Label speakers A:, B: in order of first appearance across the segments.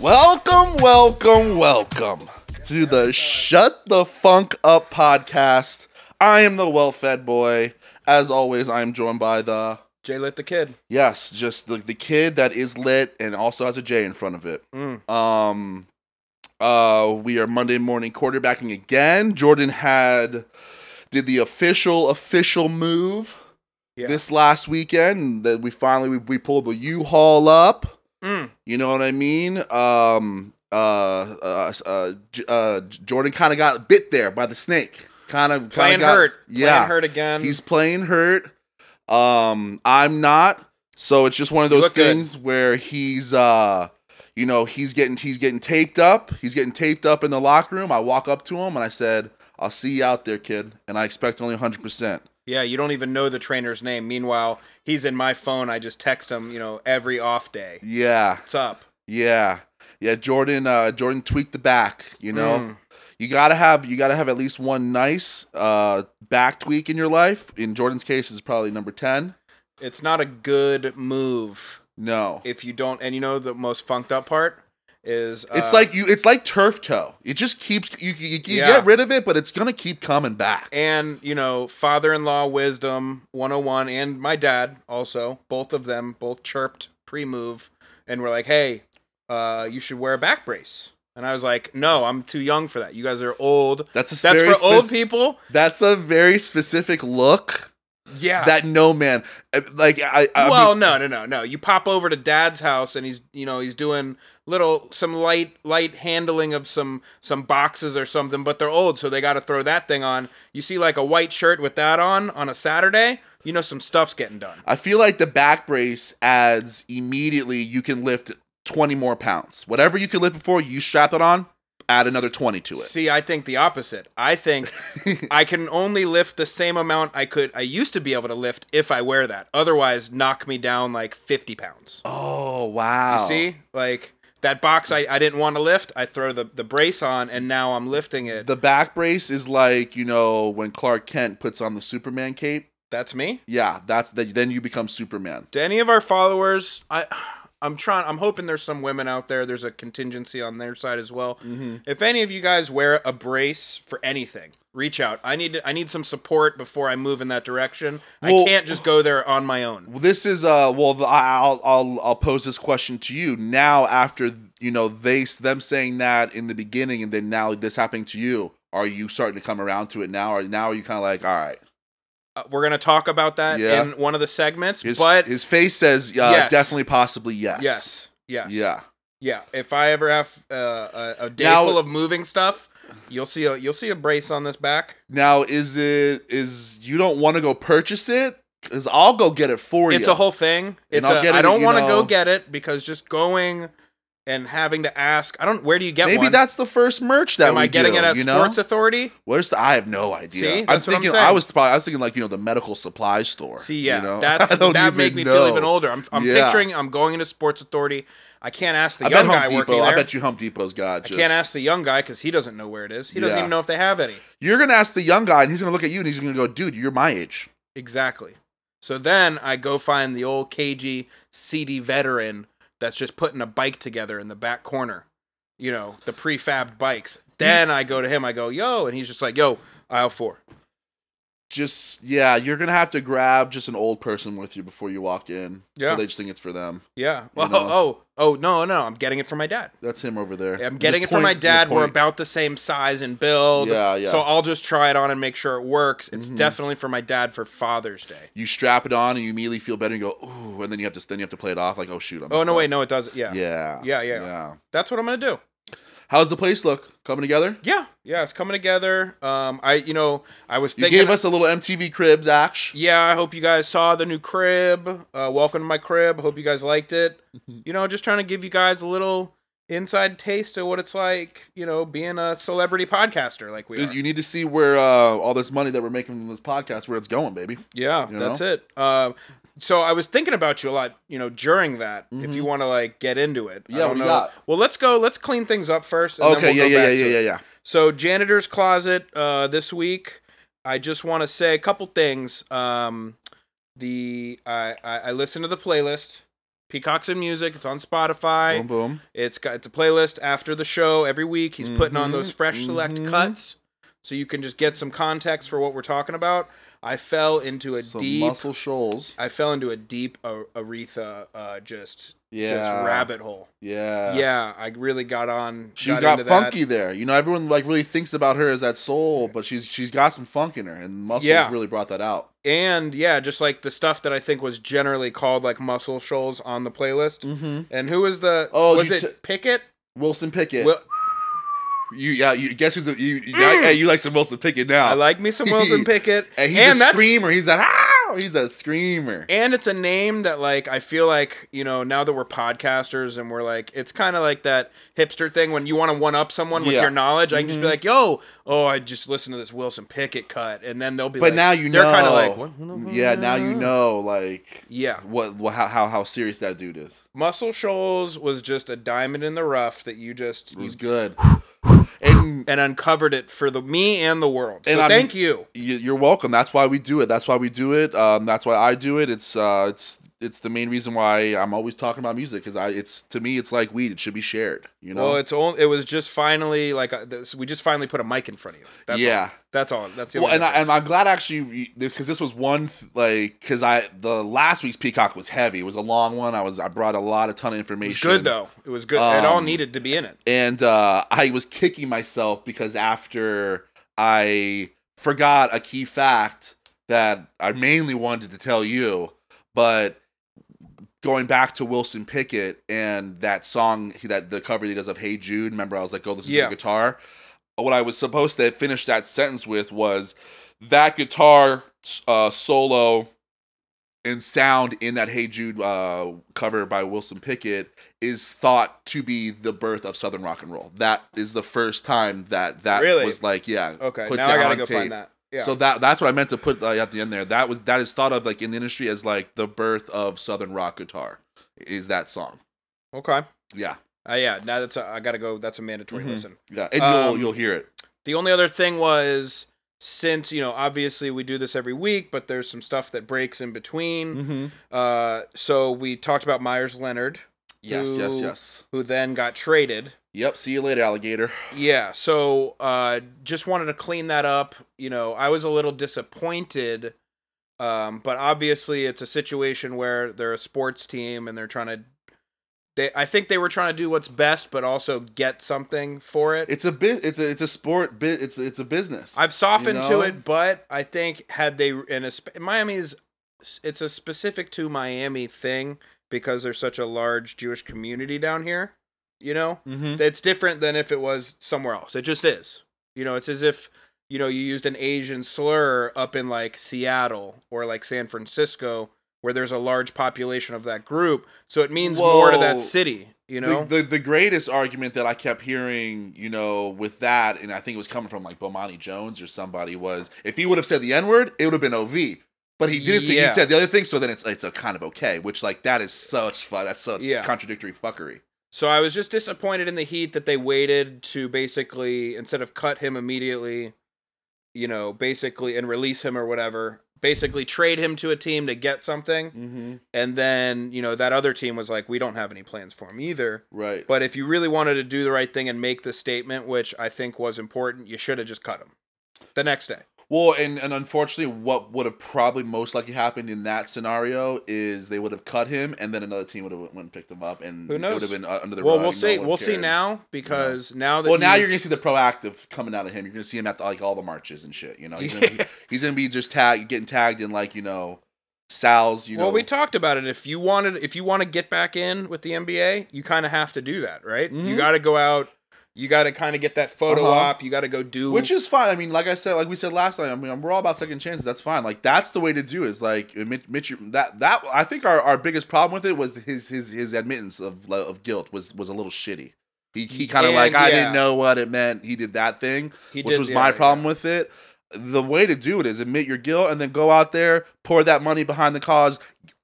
A: Welcome, welcome, welcome to the Shut the Funk Up podcast. I am the well fed boy. As always, I am joined by the,
B: Jay lit the kid.
A: yes, just the, the kid that is lit and also has a J in front of it.
B: Mm.
A: Um, uh, we are Monday morning quarterbacking again. Jordan had did the official official move
B: Yeah.
A: this last weekend. That we finally we, we pulled the U-Haul up.
B: Mm.
A: You know what I mean? Um, uh, uh, uh, J- uh Jordan kind of got bit there by the snake. Kind of kind
B: Playing
A: of got
B: hurt.
A: Yeah,
B: Playing hurt again.
A: he's playing hurt. Um, I'm not. So it's just one of
B: You
A: those
B: look good.
A: things where he's uh you know, he's getting he's getting taped up. He's getting taped up in the locker room. I walk up to him and I said, "I'll see you out there, kid." And I expect only 100%.
B: yeah, you don't even know the trainer's name. Meanwhile, he's in my phone. I just text him, you know, every off day.
A: Yeah.
B: What's up?
A: Yeah. Yeah, Jordan uh Jordan tweaked the back, you know.
B: Mm.
A: You got to have you got to have at least one nice uh back tweak in your life. In Jordan's case is probably number 10.
B: It's not a good move
A: No.
B: if you don't. And you know the most funked up part is uh,
A: It's like you. It's like turf toe. It just keeps you. You, you
B: Yeah.
A: get rid of it, but it's gonna keep coming back.
B: and you know father-in-law wisdom 101 and my dad also both of them both chirped pre-move and were like hey uh you should wear a back brace and i was like no i'm too young for that you guys are old
A: That's a
B: that's
A: very
B: for old
A: spec-
B: people
A: That's a very specific look
B: yeah
A: that no man uh, like. I, I
B: well
A: mean,
B: no no no no you pop over to dad's house and he's you know he's doing little some light light handling of some some boxes or something but they're old so they got to throw that thing on you see like a white shirt with that on on a saturday you know some stuff's getting done
A: I feel like the back brace adds immediately. You can lift twenty more pounds. Whatever you could lift before, you strap it on. Add another twenty to it.
B: See, I think the opposite. I think I can only lift the same amount I could I used to be able to lift if I wear that. Otherwise, knock me down like 50 pounds.
A: Oh
B: You
A: wow!
B: see? Like that box I, I didn't want to lift, I throw the, the brace on and now I'm lifting it.
A: the back brace is like you know when Clark Kent puts on the Superman cape.
B: That's me.
A: Yeah, that's the, then you become Superman.
B: To any of our followers, I I'm trying I'm hoping there's some women out there. There's a contingency on their side as well.
A: Mm-hmm.
B: If any of you guys wear a brace for anything, reach out. I need I need some support before I move in that direction.
A: Well-
B: I can't just go there on my own.
A: Well, this is uh well the, I- I'll I'll I'll pose this question to you now after you know they them saying that in the beginning and then now this happening to you are you starting to come around to it now or now are you kind of like all right
B: Uh, we're gonna talk about that
A: Yeah.
B: in one of the segments,
A: his
B: but
A: his face says uh,
B: Yes.
A: definitely possibly yes
B: yes, yes, yeah,
A: yeah
B: If I ever have uh, a, a day
A: Now-
B: full of moving stuff, you'll see a you'll see a brace on this back.
A: now is it is you don't want to go purchase it because I'll go get it for
B: It's
A: you
B: a whole thing. It's
A: I'll
B: a,
A: get
B: I
A: it,
B: don't
A: you
B: want to
A: know.
B: go get it because just going and having to ask, I don't. Where do you get
A: maybe
B: one?
A: that's the first merch that
B: Am
A: we
B: I getting
A: do,
B: it at
A: you know?
B: Sports Authority?
A: Where's the? I have no idea.
B: See?
A: I'm
B: That's what I'm
A: thinking. I
B: saying.
A: was probably. I was thinking like you know the medical supply store.
B: See, yeah,
A: you know?
B: that's
A: I don't
B: that
A: even
B: make me feel even
A: know.
B: older. I'm, I'm
A: Yeah.
B: picturing I'm going into Sports Authority. I can't ask the
A: I bet
B: young guy
A: Home
B: working
A: Depot.
B: there.
A: I bet you Home Depot's got.
B: I
A: Just,
B: can't ask the young guy because he doesn't know where it is. He doesn't
A: Yeah.
B: even know if they have any.
A: You're gonna ask the young guy, and he's gonna look at you, and he's gonna go, "Dude, you're my age."
B: Exactly. So then I go find the old cagey, seedy veteran that's just putting a bike together in the back corner. You know, the prefabbed bikes. Then I go to him. I go, yo, and he's just like, yo, aisle four.
A: Just yeah, you're gonna have to grab just an old person with you before you walk in.
B: Yeah.
A: So they just think it's for them.
B: Yeah.
A: You
B: Oh,
A: know.
B: oh, oh, no, no. I'm getting it from my dad.
A: That's him over there.
B: I'm getting
A: Just
B: it from my
A: point- your
B: dad. We're
A: point.
B: about the same size and build.
A: Yeah, yeah.
B: So I'll just try it on and make sure it works. It's
A: Mhm.
B: definitely for my dad for Father's Day.
A: You strap it on, and you immediately feel better, and you go, "Ooh," and then you have to then you have to play it off like, "Oh shoot." I'm
B: Oh, no, wait. No, it doesn't. Yeah.
A: Yeah.
B: Yeah, yeah.
A: Yeah.
B: That's what I'm going to do.
A: How's the place look? Coming together?
B: Yeah, yeah, it's coming together. Um, I, you know, I was
A: You
B: thinking.
A: gave us a little MTV Cribs action.
B: yeah, I hope you guys saw the new crib. Uh, welcome to my crib. Hope you guys liked it. You know, just trying to give you guys a little inside taste of what it's like. You know, being a celebrity podcaster like we
A: Dude,
B: are.
A: You need to see where uh, all this money that we're making from this podcast, where it's going, baby.
B: yeah,
A: you
B: that's it. Um, so I was thinking about you a lot. You know, during that, if
A: Mhm.
B: you want to like get into it. I
A: Yeah,
B: don't
A: what do you
B: know.
A: got?
B: Well, let's go. Let's clean things up first. And
A: okay,
B: Then we'll
A: yeah,
B: go
A: yeah,
B: back
A: yeah,
B: to
A: yeah,
B: it.
A: yeah,
B: So janitor's closet uh, this week. I just want to say a couple things. Um, the I, I I listened to the playlist. Peacocks and Music. It's on Spotify.
A: boom, boom.
B: It's got it's a playlist after the show every week. He's putting on those
A: Mhm,
B: fresh select
A: mhm.
B: cuts, so you can just get some context for what we're talking about. I fell into a
A: Some
B: deep,
A: muscle shoals.
B: I fell into a deep A- Aretha uh, just
A: Yeah.
B: just rabbit hole.
A: Yeah.
B: yeah, I really got on.
A: She got,
B: into that.
A: funky there. You know, everyone like really thinks about her as that soul, but she's she's got some funk in her, and muscles
B: Yeah.
A: really brought that out.
B: and yeah, just like the stuff that I think was generally called like muscle shoals on the playlist.
A: Mm-hmm.
B: And who was the?
A: Oh,
B: was
A: you
B: it
A: t-
B: Pickett?
A: Wilson Pickett.
B: Well,
A: you yeah. You guess who's a, you? you yeah, you Mm. like some Wilson Pickett now?
B: I like me some Wilson Pickett,
A: and he's a
B: that's-
A: screamer. He's that ah. He's a screamer.
B: and it's a name that like I feel like you know now that we're podcasters and we're like it's kind of like that hipster thing when you want to one up someone with
A: Yeah.
B: your knowledge. I can just be
A: Mhm.
B: like, yo, oh, I just listened to this Wilson Pickett cut, and then they'll be.
A: but
B: like,
A: now you
B: they're
A: know.
B: kind of like, what?
A: yeah. Now you know like
B: Yeah,
A: what, what how, how how serious that dude is.
B: Muscle Shoals was just a diamond in the rough that you just
A: It
B: you
A: was good. And
B: and uncovered it for the me and the world. So
A: And I'm-
B: thank you.
A: you- you're welcome. That's why we do it. That's why we do it. Um, that's why I do it. It's uh, it's it's the main reason why I'm always talking about music because I it's to me it's like weed. It should be shared. You know.
B: Well, it's only it was just finally like uh, this, we just finally put a mic in front of you. That's all.
A: yeah.
B: That's all. That's the
A: Well,
B: only
A: and I,
B: difference.
A: and I'm glad actually because this was one th- like because I the last week's Peacock was heavy. It was a long one. I was I brought a lot a ton of
B: it was
A: information.
B: good though. It was good. it all
A: Um,
B: needed to be in it.
A: and uh, I was kicking myself because after I forgot a key fact that I mainly wanted to tell you, but going back to Wilson Pickett and that song that the cover he does of Hey Jude, remember I was like, "Oh, go listen
B: Yeah.
A: to the guitar. What I was supposed to finish that sentence with was that guitar uh, solo and sound in that Hey Jude uh, cover by Wilson Pickett is thought to be the birth of Southern rock and roll. That is the first time that that
B: Really?
A: was like, yeah.
B: Okay,
A: put
B: now I
A: down
B: gotta
A: on
B: go
A: tape.
B: find that. Yeah.
A: So that that's what I meant to put like, at the end there. That was that is thought of like in the industry as like the birth of Southern rock guitar is that song.
B: okay.
A: Yeah,
B: Uh, yeah. Now that's a, I gotta go. That's a mandatory
A: Mhm.
B: listen.
A: yeah, and
B: Um,
A: you'll you'll hear it.
B: The only other thing was since you know obviously we do this every week, but there's some stuff that breaks in between.
A: Mm-hmm.
B: Uh, so we talked about Myers Leonard,
A: Yes, yes,
B: Who-
A: yes.
B: who then got traded.
A: Yep. See you later, alligator.
B: Yeah, so uh just wanted to clean that up. You know, I was a little disappointed um but obviously it's a situation where they're a sports team and they're trying to they I think they were trying to do what's best but also get something for it.
A: It's a bit. It's a it's a sport. Bit. It's it's a business.
B: I've softened
A: you
B: to
A: know?
B: it, but I think had they and a, Miami's it's a specific to Miami thing because there's such a large Jewish community down here, you know?
A: Mhm.
B: It's different than if it was somewhere else. It just is. You know, it's as if you know you used an Asian slur up in like Seattle or like San Francisco, where there's a large population of that group. So it means more to
A: Whoa.
B: that city. You know,
A: the, the the greatest argument that I kept hearing, you know, with that, and I think it was coming from like Bomani Jones or somebody, was if he would have said the N word, it would have been OV. But he didn't say he
B: Yeah.
A: said the other thing, so then it's it's a kind of okay, which like that is such fu- that's such
B: Yeah.
A: contradictory fuckery.
B: So I was just disappointed in the Heat that they waited to basically instead of cut him immediately, you know, basically and release him or whatever, basically trade him to a team to get something,
A: Mm-hmm.
B: and then you know that other team was like, we don't have any plans for him either.
A: Right.
B: But if you really wanted to do the right thing and make the statement, which I think was important, you should have just cut him the next day.
A: Well, and, and unfortunately, what would have probably most likely happened in that scenario is they would have cut him, and then another team would have went and picked him up, and
B: Who
A: it
B: knows?
A: would have been uh, under the
B: well,
A: rug.
B: we'll
A: No
B: see.
A: one
B: we'll see
A: cared.
B: now because now that
A: Well, now
B: he's-
A: you're gonna see the proactive coming out of him. You're gonna see him at the, like all the marches and shit. You know, he's, gonna,
B: Yeah.
A: be, he's gonna be just tagged, getting tagged in like you know, Sal's. You
B: well,
A: know,
B: we talked about it. If you wanted, if you want to get back in with the NBA, you kind of have to do that, right? You
A: Mhm.
B: got to go out. You got to kind of get that photo
A: Uh-huh.
B: op. You got to go do.
A: which is fine. I mean, like I said, like we said last time. I mean, we're all about second chances. That's fine. Like that's the way to do. It, is like admit, admit your, that that I think our, our biggest problem with it was his his his admittance of of guilt was was a little shitty. He he kind of
B: And,
A: like I
B: yeah.
A: didn't know what it meant. He did that thing.
B: he
A: which
B: did
A: was
B: the
A: my
B: other-
A: problem with it. The way to do it is admit your guilt and then go out there, pour that money behind the cause,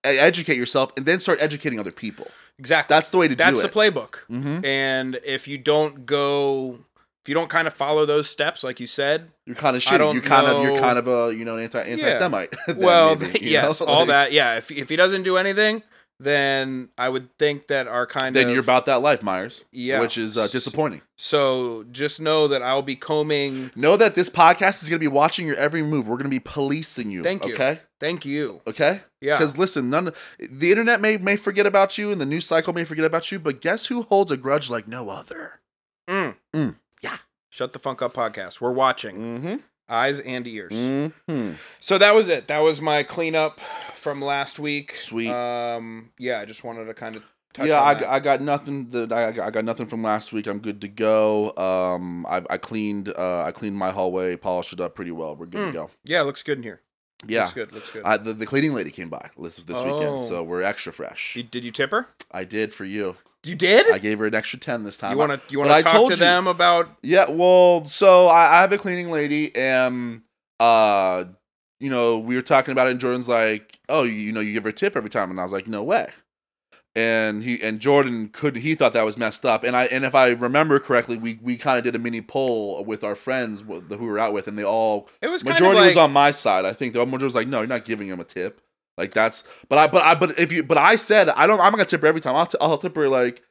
A: e- educate yourself, and then start educating other people.
B: Exactly.
A: That's the way to
B: That's
A: do
B: the
A: it.
B: playbook.
A: mm-hmm.
B: And if you don't go, if you don't kind of follow those steps, like you said,
A: You're kind of
B: I
A: shitty.
B: don't
A: You're kind of you're
B: know-
A: kind of a you know an anti anti semite.
B: well, yes, all that. Yeah. If if he doesn't do anything, then I would think that are kind
A: then
B: of
A: you're about that life, Myers.
B: Yeah.
A: Which is uh, disappointing.
B: So just know that I'll be combing.
A: Know that this podcast is going to be watching your every move. We're going to be policing you.
B: Thank you.
A: Okay.
B: Thank you.
A: Okay.
B: Yeah.
A: Because listen, none the internet may may forget about you, and the news cycle may forget about you, but guess who holds a grudge like no other?
B: Mm.
A: Mm. Yeah.
B: Shut the funk up podcast. We're watching
A: Mm-hmm.
B: eyes and ears.
A: Mm-hmm.
B: So that was it. That was my cleanup from last week.
A: Sweet.
B: Um. Yeah. I just wanted to kind of. Touch
A: yeah,
B: on
A: I,
B: that.
A: I got nothing. That I, I got- I got nothing from last week. I'm good to go. Um, I, I cleaned. Uh, I cleaned my hallway, polished it up pretty well. We're good to
B: Mm.
A: go.
B: Yeah, looks good in here.
A: Yeah,
B: Looks good. Looks good.
A: I, the, the cleaning lady came by this this
B: Oh.
A: weekend, so we're extra fresh.
B: You- did you tip her?
A: I did for you.
B: You did?
A: I gave her an extra ten this time.
B: you want to you
A: but
B: want
A: I
B: to talk
A: told
B: to
A: you.
B: them about
A: Yeah, well, so I, I have a cleaning lady, and uh, you know, we were talking about it, and Jordan's like, "Oh, you, you know, you give her a tip every time," and I was like, "No way." And he and Jordan could he thought that was messed up, and I and if I remember correctly, we we kind of did a mini poll with our friends wh- who we were out with, and they all
B: it was kind
A: majority
B: of like,
A: was on my side. I think the majority was like, "No, you're not giving him a tip." Like that's, but I but I but if you but I said I don't I'm not gonna tip her every time. I'll t- I'll tip her like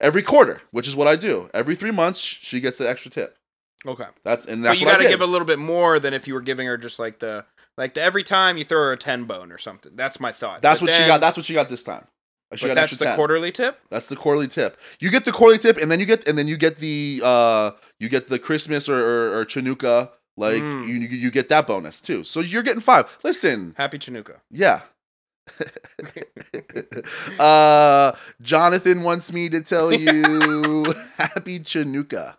A: every quarter, which is what I do. Every three months, she gets an extra tip.
B: okay.
A: That's and
B: But
A: that's
B: you
A: what
B: got to
A: I did.
B: give a little bit more than if you were giving her just like the like the every time you throw her a ten bone or something. That's my thought.
A: that's
B: But
A: what she
B: then-
A: got. That's what she got this time. Like, She
B: but
A: got an
B: that's
A: extra
B: the
A: 10.
B: quarterly tip.
A: That's the quarterly tip. You get the quarterly tip, and then you get and then you get the uh you get the Christmas or or, or Chinooka like
B: Mm.
A: you you get that bonus too. So you're getting five. Listen,
B: Happy Chinooka.
A: yeah. uh Jonathan wants me to tell you happy Chinooka.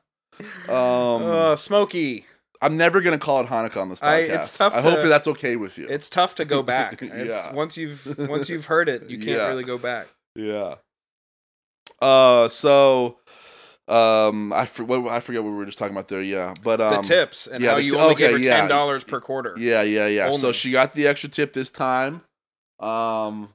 A: Um
B: uh, Smokey,
A: I'm never gonna call it Hanukkah on this podcast.
B: I-
A: I,
B: it's tough
A: hope
B: to-
A: that's okay with you.
B: it's tough to go back.
A: Yeah.
B: It's- once you've once you've heard it, you can't
A: Yeah.
B: really go back.
A: Yeah. Uh, so, um, I for, what, I forget what we were just talking about there. Yeah, but um,
B: the tips and
A: yeah,
B: how
A: the
B: you
A: ti-
B: only
A: okay,
B: gave her
A: yeah.
B: ten dollars per quarter.
A: Yeah, yeah, yeah. So
B: Only.
A: she got the extra tip this time. Um,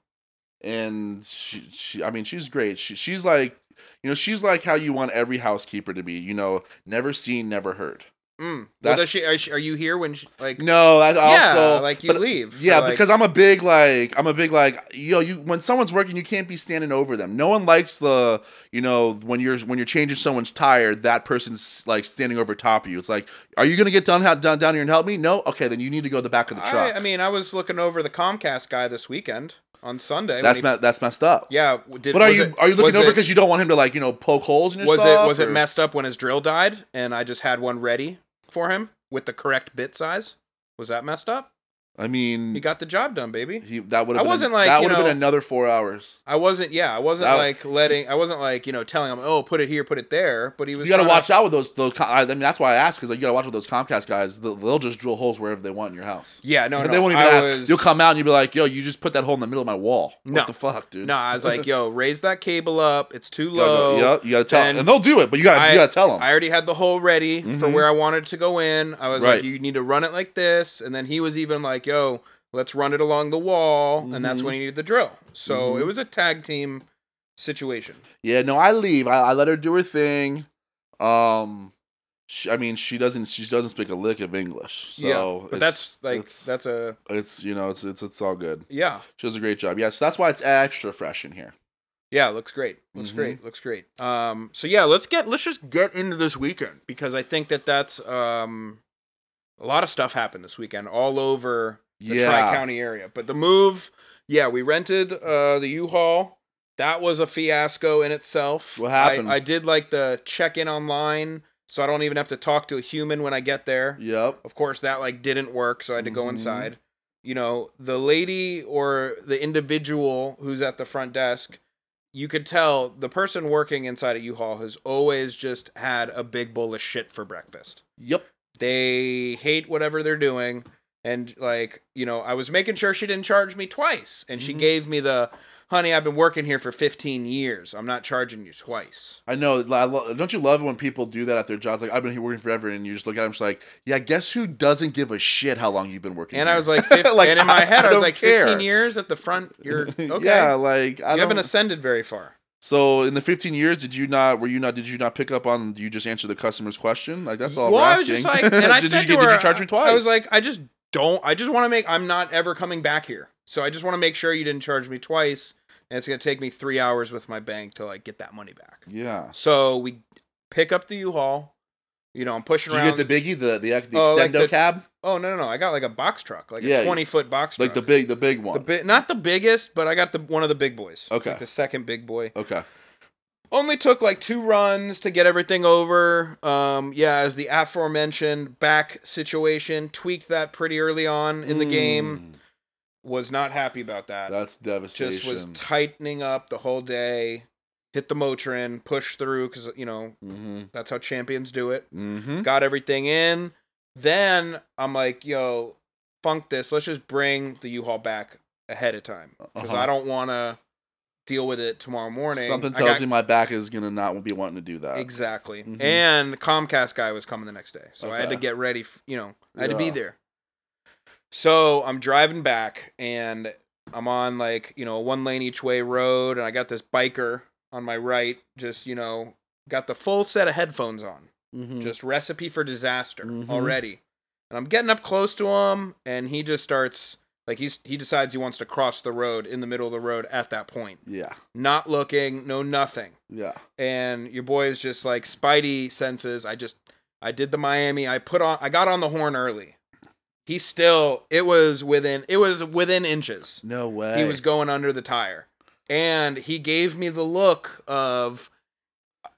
A: and she, she I mean, she's great. She, she's like, you know, she's like how you want every housekeeper to be. You know, never seen, never heard.
B: Mm. Well,
A: That's-
B: does she are, she- are you here when she like?
A: No, I
B: yeah,
A: also
B: like you
A: but-
B: leave. for,
A: Yeah,
B: like-
A: because I'm a big like I'm a big like you know you when someone's working you can't be standing over them. No one likes the you know when you're when you're changing someone's tire that person's like standing over top of you. It's like are you gonna get down down down here and help me? No, okay then you need to go to the back of the
B: I,
A: truck.
B: I mean, I was looking over the Comcast guy this weekend on Sunday. when
A: that's
B: he-
A: me- that's messed up.
B: yeah. w- Did,
A: but are
B: was
A: you
B: it-
A: are you
B: was
A: looking over
B: it-
A: because you don't want him to like you know poke holes in your
B: was
A: stuff?
B: it was it
A: or-
B: messed up when his drill died and I just had one ready for him with the correct bit size? Was that messed up?
A: I
B: He
A: mean,
B: got the job done, baby.
A: he, that would
B: I
A: have.
B: wasn't, like,
A: that
B: you
A: would have
B: know-
A: been another four hours.
B: I wasn't. Yeah, I wasn't
A: That-
B: like letting. I wasn't like you know telling him, oh, put it here, put it there. But he was.
A: You gotta
B: trying to-
A: watch out with those. those Com- I mean, that's why I asked because like, you gotta watch with those Comcast guys. They'll, they'll just drill holes wherever they want in your house.
B: Yeah, no,
A: And
B: no.
A: they won't even
B: I
A: ask.
B: Was,
A: You'll come out and you'll be like, "Yo, you just put that hole in the middle of my wall."
B: No.
A: What the fuck, dude?
B: No, I was like, yo, raise that cable up. It's too
A: You gotta
B: low.
A: go- yeah, you gotta tell,
B: then
A: and they'll do it, but you gotta
B: I-
A: you gotta tell them.
B: I already had the hole ready for
A: Mhm.
B: where I wanted to go in. I was
A: Right.
B: like, you need to run it like this. And then he was even like, yo, let's run it along the wall. And that's
A: Mhm.
B: when he needed the drill. So
A: Mhm.
B: it was a tag team situation.
A: yeah, no, I leave. I, I let her do her thing. Um, she, I mean, she doesn't she doesn't speak a lick of English, so
B: yeah. But
A: it's-
B: that's like,
A: it's,
B: that's a,
A: it's you know it's it's it's all good.
B: yeah.
A: She does a great job. Yeah, so that's why it's extra fresh in here.
B: Yeah, looks great. Looks
A: Mhm.
B: great. Looks great. Um, so yeah, let's get let's just get into this weekend because I think that that's um, a lot of stuff happened this weekend all over the
A: yeah,
B: Tri County area. But the move, yeah, we rented uh, the U-Haul. That was a fiasco in itself.
A: What happened?
B: I, I did like the check-in online, so I don't even have to talk to a human when I get there.
A: Yep.
B: Of course, that like didn't work, so I had to go
A: Mhm.
B: inside. You know, the lady or the individual who's at the front desk, you could tell the person working inside at U-Haul has always just had a big bowl of shit for breakfast.
A: Yep.
B: They hate whatever they're doing. And like, you know, I was making sure she didn't charge me twice. And she
A: Mhm.
B: gave me the, honey, I've been working here for 15 years. I'm not charging you twice.
A: I know. I lo- don't you love when people do that at their jobs? Like I've been here working forever, and you just look at them, just like, yeah. Guess who doesn't give a shit how long you've been working?
B: And I
A: here?"
B: was like, fif-
A: Mm-hmm. Like,
B: and in my
A: I-
B: head,
A: I
B: I, was
A: don't
B: like,
A: care.
B: 15 years at the front. You're okay.
A: yeah, like I
B: you haven't
A: don't-
B: ascended very far.
A: So in the 15 years, did you not? Were you not? Did you not pick up on? You just answer the customer's question. Like that's all.
B: well,
A: we're
B: I was
A: asking.
B: just like, and I
A: did
B: said
A: you,
B: to
A: did
B: her,
A: you charge me twice?
B: I was like, I just don't. I just want to make. I'm not ever coming back here. So I just want to make sure you didn't charge me twice. and it's gonna take me three hours with my bank to like get that money back.
A: Yeah.
B: So we pick up the U-Haul. You know, I'm pushing
A: Did you
B: around.
A: get the biggie, the the, ex- the
B: Oh,
A: extendo
B: like the-
A: cab,
B: oh no, no, no! I got like a box truck, like
A: Yeah,
B: a 20 foot box truck,
A: like the big the big one?
B: The bi- not the biggest, but I got the one of the big boys.
A: Okay.
B: Like the second big boy.
A: okay.
B: Only took like two runs to get everything over. Um, yeah, as the aforementioned back situation tweaked that pretty early on in the game.
A: Mm,
B: Was not happy about that.
A: That's devastation.
B: Just was tightening up the whole day. Hit the Motrin, push through because you know
A: mm-hmm.
B: that's how champions do it.
A: Mm-hmm.
B: Got everything in. Then I'm like, yo, funk this. Let's just bring the U-Haul back ahead of time
A: Uh-huh.
B: because I don't want to deal with it tomorrow morning.
A: Something
B: I
A: tells
B: got-
A: me my back is gonna not be wanting to do that.
B: exactly.
A: Mhm.
B: And the Comcast guy was coming the next day, so I had to
A: Okay.
B: get ready. f- You know, I had to be
A: Yeah.
B: there. So I'm driving back, and I'm on like you know a one lane each way road, and I got this biker on my right, just you know, got the full set of headphones on
A: Mhm.
B: just recipe for disaster
A: Mhm.
B: already. And I'm getting up close to him, and he just starts like he's he decides he wants to cross the road in the middle of the road at that point,
A: yeah,
B: not looking, no nothing.
A: yeah.
B: And your boy is just like Spidey senses. I just I did the Miami. I put on I got on the horn early. He still it was within it was within inches.
A: No way.
B: He was going under the tire. And he gave me the look of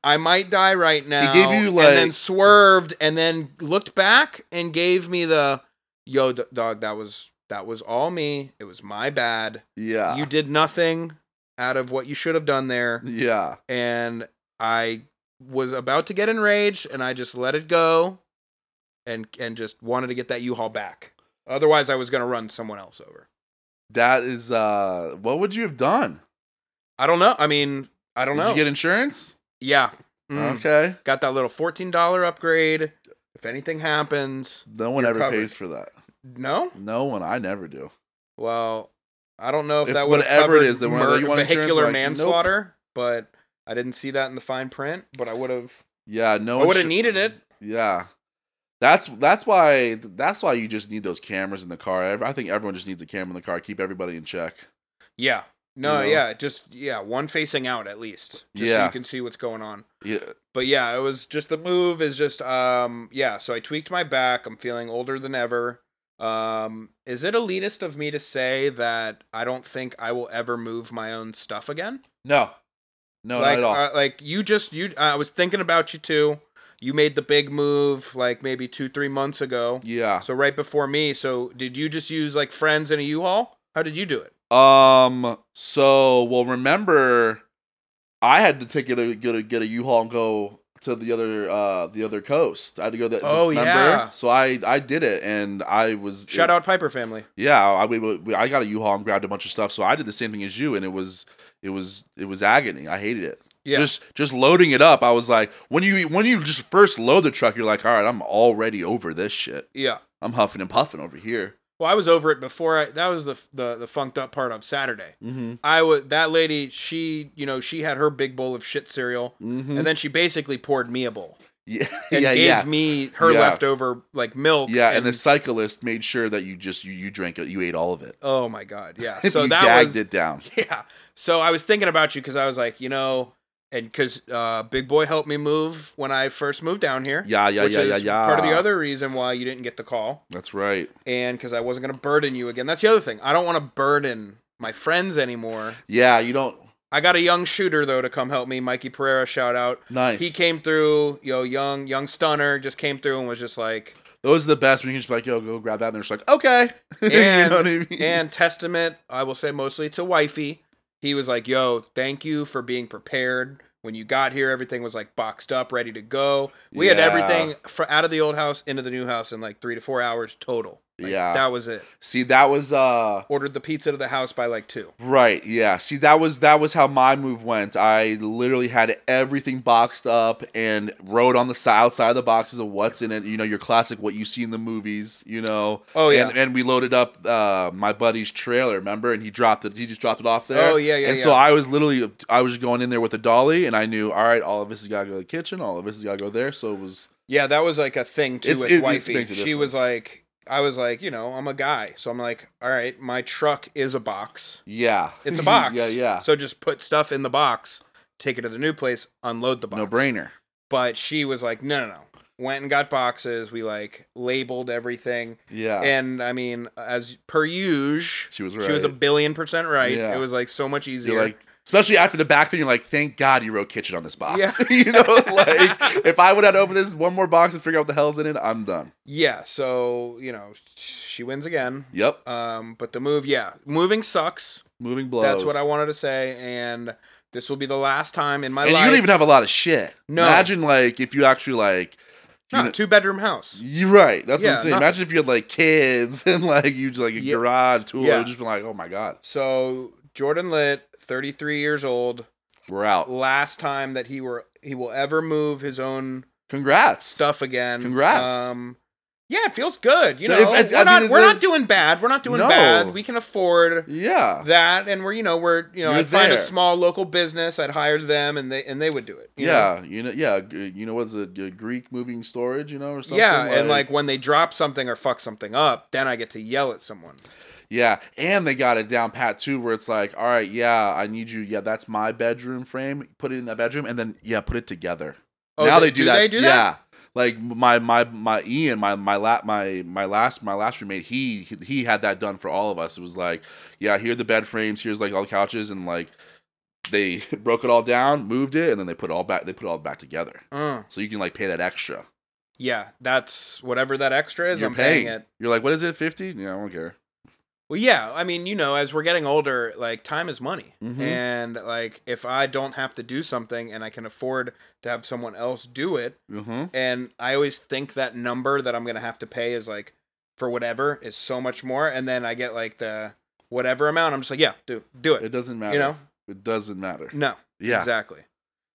B: I might die right now.
A: gave you, like-
B: and then swerved and then looked back and gave me the yo d- dog that was that was all me. It was my bad.
A: yeah,
B: You did nothing out of what you should have done there
A: yeah.
B: and I was about to get enraged and I just let it go and and just wanted to get that U-Haul back. Otherwise I was going to run someone else over.
A: That is uh, what would you have done?
B: I don't know. I mean, I don't
A: Did
B: know.
A: you get insurance?
B: yeah. Mm.
A: Okay.
B: Got that little $14 upgrade. If anything happens,
A: No one
B: You're
A: ever
B: covered.
A: pays for that.
B: no?
A: No one. I never do.
B: Well, I don't know if,
A: If
B: that would
A: whatever it is, they
B: the
A: wanna know you want insurance,
B: vehicular
A: like, nope.
B: manslaughter, but I didn't see that in the fine print, but I would have
A: Yeah, no.
B: I would have
A: insur-
B: needed it.
A: Yeah. That's that's why that's why you just need those cameras in the car. Ev- I think everyone just needs a camera in the car. Keep everybody in check.
B: Yeah. No,
A: You know?
B: yeah, just yeah, one facing out at least. Just so
A: Yeah.
B: you can see what's going on.
A: Yeah,
B: But yeah, it was just the move is just um yeah, so I tweaked my back. I'm feeling older than ever. Um is it elitist of me to say that I don't think I will ever move my own stuff again?
A: No. No, not
B: like
A: at all.
B: Uh, like you just you I was thinking about you too. You made the big move like maybe 2-3 months ago.
A: yeah.
B: So right before me. So did you just use like friends in a U-Haul? How did you do it?
A: Um. So, well, remember, I had to take it a get a get a U-Haul and go to the other uh the other coast. I had to go to the
B: Oh,
A: remember?
B: yeah.
A: So I I did it, and I was
B: Shout
A: it-
B: out Piper family.
A: Yeah, I we, we, I got a U-Haul and grabbed a bunch of stuff. So I did the same thing as you, and it was it was it was agony. I hated it.
B: Yeah.
A: Just just loading it up, I was like, when you when you just first load the truck, you're like, all right, I'm already over this shit.
B: yeah.
A: I'm huffing and puffing over here.
B: Well, I was over it before. I, that was the, the the funked up part of Saturday.
A: Mm-hmm.
B: I was that lady. She, you know, she had her big bowl of shit cereal,
A: Mm-hmm.
B: and then she basically poured me a bowl
A: yeah,
B: and
A: yeah,
B: gave
A: yeah.
B: me her
A: Yeah.
B: leftover like milk.
A: Yeah, and, the cyclist made sure that you just you, you drank it, you ate all of it.
B: oh my god, yeah. So
A: you
B: that
A: gagged
B: was
A: it down.
B: yeah. So I was thinking about you because I was like, you know, and because uh, Big Boy helped me move when I first moved down here.
A: Yeah, yeah,
B: which
A: yeah,
B: is
A: yeah, yeah.
B: Part of the other reason why you didn't get the call.
A: That's right.
B: and because I wasn't going to burden you again. That's the other thing. I don't want to burden my friends anymore.
A: Yeah, you don't.
B: I got a young shooter though to come help me, Mikey Pereira. Shout out.
A: Nice.
B: He came through, yo, young, young stunner, just came through and was just like,
A: Those are the best when you can just be like, yo, go grab that. And they're just like, okay. you
B: And-
A: know what I mean?
B: and testament, I will say mostly to wifey. He was like, yo, thank you for being prepared. When you got here, everything was like boxed up, ready to go. We had
A: Yeah.
B: everything fr out of the old house into the new house in like three to four hours total. Like,
A: Yeah.
B: That was it.
A: See, that was uh
B: Ordered the pizza to the house by like two.
A: right. Yeah. See, that was that was how my move went. I literally had everything boxed up and wrote on the si- outside of the boxes of what's in it. You know, your classic what you see in the movies. You know.
B: Oh, yeah.
A: And, and we loaded up uh my buddy's trailer. Remember? And he dropped it. He just dropped it off there.
B: Oh, yeah, yeah,
A: And so
B: yeah.
A: I was literally I was just going in there with a dolly, and I knew all right, all of this has got to go to the kitchen. All of this has got to go there. So it was
B: Yeah, that was like a thing too
A: It's-
B: with
A: it- it
B: wifey.
A: makes a
B: she was
A: difference.
B: like, I was like, you know, I'm a guy, so I'm like, all right, my truck is a box.
A: Yeah.
B: It's a box.
A: yeah, yeah.
B: So just put stuff in the box, take it to the new place, unload the box.
A: no brainer.
B: But she was like, no, no, no. Went and got boxes. We like labeled everything,
A: Yeah.
B: and I mean, as per usual,
A: she was right.
B: she was a billion percent right.
A: Yeah.
B: It was like so much easier.
A: You're like, especially after the back thing, you're like, thank God you wrote kitchen on this box. you know, like if I would have opened this one more box and figure out what the hell's in it, I'm done.
B: yeah. So you know, she wins again.
A: Yep.
B: Um, but the move, yeah, moving sucks.
A: Moving blows.
B: That's what I wanted to say, and this will be the last time in my
A: And
B: life.
A: you don't even have a lot of shit.
B: No.
A: Imagine like if you actually like. You
B: No,
A: know-
B: two bedroom house.
A: You're right. That's what
B: Yeah,
A: I'm saying.
B: nothing.
A: Imagine if you had like kids and like you just like a
B: Yeah.
A: garage tool.
B: Yeah.
A: You'd just be like, oh my god,
B: So Jordan Litt, 33 years old,
A: we're out.
B: last time that he were he will ever move his own
A: Congrats.
B: stuff again.
A: Congrats.
B: Um, yeah, it feels good. You know,
A: If- it's-
B: we're
A: I
B: not
A: mean,
B: we're not
A: it's-
B: doing bad. We're not doing
A: No.
B: bad. We can afford
A: Yeah.
B: that, and we're you know we're you know
A: You're
B: I'd find
A: there.
B: a small local business. I'd hire them, and they and they would do it. you know?
A: yeah. You know. Yeah. g- You know what's a, a Greek moving storage? You know or something.
B: yeah, and like when they drop something or fuck something up, then I get to yell at someone.
A: Yeah, and they got it down pat too, where it's like, all right, yeah, I need you. Yeah, that's my bedroom frame. Put it in that bedroom, and then yeah, put it together.
B: Oh,
A: now
B: they-
A: they do,
B: do
A: that.
B: they do
A: yeah.
B: that?
A: Like my my my Ian my my la- my my last my last roommate he he had that done for all of us. It was like yeah here are the bed frames here's like all the couches and like they broke it all down moved it and then they put it all back they put it all back together
B: Uh,
A: so you can like pay that extra.
B: yeah, that's whatever that extra is.
A: You're
B: I'm paying it.
A: You're like what is it fifty? Yeah I don't care.
B: Well, yeah. I mean, you know, as we're getting older, like time is money,
A: Mhm.
B: and like if I don't have to do something and I can afford to have someone else do it,
A: Mm-hmm.
B: and I always think that number that I'm gonna have to pay is like for whatever is so much more, and then I get like the whatever amount. I'm just like, yeah, do do
A: It
B: it.
A: doesn't matter.
B: You know? Mm,
A: it doesn't matter.
B: No,
A: Yeah.
B: exactly.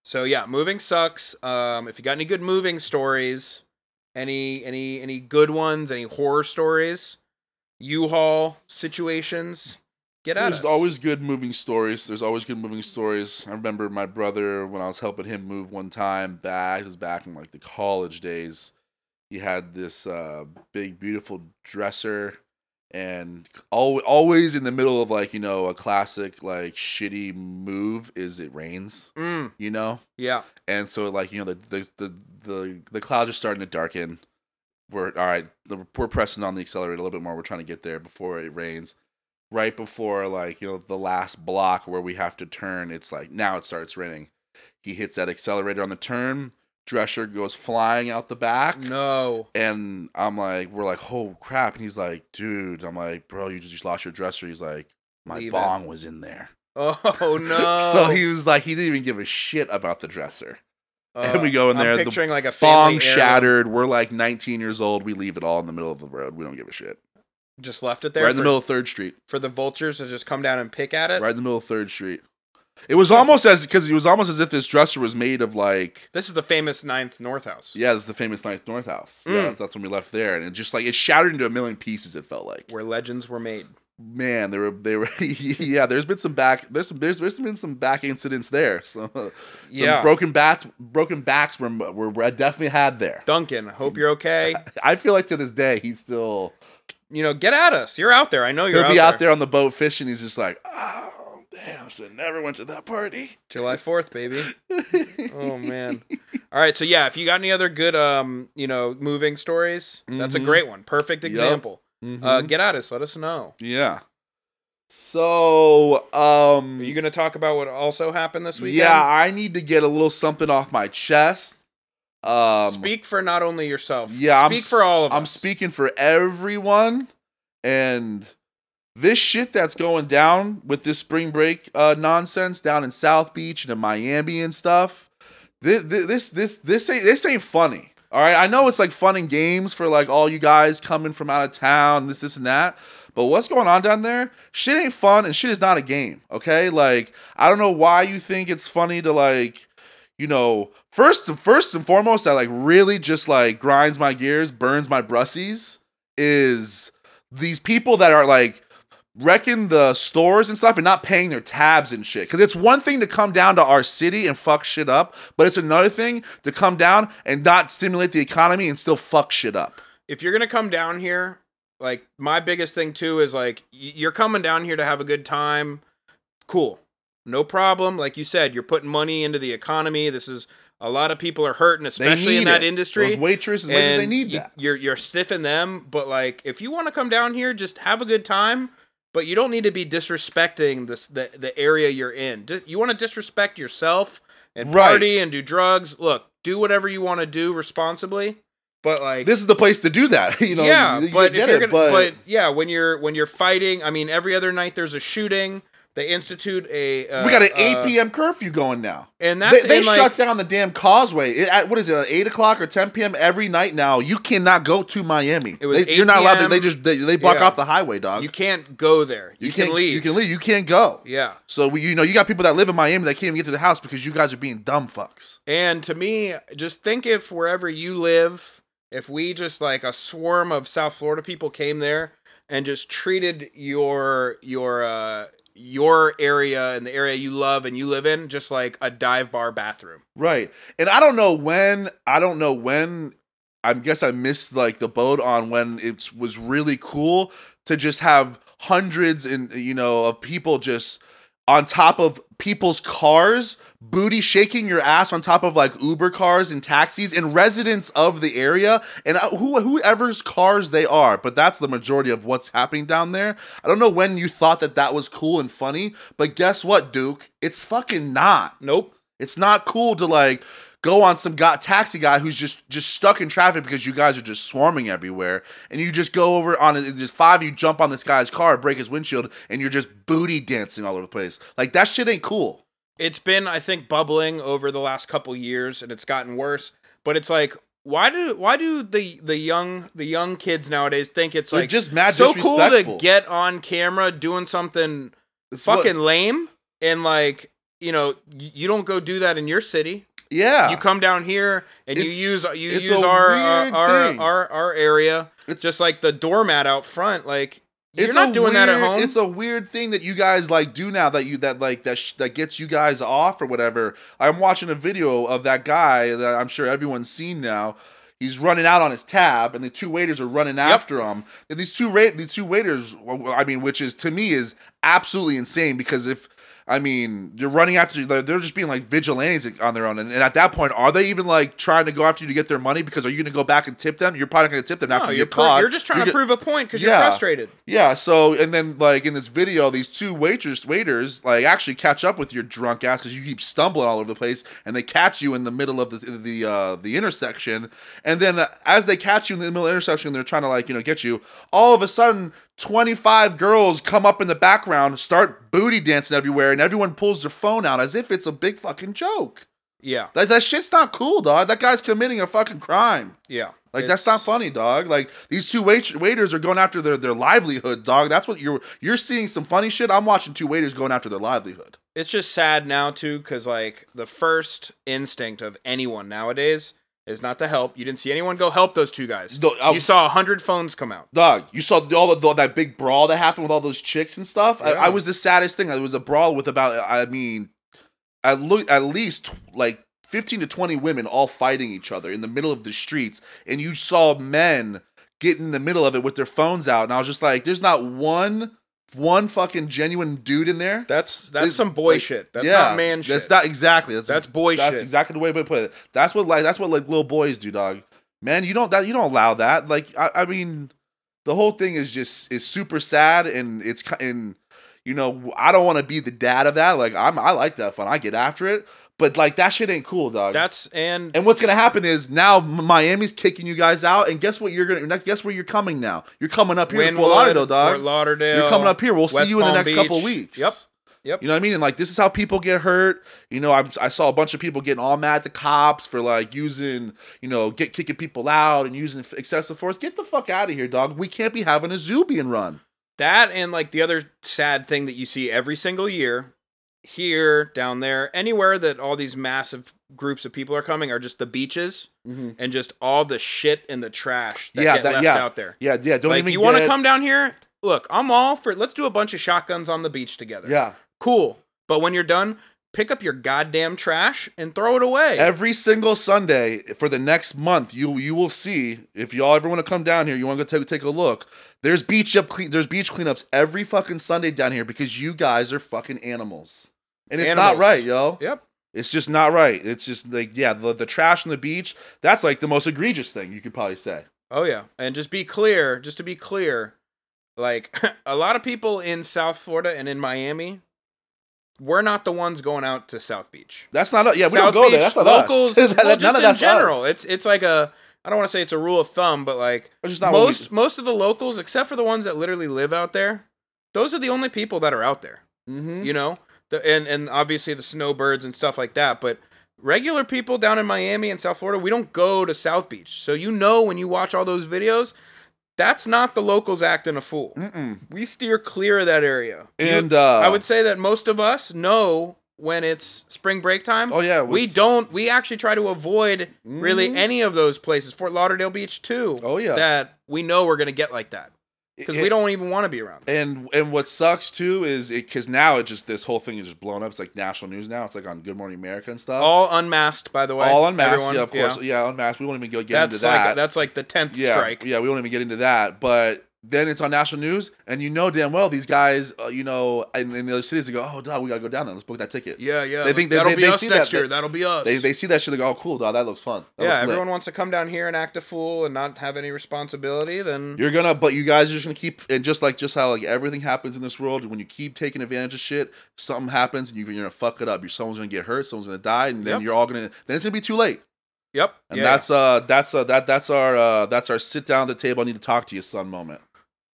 B: So yeah, moving sucks. Um, if you got any good moving stories, any any any good ones, any horror stories, U-Haul situations, get out.
A: There's always good moving stories. There's always good moving stories. I remember my brother when I was helping him move one time back. It was back in like the college days. He had this uh, big, beautiful dresser, and al- always in the middle of like you know a classic like shitty move is it rains.
B: Mm,
A: You know,
B: yeah.
A: and so like you know the the the the, the clouds are starting to darken. We're all right. the- We're pressing on the accelerator a little bit more. We're trying to get there before it rains. Right before like you know the last block where we have to turn, it's like now it starts raining. He hits that accelerator on the turn. Drescher goes flying out the back.
B: No.
A: And I'm like, we're like, oh crap. And he's like, dude. I'm like, bro, you just lost your dresser. He's like, my
B: Leave it.
A: bong was in there.
B: Oh no.
A: so he was like, he didn't even give a shit about the dresser. and we go in there,
B: Uh, I'm
A: the
B: picturing like a
A: Bong
B: family heirloom.
A: shattered. We're like 19 years old. We leave it all in the middle of the road. We don't give a shit.
B: Just left it there
A: right in
B: for,
A: the middle of Third Street.
B: for the vultures to just come down and pick at it.
A: Right in the middle of Third Street. It was almost as because it was almost as if this dresser was made of like
B: This is the famous Ninth North House.
A: yeah, it's the famous Ninth North House.
B: Mm.
A: Yeah, that's- that's when we left there, and it just like it shattered into a million pieces. It felt like
B: Where legends were made.
A: man, there were they were yeah. There's been some back there's some there's, there's been some back incidents there. So some
B: Yeah.
A: broken bats broken backs were were, were definitely had there.
B: Duncan, hope you're okay.
A: I feel like to this day he's still
B: You know, get at us. You're out there. I know you're
A: He'll
B: out,
A: be
B: there.
A: out there on the boat fishing. He's just like, oh, damn, should never went to that party.
B: July 4th, baby. Oh man. All right, so yeah, if you got any other good um, you know, moving stories, that's a
A: Mhm.
B: great one. Perfect
A: Yup.
B: example. Uh,
A: Uh,
B: get at us. Let us know.
A: yeah. So, um,
B: Are you going to talk about what also happened this weekend?
A: yeah, I need to get a little something off my chest. Um,
B: Speak for not only yourself.
A: Yeah, I'm
B: Speak
A: s-
B: for all of
A: I'm
B: us.
A: speaking for everyone, and this shit that's going down with this spring break uh, nonsense down in South Beach and in Miami and stuff. This this this this ain't this ain't funny. All right, I know it's like fun and games for like all you guys coming from out of town, this this and that. But what's going on down there? Shit ain't fun, and shit is not a game. Okay, like I don't know why you think it's funny to like you know, first first and foremost, that like really just like grinds my gears, burns my brussies, is these people that are like wrecking the stores and stuff and not paying their tabs and shit. Cause it's one thing to come down to our city and fuck shit up, but it's another thing to come down and not stimulate the economy and still fuck shit up.
B: If you're going to come down here, like my biggest thing too is like y- you're coming down here to have a good time cool no problem like you said you're putting money into the economy this is a lot of people are hurting especially in
A: need
B: that
A: it.
B: industry
A: Those waitresses, and ladies, they
B: and
A: need
B: you,
A: that.
B: You're you're stiffing them, but like if you want to come down here, just have a good time. But you don't need to be disrespecting this the the area you're in. Di- you want to disrespect yourself and
A: Right.
B: party and do drugs. Look, do whatever you want to do responsibly. But like
A: This is the place to do that. You know,
B: yeah,
A: you- you
B: but if
A: get
B: you're
A: it,
B: gonna, but... yeah, when you're when you're fighting, I mean, every other night there's a shooting. They institute a uh,
A: we got an
B: uh,
A: 8 p.m. curfew going now.
B: and that's
A: they they
B: in, like,
A: shut down the damn causeway It- at what is it, like eight o'clock or ten p.m. every night now. You cannot go to Miami.
B: It was
A: They- you're not allowed. To,
B: 8
A: they just they, they block
B: Yeah.
A: off the highway, dog.
B: You can't go there. You,
A: can't-
B: can leave.
A: You can leave. You can't go.
B: Yeah.
A: So we, you know, you got people that live in Miami that can't even get to the house because you guys are being dumb fucks.
B: And to me, just think if wherever you live, if we just like a swarm of South Florida people came there and just treated your your uh your area and the area you love and you live in just like a dive bar bathroom.
A: Right. And I don't know when. I don't know when. I guess I missed like the boat on when it was really cool to just have hundreds and you know of people just on top of people's cars, booty shaking your ass on top of like Uber cars and taxis and residents of the area and uh, who whoever's cars they are. But that's the majority of what's happening down there. I don't know when you thought that that was cool and funny, but guess what, Duke? It's fucking not.
B: Nope.
A: It's not cool to like go on some got taxi guy who's just just stuck in traffic because you guys are just swarming everywhere, and you just go over on it. Just five, you jump on this guy's car, break his windshield, and you're just booty dancing all over the place. Like that shit ain't cool.
B: It's been I think bubbling over the last couple years and it's gotten worse, but it's like why do why do the the young the young kids nowadays think it's
A: They're
B: like
A: just mad
B: so cool
A: disrespectful.
B: to get on camera doing something
A: It's what-
B: fucking lame and like you know y- you don't go do that in your city
A: yeah.
B: you come down here and you
A: It's-
B: use uh, you
A: it's
B: use
A: a
B: our our,
A: weird
B: our
A: thing.
B: our our area
A: it's
B: just like the doormat out front like you're
A: it's
B: not
A: a
B: doing that at
A: weird-
B: home
A: It's a weird thing that you guys like do now that you that like that sh- that gets you guys off or whatever. I'm watching a video of that guy that I'm sure everyone's seen now. He's running out on his tab, and the two waiters are running after him. And these two ra- these two waiters, well, I mean, which is to me is absolutely insane because if I mean you're running after, they're they're just being like vigilantes on their own. And, and at that point, are they even like trying to go after you to get their money? Because are you going to go back and tip them? You're probably going to tip them
B: no,
A: after you
B: you're,
A: get
B: pro-
A: caught.
B: you're just trying to
A: You're
B: prove a point because you're
A: Yeah.
B: frustrated
A: yeah, so and then like in this video, these two waitress waiters like actually catch up with your drunk ass because you keep stumbling all over the place, and they catch you in the middle of the the uh, the intersection, and then uh, as they catch you in the middle of the intersection, they're trying to like you know get you. All of a sudden, twenty five girls come up in the background, start booty dancing everywhere, and everyone pulls their phone out as if it's a big fucking joke.
B: yeah
A: Like that shit's not cool, dog. That guy's committing a fucking crime.
B: yeah
A: Like that's
B: It's-
A: not funny, dog. Like these two wait- waiters are going after their, their livelihood, dog. That's what you're you're seeing some funny shit. I'm watching two waiters going after their livelihood.
B: it's just sad now too because like the first instinct of anyone nowadays is not to help you didn't see anyone go help those two guys
A: No, I-
B: you saw a hundred phones come out
A: Dog, you saw the- all the, that big brawl that happened with all those chicks and stuff.
B: Yeah.
A: I, I was the saddest thing. It was a brawl with about I mean, at, lo- at least tw- like fifteen to twenty women all fighting each other in the middle of the streets, and you saw men get in the middle of it with their phones out, and I was just like, "There's not one one fucking genuine dude in there."
B: that's that's
A: This-
B: some boy
A: like,
B: shit that's not man shit
A: That's not exactly. That's
B: That's boy
A: That's
B: shit.
A: exactly the way I put it. That's what like that's what like little boys do, dog. Man, you don't that you don't allow that. Like I, I mean, the whole thing is just is super sad, and it's ki- and you know I don't want to be the dad of that. Like I'm I like that fun. I get after it, but like that shit ain't cool, dog.
B: That's and
A: and what's gonna happen is now M- Miami's kicking you guys out, and guess what? You're gonna guess where you're coming now. You're coming up here to Fort
B: Wynwood,
A: Lauderdale, dog.
B: Fort Lauderdale.
A: You're coming up here. We'll see
B: West
A: you in the
B: Palm
A: next couple
B: Beach.
A: weeks.
B: Yep. Yep.
A: You know what I mean? And like, this is how people get hurt. You know, I, I saw a bunch of people getting all mad at the cops for like using, you know, get kicking people out and using f- excessive force. Get the fuck out of here, dog. We can't be having a Zubian run.
B: That and like the other sad thing that you see every single year, here, down there, anywhere that all these massive groups of people are coming are just the beaches and just all the shit and the trash that
A: Yeah,
B: get
A: that-
B: left
A: yeah.
B: out there.
A: Yeah, yeah. Don't
B: like
A: even.
B: you want to
A: get-
B: come down here? Look, I'm all for let's do a bunch of shotguns on the beach together.
A: Yeah,
B: Cool. But when you're done, pick up your goddamn trash and throw it away.
A: Every single Sunday for the next month, you you will see if y'all ever want to come down here, you want to go take, take a look. There's beach up clean. There's beach cleanups every fucking Sunday down here because you guys are fucking animals, and it's not
B: Animals.
A: right, yo.
B: yep.
A: It's just not right. It's just like yeah, the the trash on the beach. That's like the most egregious thing you could probably say.
B: Oh yeah. And just be clear, just to be clear, like a lot of people in South Florida and in Miami, we're not the ones going out to South Beach.
A: That's not us. Yeah, we
B: South
A: don't go there. That's not us.
B: locals,
A: That-
B: well,
A: that-
B: just in
A: that's
B: general,
A: us.
B: it's it's like a I don't want to say it's a rule of thumb, but like
A: That's just not what we-
B: most most of the locals, except for the ones that literally live out there, those are the only people that are out there.
A: Mhm.
B: You know, the, and and obviously the snowbirds and stuff like that, but. Regular people down in Miami and South Florida, we don't go to South Beach. So you know when you watch all those videos, that's not the locals acting a fool.
A: Mm-mm.
B: We steer clear of that area. You-
A: Mm. And uh,
B: I would say that most of us know when it's spring break time.
A: Oh yeah,
B: We
A: it's-
B: don't. We actually try to avoid really
A: Mhm.
B: any of those places. Fort Lauderdale Beach too.
A: Oh yeah,
B: That we know we're gonna get like that because we
A: It-
B: don't even want to be around. them.
A: And and what sucks too is it because now it just this whole thing is just blown up. It's like national news now. It's like on Good Morning America and stuff.
B: All unmasked, by the way.
A: All unmasked,
B: Oh, Everyone,
A: yeah, of course, yeah. unmasked. We won't even go get
B: That's
A: into that.
B: like that's like the tenth
A: yeah,
B: strike.
A: yeah, we won't even get into that. But then it's on national news, and you know damn well these guys, uh, you know, in, in the other cities, they go, "Oh, dog, we gotta go down there. Let's book that ticket."
B: Yeah, yeah.
A: They think they-
B: that'll
A: they-
B: be
A: they
B: us
A: see
B: next
A: that.
B: year. That'll be us.
A: They, they see that shit. They go, "Oh, cool, dog. That looks fun." That
B: yeah,
A: looks lit."
B: everyone wants to come down here and act a fool and not have any responsibility. Then
A: You're gonna, but you guys are just gonna keep, and just like just how like everything happens in this world, when you keep taking advantage of shit, something happens and you, you're gonna fuck it up. You're someone's gonna get hurt, someone's gonna die, and then
B: Yep.
A: you're all gonna, then it's gonna be too late.
B: yep.
A: And
B: yeah,
A: that's uh, that's uh, that that's our uh, that's our sit down at the table. I need to talk to you, son. Moment.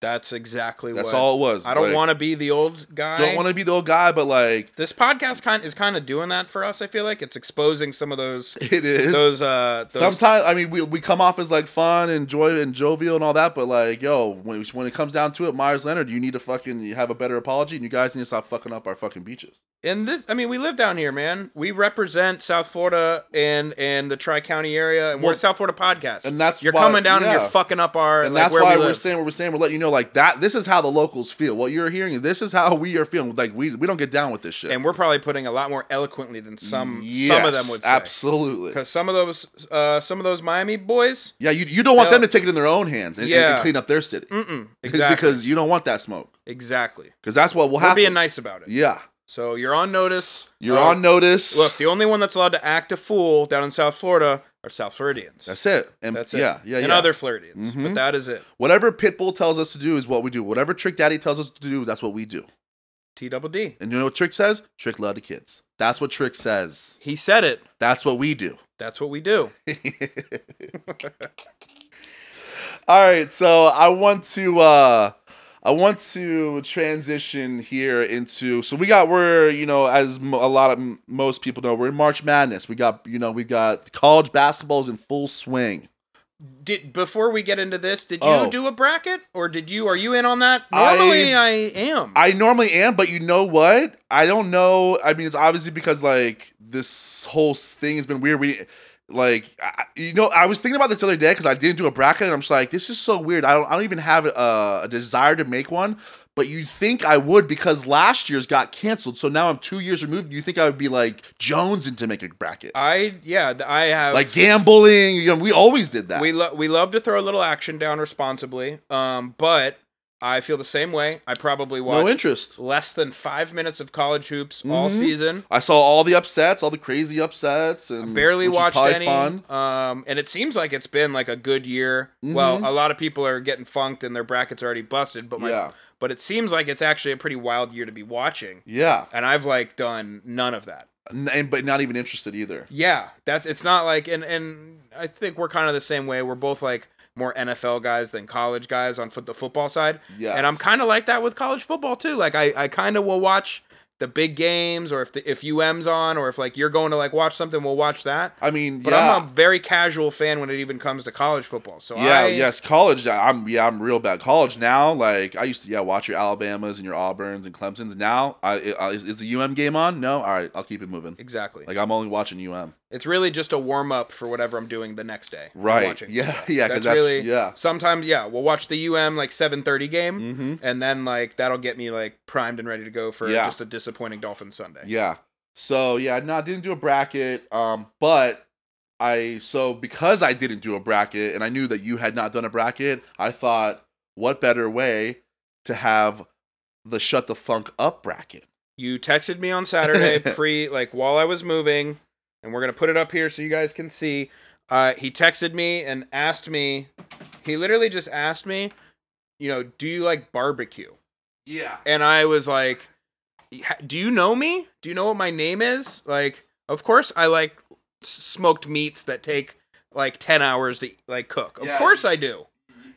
B: that's exactly.
A: That's
B: what-
A: all it was.
B: I don't
A: Like,
B: want to be the old guy.
A: don't want to be the old guy, but like
B: This podcast kind is kind of doing that for us. I feel like it's exposing some of those
A: it is.
B: those uh those
A: Sometimes I mean we, we come off as like fun and joy and jovial and all that, but like yo, when, when it comes down to it, Myers Leonard, you need to fucking have a better apology, and you guys need to stop fucking up our fucking beaches.
B: and this i mean we live down here man we represent south florida and and the tri-county area and we're
A: Well,
B: a south florida podcast
A: And that's
B: you're
A: why-
B: coming down and
A: yeah.
B: you're fucking up our
A: and
B: like
A: that's
B: where
A: why
B: we
A: we are
B: live.
A: saying what we're saying. We're letting you know like that. This is how the locals feel. What you're hearing. This is how we are feeling. Like we we don't get down with this shit.
B: and we're probably putting a lot more eloquently than some some
A: Yes,
B: of them would say
A: absolutely.
B: because some of those uh some of those miami boys
A: Yeah, you, you don't want
B: Yeah.
A: them to take it in their own hands and, and- and
B: Yeah.
A: clean up their city
B: mm-mm, exactly
A: because you don't want that smoke
B: exactly
A: because that's what will
B: we're
A: happen.
B: being nice about it
A: Yeah,
B: so you're on notice
A: you're
B: Uh,
A: on notice.
B: look the only one that's allowed to act a fool down in south florida are south floridians
A: that's it. And
B: That's it.
A: yeah, yeah,
B: and
A: yeah.
B: other Floridians. But
A: Mhm.
B: that is it.
A: Whatever Pitbull tells us to do is what we do. Whatever Trick Daddy tells us to do, that's what we do.
B: T double D.
A: And you know what Trick says? Trick love the kids. That's what Trick says.
B: He said it.
A: That's what we do.
B: That's what we do.
A: All right, so I want to uh I want to transition here into so we got we're you know as m- a lot of m- most people know we're in March Madness. We got you know we got college basketball's in full swing.
B: Did before we get into this, did you
A: Oh.
B: do a bracket or did you are you in on that?
A: I-
B: Normally I, am.
A: I normally am, but you know what? I don't know. I mean, it's obviously because like this whole thing has been weird. We like I, you know I was thinking about this the other day because I didn't do a bracket, and I'm just like, this is so weird. I don't I don't even have a, a desire to make one. But you think I would because last year's got canceled, so now I'm two years removed. You think I would be like Jones into making a bracket,
B: I yeah, th- I have
A: like gambling? You know, we always did that.
B: we lo- we love to throw a little action down responsibly. Um, but I feel the same way. I probably
A: no
B: watched
A: interest.
B: less than five minutes of college hoops all
A: Mhm.
B: season.
A: I saw all the upsets, all the crazy upsets, and
B: barely
A: Mm, which is
B: watched
A: probably
B: any
A: Fun.
B: um and it seems like it's been like a good year well
A: Mhm.
B: a lot of people are getting funked and their brackets already busted but my,
A: Yeah.
B: but it seems like it's actually a pretty wild year to be watching
A: Yeah.
B: and i've like done none of that
A: N- and but not even interested either.
B: yeah that's it's not like and and i think we're kind of the same way we're both like more nfl guys than college guys on foot the football side
A: Yeah,
B: and i'm kind of like that with college football too like i i kind of will watch the big games or if the if um's on or if like you're going to like watch something we'll watch that
A: I mean,
B: But
A: yeah,
B: I'm a very casual fan when it even comes to college football. So
A: yeah,
B: I,
A: yes. College, I'm yeah, I'm real bad. College now, like I used to, yeah, watch your Alabamas and your Auburns and Clemson's. Now, I, I is, is the UM game on? No, all right, I'll keep it moving.
B: exactly.
A: Like I'm only watching UM.
B: it's really just a warm up for whatever I'm doing the next day. I'm
A: Right?
B: watching.
A: Yeah, yeah. Because
B: That's,
A: that's,
B: really
A: yeah.
B: Sometimes yeah, we'll watch the UM like 7:30 game,
A: Mm-hmm.
B: and then like that'll get me like primed and ready to go for
A: Yeah.
B: just a disappointing Dolphin Sunday.
A: Yeah. So yeah, no, I didn't do a bracket. Um, but I so because I didn't do a bracket and I knew that you had not done a bracket, I thought, what better way to have the shut the funk up bracket?
B: You texted me on Saturday pre like while I was moving, and we're gonna put it up here so you guys can see. Uh, he texted me and asked me. He literally just asked me, you know, do you like barbecue?
A: Yeah.
B: and I was like, "Do you know me? Do you know what my name is?" Like, of course I like s- smoked meats that take like 10 hours to like cook. Of
A: Yeah.
B: course I do.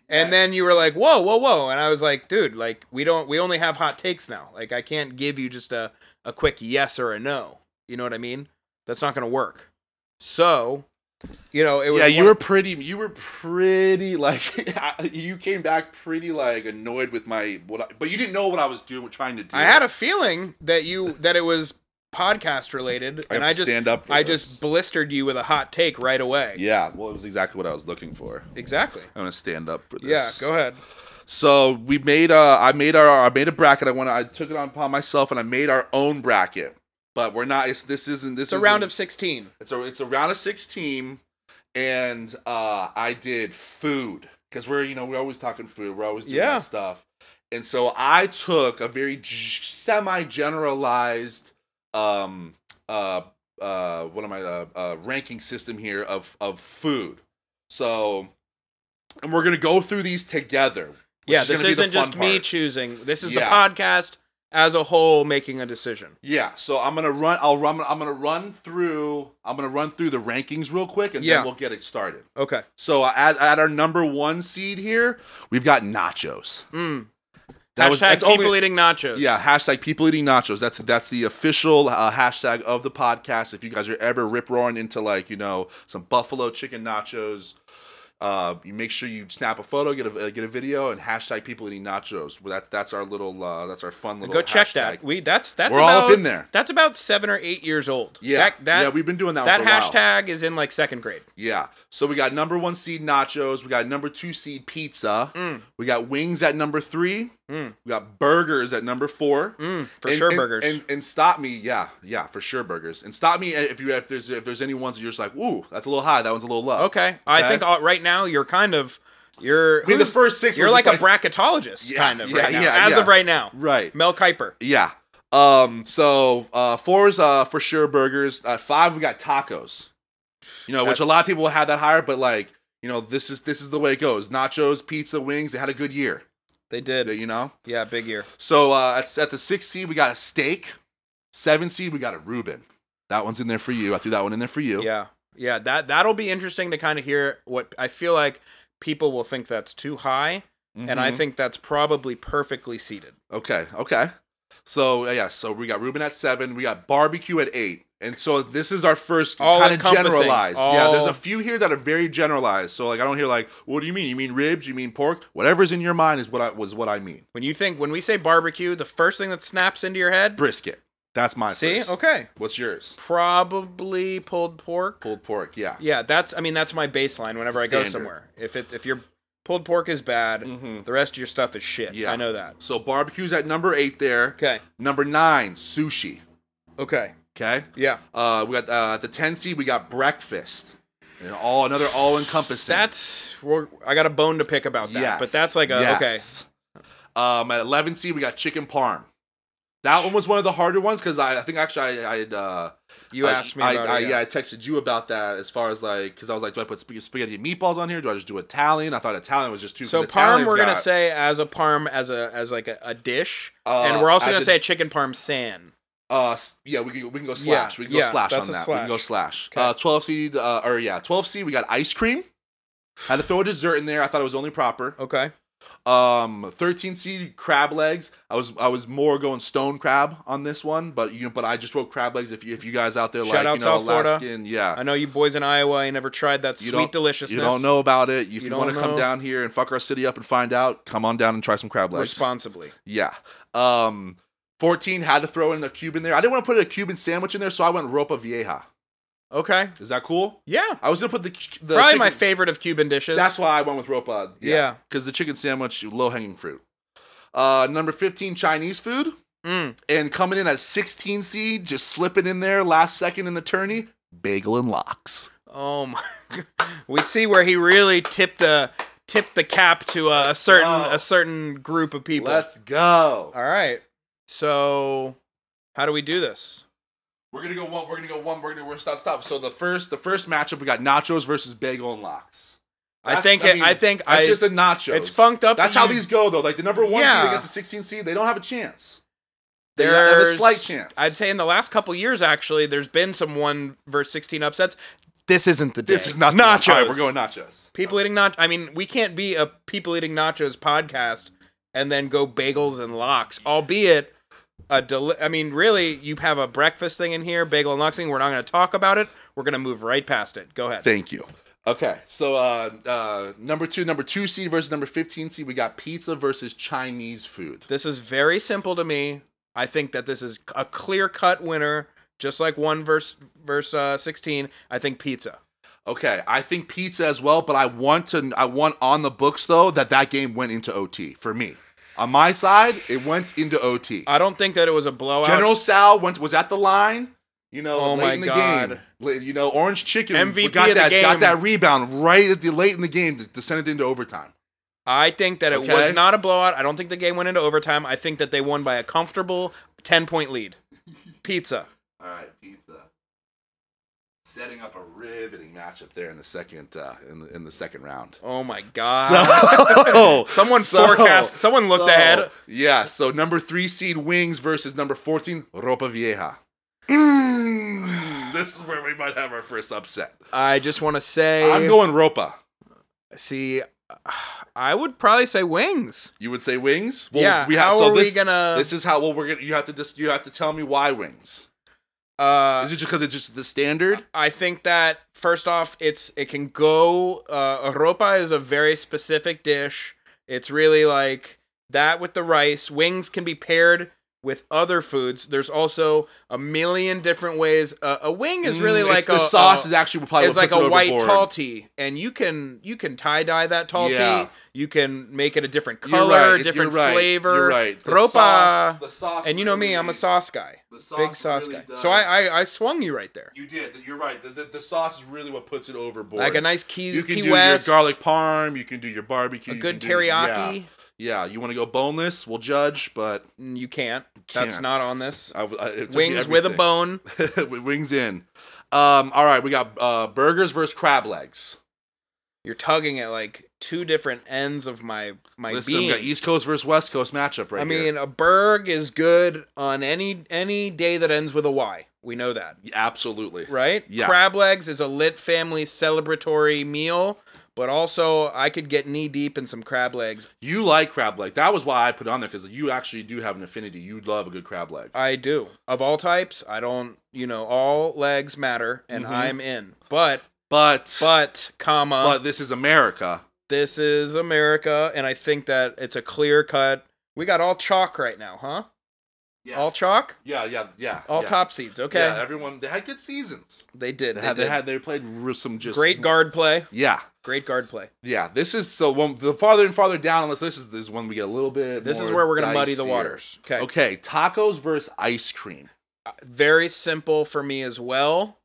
B: And then you were like, "Whoa, whoa, whoa." And I was like, "Dude, like we don't we only have hot takes now. Like I can't give you just a a quick yes or a no." You know what I mean? That's not going to work. So, you know, it was
A: yeah, you
B: one-
A: were pretty. You were pretty like you came back pretty like annoyed with my what, I, but you didn't know what I was doing, trying to do.
B: I had a feeling that you that it was podcast related
A: I
B: and
A: have
B: I
A: to
B: just
A: stand up. For
B: I
A: this.
B: just blistered you with a hot take right away.
A: yeah. Well, it was exactly what I was looking for.
B: Exactly.
A: I'm gonna stand up for this.
B: Yeah, go ahead.
A: So we made uh I made our I made a bracket. I went I took it on upon myself and I made our own bracket. But we're not it's this isn't this
B: It's a
A: isn't-
B: round of 16.
A: it's a it's a round of sixteen and uh I did food. Cause we're you know, we're always talking food, we're always doing
B: Yeah.
A: that stuff. And so I took a very semi generalized um uh uh what am I uh, uh ranking system here of of food. So and we're gonna go through these together. which
B: Yeah,
A: is
B: this
A: gonna be the
B: isn't just
A: fun
B: me
A: part.
B: choosing. This is
A: Yeah.
B: the podcast as a whole making a decision.
A: Yeah, so I'm gonna run. I'll run. I'm gonna run through. I'm gonna run through the rankings real quick, and
B: Yeah.
A: then we'll get it started.
B: Okay.
A: So uh, at, at our number one seed here, we've got nachos.
B: Mm.
A: That
B: hashtag
A: was that's
B: people
A: only
B: eating nachos.
A: yeah hashtag people eating nachos. That's that's the official uh, hashtag of the podcast. If you guys are ever rip roaring into like you know some buffalo chicken nachos, uh, you make sure you snap a photo, get a uh, get a video, and hashtag people eating nachos. Well, that's that's our little uh, that's our fun little
B: Go check
A: hashtag.
B: that. We that's that's
A: We're
B: about
A: all up in there.
B: that's about seven or eight years old.
A: Yeah,
B: That that,
A: yeah, we've been doing that.
B: that
A: one for a while.
B: hashtag is in like second grade.
A: Yeah. So we got number one seed nachos. We got number two seed pizza.
B: Mm,
A: We got wings at number three.
B: mm,
A: We got burgers at number four.
B: mm, for
A: And-
B: sure,
A: and-
B: burgers.
A: And, and stop me, yeah, yeah, for sure burgers. And stop me if you if there's if there's any ones that you're just like, ooh, that's a little high, that one's a little low.
B: okay. I
A: Okay.
B: think all, right now you're kind of you're
A: I mean, the
B: who's-
A: first six,
B: you're
A: were
B: like,
A: just
B: a bracketologist
A: Yeah,
B: kind of
A: yeah,
B: right now.
A: yeah,
B: as
A: yeah.
B: of right now,
A: right,
B: Mel Kiper.
A: yeah. Um, so uh, four is uh for sure burgers. At five, we got tacos. You know, which a
B: That's-
A: lot of people have that higher, but like, you know, this is this is the way it goes. Nachos, pizza, wings. They had a good year.
B: They did.
A: You know.
B: Yeah, big year.
A: So uh, at, at the sixth seed, we got a steak. Seven seed, we got a Reuben. That one's in there for you. I threw that one in there for you.
B: Yeah. Yeah, that that'll be interesting to kind of hear what I feel like people will think that's too high and I
A: Mhm.
B: think that's probably perfectly seated.
A: Mm-hmm. okay, okay. So uh, yeah, so we got Reuben at seven. We got barbecue at eight. And so this is our first
B: All
A: kind of
B: encompassing.
A: generalized. Yeah, there's
B: All-
A: a few here that are very generalized. So like, I don't hear like, what do you mean? You mean ribs? You mean pork? Whatever's in your mind is what I was what I mean.
B: When you think when we say barbecue, the first thing that snaps into your head,
A: Brisket. That's my
B: see?
A: first.
B: Okay.
A: What's yours?
B: Probably pulled pork.
A: Pulled pork. Yeah.
B: Yeah, that's I mean that's my baseline whenever
A: the
B: I go
A: standard.
B: somewhere. If it's if your pulled pork is bad,
A: Mhm.
B: the rest of your stuff is shit.
A: Yeah.
B: I know that.
A: So barbecue's at number eight there.
B: Okay.
A: Number nine, sushi.
B: Okay.
A: Okay.
B: Yeah.
A: Uh, we got uh, at the ten seed. We got breakfast, and all another all encompassing.
B: That's we're, I got a bone to pick about that. But that's like a okay.
A: okay. Um, at eleven seed, we got chicken parm. That one was one of the harder ones because I, I think actually I I had, uh,
B: You
A: I-
B: asked me
A: I,
B: about
A: I-
B: it.
A: yeah I texted you about that as far as like because I was like do I put sp- spaghetti and meatballs on here do I just do Italian I thought Italian was just too
B: So
A: 'cause
B: parm,
A: Italian's
B: we're gonna
A: got,
B: say as a parm, as a as like a, a dish,
A: uh,
B: and we're also
A: as
B: gonna
A: a-
B: say a chicken parm san.
A: uh s- yeah we can we can go
B: Yeah,
A: slash we can go
B: yeah,
A: slash on
B: that's
A: that
B: a
A: we can go slash
B: Okay.
A: uh twelve seed uh, or yeah twelve seed we got ice cream had to throw a dessert in there I thought it was only proper
B: Okay.
A: Um, thirteen seed crab legs. I was I was more going stone crab on this one, but you know, but I just wrote crab legs. If you if you guys out there
B: Shout
A: like
B: out
A: you know
B: South Florida.
A: Alaskan, yeah,
B: I know you boys in Iowa ain't never tried that
A: You
B: sweet
A: don't-
B: deliciousness.
A: you don't know about it. If you,
B: don't
A: want to come
B: know.
A: down here and fuck our city up and find out, come on down and try some crab legs.
B: responsibly.
A: Yeah. Um, fourteen had to throw in a Cuban there. I didn't want to put a Cuban sandwich in there, so I went ropa vieja.
B: Okay.
A: Is that cool?
B: Yeah.
A: I was gonna put the, ch- the
B: Probably
A: chicken-
B: my favorite of Cuban dishes.
A: That's why I went with ropa.
B: Yeah.
A: Because the chicken sandwich, low hanging fruit. Uh, number fifteen, Chinese food.
B: Mm.
A: and coming in at 16 seed, just slipping in there last second in the tourney, bagel and locks.
B: Oh my! we see where he really tipped the tipped the cap to a, a certain
A: go.
B: a certain group of people.
A: go.
B: All right. So, how do we do this?
A: We're gonna go one. We're gonna go one. We're gonna we're stop stop. So the first the first matchup we got nachos versus bagel and locks.
B: I
A: That's-
B: think
A: I
B: I,
A: mean,
B: I think
A: That's
B: I
A: just a nachos.
B: it's funked up
A: That's
B: that
A: how
B: you-
A: these go though. Like the number one
B: Yeah.
A: seed against the 16 seed, they don't have a chance. They have
B: there's
A: a slight chance.
B: I'd say in the last couple years actually, there's been some one versus sixteen upsets. This isn't the day.
A: this is not the one.
B: nachos.
A: All right, we're going nachos.
B: people eating nachos. I mean, we can't be a people eating nachos podcast and then go bagels and lox, albeit a deli- I mean, really, you have a breakfast thing in here, bagel and lox thing. We're not going to talk about it. We're going to move right past it. Go ahead.
A: Thank you. Okay, so uh, uh, number two, number two seed versus number 15 seed, we got pizza versus Chinese food.
B: This is very simple to me. I think that this is a clear cut winner, just like one verse verse uh, sixteen. I think pizza.
A: Okay, I think pizza as well, but I want to. I want on the books though that that game went into OT for me. On my side, it went into OT.
B: I don't think that it was a blowout.
A: General Sal went was at the line. You know,
B: Oh
A: late
B: my
A: in the
B: God.
A: game. Late- You know, Orange Chicken
B: MVP
A: got
B: of the
A: that
B: game.
A: got that rebound right at the late in the game to, to send it into overtime.
B: I think that it
A: Okay.
B: was not a blowout. I don't think the game went into overtime. I think that they won by a comfortable 10 point lead. Pizza.
A: All right, pizza. Setting up a riveting matchup there in the second uh, in the, in the second round.
B: Oh my god.
A: So,
B: someone
A: so-
B: forecast someone looked
A: so,
B: ahead.
A: Yeah, so number three seed Wings versus number 14 Ropa Vieja.
B: Mm.
A: this is where we might have our first upset.
B: I just want to say
A: I'm going Ropa.
B: see I would probably say wings.
A: You would say Wings?
B: yeah,
A: we have
B: how
A: so
B: are
A: this,
B: we gonna
A: this is how well we're gonna you have to just you have to tell me why Wings.
B: uh
A: Is it just because it's just the standard?
B: I think that first off, it's it can go. Uh, ropa is a very specific dish. It's really like that with the rice. Wings can be paired with other foods. There's also a million different ways. Uh, a wing is really
A: Mm,
B: like
A: it's the
B: a
A: sauce
B: a-
A: is actually probably
B: is
A: what
B: like
A: puts it
B: a white
A: overboard.
B: tall tea, and you can you can tie dye that tall
A: Yeah.
B: tea. You can make it a different
A: You're
B: color,
A: right,
B: a different
A: you're right,
B: flavor.
A: You're right. The
B: Ropa,
A: sauce- the sauce
B: and you know me, I'm a
A: really-
B: sauce guy,
A: the sauce
B: big sauce
A: really
B: guy. So
A: does-
B: I, I I swung you right there.
A: You did. You're right. The, the, the sauce is really what puts it overboard.
B: Like a nice key,
A: You can
B: key
A: do
B: west,
A: your garlic parm. You can do your barbecue.
B: a
A: you
B: good
A: can do- yeah.
B: teriyaki.
A: Yeah, you want to go boneless? We'll judge, but
B: Mm, You can't. That's
A: Can't.
B: not on this.
A: I, I, it took me
B: Wings with a
A: everything.
B: bone.
A: With wings in. Um, all right, we got uh, burgers versus crab legs.
B: You're tugging at like two different ends of my my
A: Listen, we
B: being.
A: um, got East Coast versus West Coast matchup right
B: I
A: here.
B: mean, a burg is good on any any day that ends with a Y. We know that,
A: Yeah, absolutely.
B: right?
A: Yeah.
B: Crab legs is a lit family celebratory meal, but also I could get knee deep in some crab legs.
A: You like crab legs. That was why I put it on there because you actually do have an affinity. You love a good crab leg.
B: I do of all types. I don't, you know, all legs matter, and
A: Mhm.
B: I'm in. But
A: But but,
B: but comma
A: this is America.
B: this is America, and I think that it's a clear cut. We got all chalk right now, huh?
A: Yeah.
B: All chalk,
A: yeah, yeah, yeah.
B: all
A: yeah.
B: top seeds. Okay,
A: Yeah, everyone. They had good seasons.
B: they did.
A: They
B: They,
A: had,
B: did.
A: they had they played r- some just
B: great guard play.
A: Yeah,
B: Great guard play.
A: yeah. This is so when, the farther and farther down on this list is this is when we get a little bit.
B: This is
A: more
B: where we're gonna muddy the
A: dicier.
B: waters. Okay.
A: Okay, tacos versus ice cream.
B: Uh, very simple for me as well.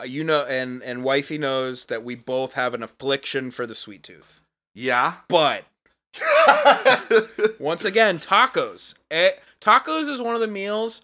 B: Uh, You know, and and wifey knows that we both have an affliction for the sweet tooth.
A: Yeah.
B: But once again, tacos. Eh, tacos is one of the meals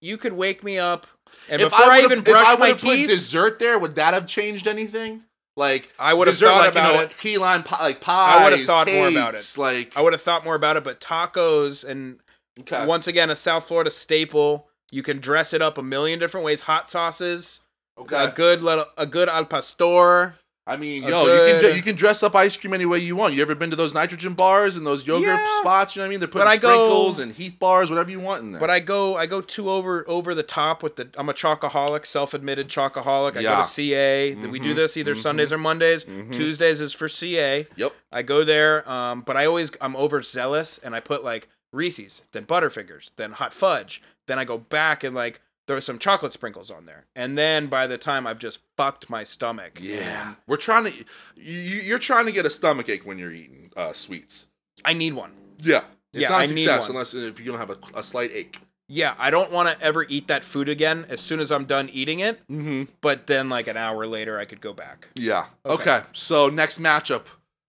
B: you could wake me up, and
A: if
B: before I,
A: would've-
B: even
A: if I
B: brush my
A: would've put
B: teeth,
A: dessert there, would that have changed anything? Like
B: I would have
A: dessert,
B: thought
A: like,
B: about
A: you know,
B: it.
A: Key lime pie, like pies.
B: I would've thought more about
A: cakes, Like
B: I would have thought more about it, but tacos and
A: okay.
B: once again a South Florida staple. You can dress it up a million different ways. Hot sauces,
A: okay.
B: a good little, a good al pastor.
A: I mean,
B: a
A: yo, you can
B: good-
A: ju- you can dress up ice cream any way you want. You ever been to those nitrogen bars and those yogurt
B: Yeah.
A: spots? You know what I mean? They're
B: But
A: putting
B: I go-
A: sprinkles and Heath bars, whatever you want in there.
B: But I go, I go too over over the top with the. I'm a chocoholic, self-admitted chocoholic. I go
A: Yeah.
B: to CA. We do
A: Mhm,
B: this either
A: mhm.
B: Sundays or Mondays.
A: Mhm.
B: Tuesdays is for CA.
A: Yep.
B: I go there, um, but I always I'm overzealous and I put like Reese's, then Butterfingers, then hot fudge, then I go back and like throw some chocolate sprinkles on there, and then by the time I've just fucked my stomach.
A: Yeah,
B: And
A: we're trying to. You, you're trying to get a stomach ache when you're eating uh, sweets.
B: I need one.
A: Yeah, it's
B: Yeah,
A: not
B: I
A: a
B: need
A: success
B: one.
A: unless if you don't have a, a slight ache.
B: yeah, I don't want to ever eat that food again as soon as I'm done eating it,
A: Mm-hmm.
B: but then like an hour later I could go back.
A: Yeah.
B: Okay.
A: Okay. So next matchup: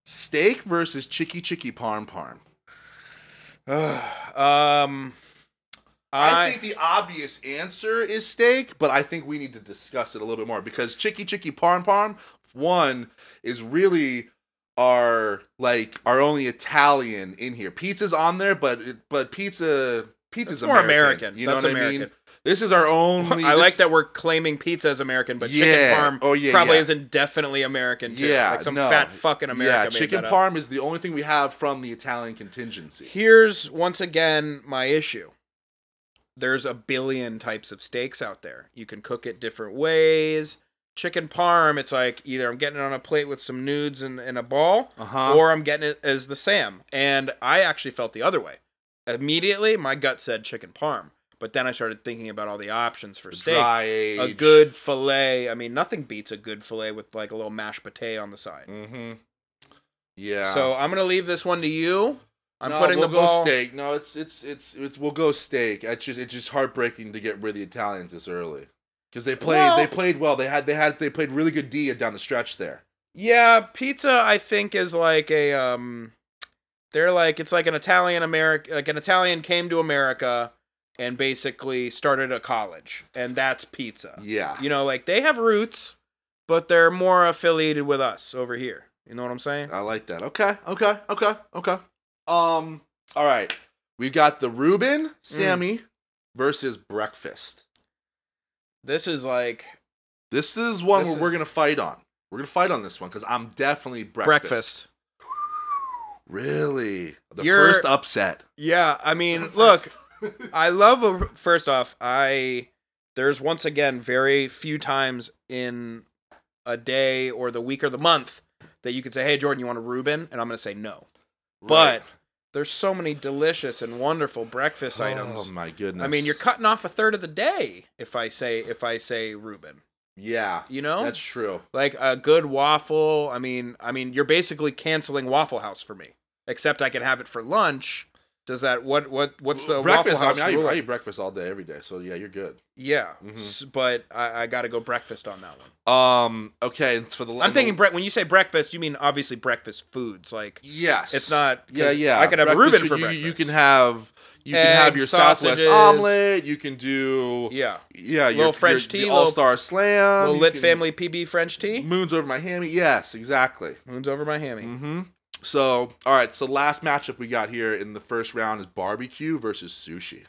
A: steak versus chicky chicky parm parm.
B: um
A: I,
B: I,
A: think the obvious answer is steak, but I think we need to discuss it a little bit more because Chicky Chicky Parm Parm one is really our like our only Italian in here. Pizza's on there, but it, but pizza pizza's
B: It's more
A: American.
B: American.
A: You know
B: That's
A: what I mean?
B: American.
A: This is our only.
B: I
A: this-
B: like that we're claiming pizza as American, but
A: Yeah.
B: chicken parm
A: Oh, yeah,
B: probably
A: yeah.
B: isn't definitely American too.
A: Yeah,
B: like some
A: no.
B: fat fucking American.
A: yeah, chicken parm is the only thing we have from the Italian contingency.
B: Here's once again my issue. There's a billion types of steaks out there. You can cook it different ways. Chicken parm, it's like either I'm getting it on a plate with some nudes and, and a ball,
A: Uh huh.
B: or I'm getting it as the Sam. And I actually felt the other way. Immediately, my gut said chicken parm, but then I started thinking about all the options for steak.
A: Dry age.
B: A good fillet. I mean, nothing beats a good fillet with like a little mashed potato on the side.
A: Mm-hmm. Yeah.
B: So I'm gonna leave this one to you. I'm
A: No,
B: putting
A: we'll
B: the
A: go
B: ball.
A: steak. No, it's it's it's it's we'll go steak. It's just it's just heartbreaking to get rid of the Italians this early because they played
B: Well-
A: they played well. They had they had they played really good D down the stretch there.
B: Yeah, pizza I think is like a um they're like it's like an Italian American like an Italian came to America and basically started a college and that's pizza.
A: Yeah,
B: You know, like they have roots, but they're more affiliated with us over here. You know what I'm saying?
A: I like that. Okay, okay, okay, okay. Um, all right, we've got the Reuben
B: Mm.
A: Sammy versus breakfast.
B: This is like
A: This is one
B: This
A: where
B: is-
A: we're gonna fight on. We're gonna fight on this one because I'm definitely breakfast.
B: breakfast.
A: Really, the
B: You're-
A: first upset.
B: Yeah, I mean, look, I love a, first off, I there's once again very few times in a day or the week or the month that you could say, "Hey Jordan, you want a Reuben?" and I'm going to say no. But there's so many delicious and wonderful breakfast
A: Oh
B: items.
A: my goodness!
B: I mean, you're cutting off a third of the day if I say if I say Reuben,
A: yeah.
B: you know?
A: That's true.
B: like a good waffle. I mean, I mean, you're basically canceling Waffle House for me. Except I can have it for lunch. Does that what what what's the
A: breakfast?
B: Waffle House
A: I mean, I eat,
B: rule?
A: I eat breakfast all day, every day. So yeah, you're good.
B: Yeah,
A: Mhm.
B: s- but I, I got to go breakfast on that one.
A: Um. Okay. And for the
B: I'm thinking bre- when you say breakfast, you mean obviously breakfast foods. Like
A: yes.
B: it's not. 'cause
A: Yeah, yeah.
B: I could have a Reuben
A: you-
B: for
A: you,
B: breakfast.
A: You can have. You can have
B: Eggs,
A: your
B: sausages.
A: Southwest omelet. You can do.
B: yeah,
A: Yeah.
B: Little
A: your,
B: French tea, little-
A: All Star Slam.
B: little
A: Um, you
B: lit
A: can-
B: family PB French tea.
A: Moons over my hammy. Yes. Exactly.
B: Moon's over my hammy.
A: Mm-hmm. So all right. So last matchup we got here in the first round is barbecue versus sushi.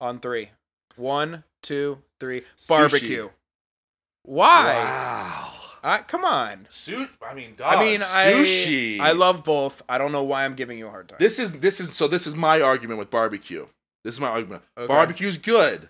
B: On three, one, two, three.
A: Sushi.
B: Barbecue. Why?
A: Wow.
B: I, come on.
A: Suit. I mean,
B: I
A: dog,
B: mean,
A: sushi.
B: I I love both. I don't know why I'm giving you a hard time.
A: This is this is so this is my argument with barbecue. This is my argument.
B: Okay.
A: Barbecue's good,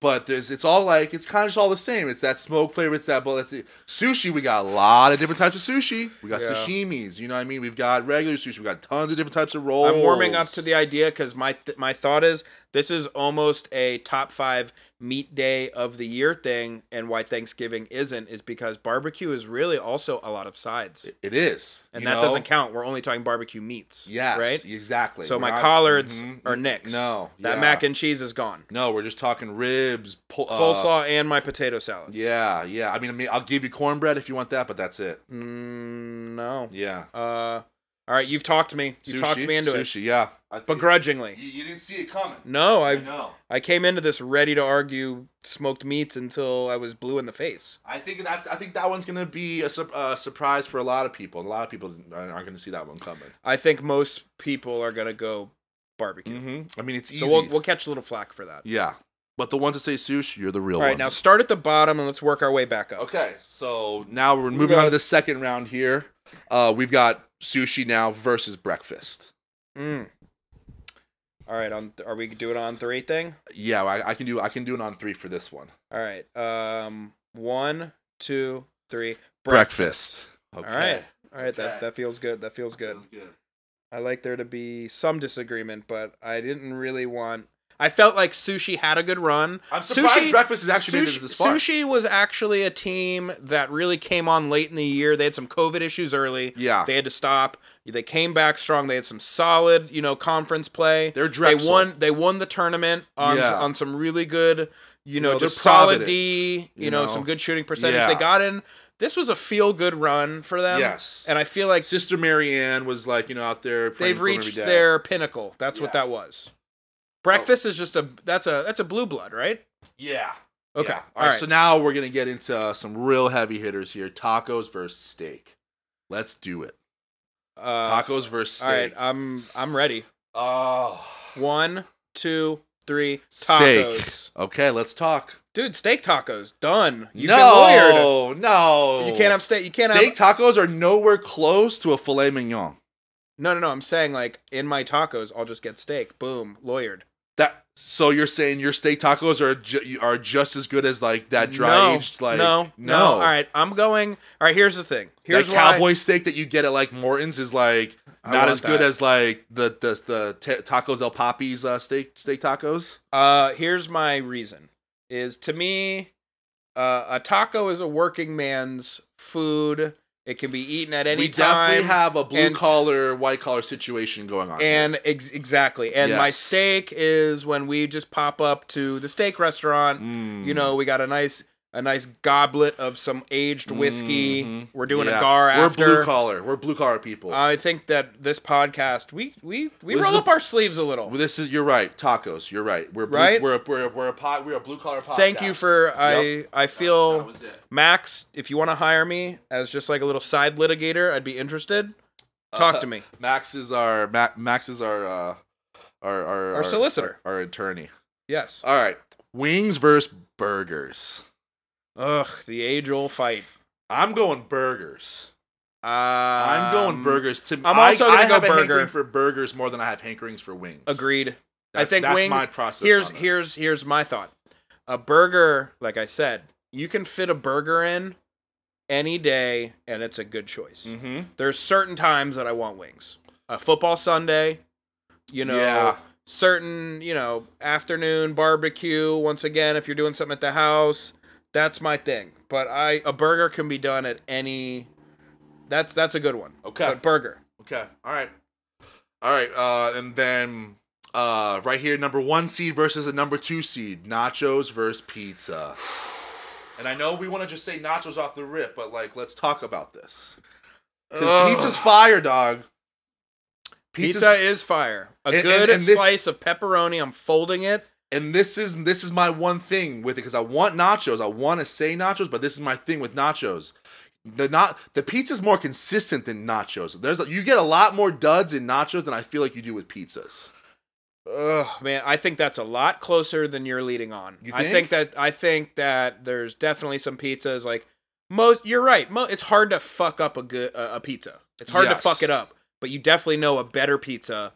A: but there's it's all like it's kind of just all the same. It's that smoke flavor. It's that but that's it. sushi. We got a lot of different types of sushi. We got
B: Yeah.
A: sashimis. You know what I mean? We've got regular sushi. We got tons of different types of rolls.
B: I'm warming up to the idea because my th- my thought is this is almost a top five meat day of the year thing, and why Thanksgiving isn't is because barbecue is really also a lot of sides,
A: It is,
B: and
A: you
B: that
A: know?
B: doesn't count. We're only talking barbecue meats.
A: Yes,
B: right.
A: exactly.
B: So
A: We're
B: my
A: not-
B: collards
A: Mhm.
B: are nixed.
A: No,
B: that
A: yeah.
B: mac and cheese is gone.
A: no. We're just talking ribs, po- uh,
B: Coleslaw and my potato salads.
A: Yeah, yeah. I mean, I mean, I'll give you cornbread if you want that, but that's it.
B: Mm, no.
A: Yeah.
B: Uh, all right, you've talked me. You
A: sushi,
B: talked me into it
A: sushi, yeah. I-
B: begrudgingly.
A: You, you didn't see it coming.
B: No, I
A: know.
B: I came into this ready to argue smoked meats until I was blue in the face.
A: I think that's. I think that one's gonna be a sup- uh, surprise for a lot of people. A lot of people aren't aren't gonna see that one coming.
B: I think most people are gonna go barbecue.
A: Mm-hmm. I mean, it's easy.
B: So we'll we'll catch a little flack for that.
A: yeah, but the ones that say sushi, you're the real
B: All right, now
A: ones.
B: start at the bottom and let's work our way back up.
A: okay, so now we're moving
B: got-
A: on to the second round here. Uh, we've got sushi now versus breakfast.
B: Mm. All right, on are we doing on three thing?
A: Yeah, I, I can do. I can do it on three for this one.
B: All right, um, one, two, three.
A: Breakfast. Okay.
B: All right, all right. That
A: Okay.
B: that feels good. That feels good. I like there to be some disagreement, but I didn't really want. I felt like Sushi had a good run.
A: I'm surprised
B: Sushi-
A: breakfast has actually made
B: Sushi,
A: it this far.
B: Sushi was actually a team that really came on late in the year. They had some COVID issues early.
A: Yeah.
B: They had to stop. They came back strong. They had some solid, you know, conference play.
A: They're
B: they
A: Drexel.
B: won. They won the tournament on
A: Yeah.
B: on some really good, you know,
A: know, they're
B: just solid
A: Providence,
B: D. You,
A: you
B: know,
A: know?
B: some good shooting percentage.
A: Yeah.
B: They got in. This was a feel good run for them.
A: Yes.
B: And I feel like
A: Sister Marianne was like, you know, out there. praying
B: they've
A: for him
B: reached
A: every day.
B: their pinnacle. That's what
A: Yeah. Oh.
B: that was. Breakfast is just a that's a that's a blue blood, right?
A: Yeah.
B: Okay.
A: Yeah.
B: All right.
A: So now we're gonna get into uh, some real heavy hitters here: tacos versus steak. Let's do it.
B: uh,
A: Tacos versus
B: all right,
A: steak.
B: I'm I'm ready.
A: Oh.
B: One, two, three.
A: Steak.
B: Tacos.
A: Okay, let's talk.
B: Dude, steak tacos. Done. You've been lawyered.
A: no, no.
B: You can't have steak. You can't
A: steak
B: have.
A: tacos are nowhere close to a filet mignon.
B: No, no, no. I'm saying like in my tacos, I'll just get steak. Boom. Lawyered.
A: That so you're saying your steak tacos are ju- are just as good as like that dry
B: no,
A: aged like
B: no, no. All right, I'm going. All right, here's the thing. Here's
A: that
B: why-
A: cowboy steak that you get at like Morton's is like
B: I
A: not
B: want
A: as good
B: that.
A: as like the the the t- tacos El Papi's uh, steak steak tacos.
B: Uh, here's my reason: is to me, uh, a taco is a working man's food. It can be eaten at any
A: we
B: time.
A: definitely have a blue
B: and-
A: collar white collar situation going on. here.
B: and ex- exactly, and my
A: Yes.
B: steak is when we just pop up to the steak restaurant.
A: Mm.
B: You know, we got a nice a nice goblet of some aged whiskey.
A: Mhm.
B: We're doing
A: Yeah.
B: a gar
A: We're
B: after. Uh,
A: blue collar. We're blue collar people.
B: I think that this podcast, we we we
A: This is
B: roll
A: a-
B: up our sleeves a little.
A: Well, this is you're right. Tacos. You're right. We're blue,
B: Right?
A: We're a, we're a, we're a pot, we're a blue collar podcast.
B: Thank you for I
A: Yep.
B: I
A: That
B: feel
A: was it.
B: Max, if you want to hire me as just like a little side litigator, I'd be interested. Talk
A: Uh,
B: to me.
A: Max is our Ma- Max is our uh, our, our
B: Our solicitor.
A: our, our attorney.
B: Yes.
A: All right, wings versus burgers.
B: Ugh, the age old fight.
A: I'm going burgers.
B: Um,
A: I'm going burgers. To
B: I'm also
A: I,
B: gonna
A: I
B: go
A: have a
B: burger.
A: hankering for burgers more than I have hankerings for wings.
B: Agreed. I
A: That's-
B: think
A: that's
B: wings-
A: my process.
B: Here's
A: on it.
B: here's here's my thought. A burger, like I said, you can fit a burger in any day, and it's a good choice.
A: Mhm.
B: There's certain times that I want wings. A football Sunday, you know,
A: Yeah.
B: certain, you know, afternoon barbecue. Once again, if you're doing something at the house, that's my thing. But I a burger can be done at any that's that's a good one.
A: Okay.
B: But burger.
A: Okay. All right. All right. Uh, and then uh, right here, number one seed versus a number two seed. Nachos versus pizza. And I know we want to just say nachos off the rip, but like, let's talk about this. Because
B: Ugh.
A: pizza's fire, dog. Pizza's,
B: Pizza is fire. A
A: And- and-
B: good
A: and this-
B: slice of pepperoni. I'm folding it.
A: and this is this is my one thing with it because I want nachos. I want to say nachos, but this is my thing with nachos. The not the pizza's more consistent than nachos. There's you get a lot more duds in nachos than I feel like you do with pizzas.
B: Ugh, man, I think that's a lot closer than you're leading on.
A: You
B: I think
A: think?
B: that I think that there's definitely some pizzas like most. You're right. Mo, it's hard to fuck up a good uh, a pizza. It's hard to
A: Yes.
B: fuck it up, but you definitely know a better pizza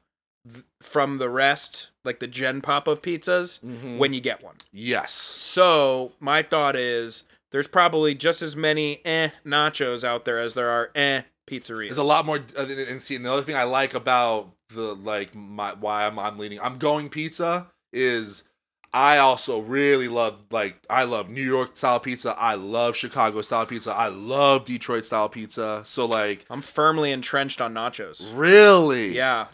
B: th- from the rest, like the Gen Pop of pizzas,
A: Mm-hmm.
B: when you get one.
A: yes.
B: So my thought is there's probably just as many eh nachos out there as there are eh pizzerias.
A: There's a lot more. uh, And and see, and the other thing I like about the like my why I'm I'm leaning I'm going pizza is I also really love like I love New York style pizza. I love Chicago style pizza. I love Detroit style pizza. So like
B: I'm firmly entrenched on nachos.
A: really,
B: Yeah,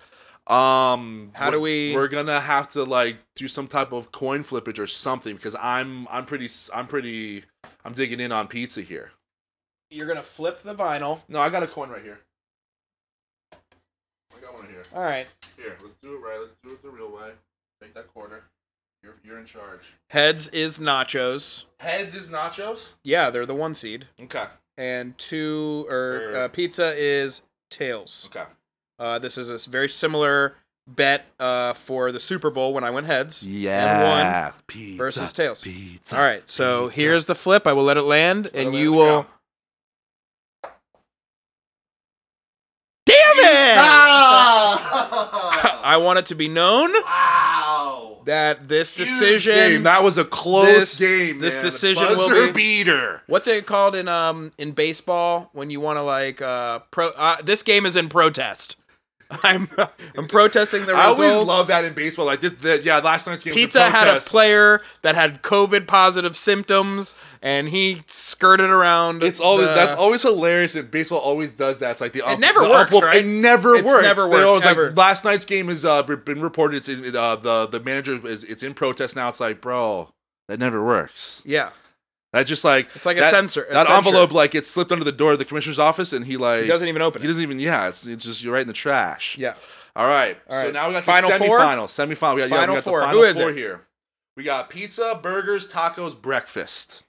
A: Um,
B: How do we-
A: We're gonna have to like do some type of coin flippage or something because I'm I'm pretty s- I'm pretty I'm digging in on pizza here.
B: you're gonna flip the vinyl.
A: No, I got a coin right here. I got one right here.
B: All right.
A: Here, let's do it right. Let's do it the real way. Take that quarter. You're, you're in charge.
B: Heads is nachos.
A: Heads is nachos.
B: Yeah, they're the one seed.
A: Okay.
B: And two or
A: Or-
B: uh, pizza is tails.
A: Okay.
B: Uh, this is a s- very similar bet uh, for the Super Bowl when I went heads
A: Yeah. pizza
B: versus tails.
A: Pizza.
B: All right, so
A: Pizza.
B: here's the flip. I will let it land,
A: let
B: and
A: it
B: you
A: land on
B: will.
A: the
B: Damn it!
A: Pizza!
B: I want it to be known
A: wow.
B: that this
A: Huge
B: decision.
A: game. That was a close
B: This-
A: game.
B: this
A: man.
B: decision will
A: Buzzer
B: be-
A: beater.
B: What's it called in um in baseball when you want to like uh pro? Uh, this game is in protest. I'm I'm protesting the
A: I
B: results.
A: always love that in baseball. Like this, the, yeah, last night's game. was
B: Pizza had a
A: protest.
B: player that had COVID positive symptoms, and he skirted around.
A: It's always
B: the-
A: that's always hilarious. And baseball always does that. It's like the ump-
B: never
A: the
B: works,
A: ump-
B: right?
A: It never
B: It's
A: works.
B: never
A: They're
B: worked,
A: always like,
B: ever.
A: last night's game has uh, b- been reported. It's in, uh, the the manager is it's in protest now. It's like, bro, that never works.
B: yeah.
A: That just like
B: It's like a
A: that,
B: censor- a
A: That
B: censure.
A: envelope like it slipped under the door of the commissioner's office, and he like
B: He doesn't even open
A: he
B: it.
A: doesn't even yeah. It's, it's just you're right in the trash.
B: Yeah.
A: All right.
B: All
A: So
B: right.
A: now we got
B: Final
A: the
B: four?
A: semifinal. Semifinal. We got, yeah,
B: Final
A: we got
B: four.
A: the final
B: Who is
A: four
B: it?
A: here. We got pizza, burgers, tacos, breakfast.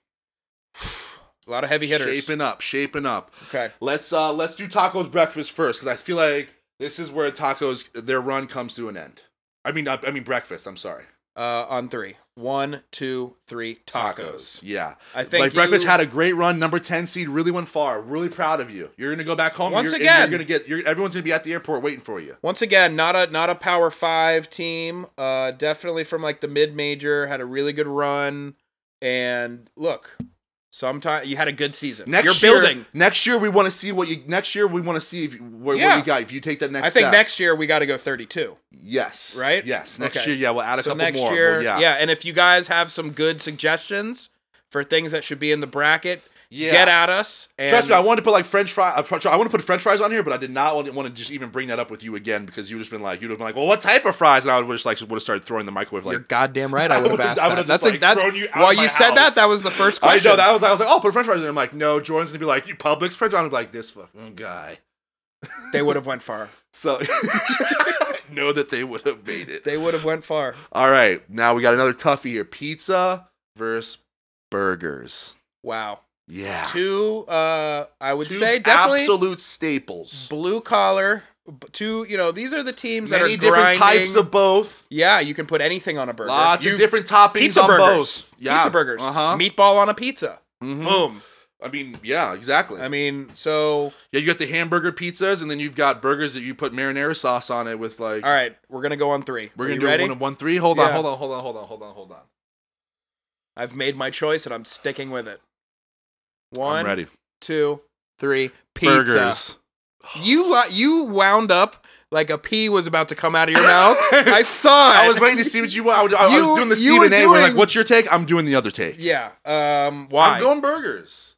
B: A lot of heavy hitters.
A: Shaping up, shaping up.
B: Okay.
A: Let's uh let's do tacos breakfast first because I feel like this is where tacos their run comes to an end. I mean, I, I mean breakfast. I'm sorry.
B: Uh, on three. One, two, three. Tacos.
A: Yeah.
B: I think
A: like breakfast
B: you-
A: had a great run. Number ten seed really went far. Really proud of you. You're gonna go back home.
B: Once
A: you're, and
B: again.
A: you're gonna get. You're, everyone's gonna be at the airport waiting for you.
B: Once again, not a not a power five team. Uh, definitely from like the mid major. Had a really good run. And look, sometime you had a good season.
A: Next
B: You're
A: year,
B: building.
A: next year we want to see what you. Next year we want to see if you, what,
B: Yeah.
A: what you got. If you take that next.
B: I think
A: step.
B: next year we got to go 32.
A: Yes.
B: Right?
A: Yes. Next
B: Okay.
A: year, yeah, we'll add a
B: so
A: couple
B: next
A: more.
B: year,
A: Well, yeah.
B: and if you guys have some good suggestions for things that should be in the bracket,
A: Yeah.
B: get at us. And
A: Trust me, I wanted to put like French fries. I want to put French fries on here, but I did not want to, want to just even bring that up with you again because you would just been like, you'd have been like, well, what type of fries? And I would have just like would have started throwing the microwave
B: You're
A: like.
B: goddamn right.
A: I
B: I would have
A: would've-
B: asked
A: I would've
B: that.
A: just,
B: That's a,
A: like,
B: that's
A: thrown you out
B: while
A: of my
B: you said
A: house.
B: that. That was the first
A: I
B: question.
A: know that was I was like, oh, put French fries in. there. I'm like, no, Jordan's gonna be like, you Publix French fries. I'm like, this fucking guy.
B: They would have went far.
A: So know that they would have made it.
B: They would have went far.
A: All right, now we got another toughie here: pizza versus burgers.
B: Wow.
A: Yeah,
B: Two. Uh, I would
A: Two
B: say definitely
A: absolute staples.
B: blue collar. b- Two. You know, these are the teams that
A: Many
B: are
A: different types
B: grinding.
A: of both.
B: Yeah, you can put anything on a burger.
A: Lots
B: you,
A: of different toppings
B: pizza
A: on
B: burgers.
A: both. Yeah.
B: Pizza burgers.
A: Uh-huh.
B: Meatball on a pizza.
A: Mhm.
B: Boom.
A: I mean, yeah, exactly.
B: I mean, so
A: yeah, you got the hamburger pizzas, and then you've got burgers that you put marinara sauce on it with like.
B: all right, we're gonna go on three.
A: We're
B: Are
A: gonna
B: you
A: do
B: ready?
A: a one and one three. Hold on,
B: Yeah.
A: hold on, hold on, hold on, hold on, hold on.
B: I've made my choice and I'm sticking with it.
A: I'm
B: One,
A: ready.
B: two, three. Pizza.
A: Burgers.
B: You lo- you wound up like a pee was about to come out of your mouth. I saw it.
A: I was waiting to see what you want. I was, I
B: You-
A: was doing the
B: you were
A: Stephen A. We're like,
B: doing-
A: what's your take? I'm doing the other take.
B: Yeah. Um. Why?
A: I'm going burgers.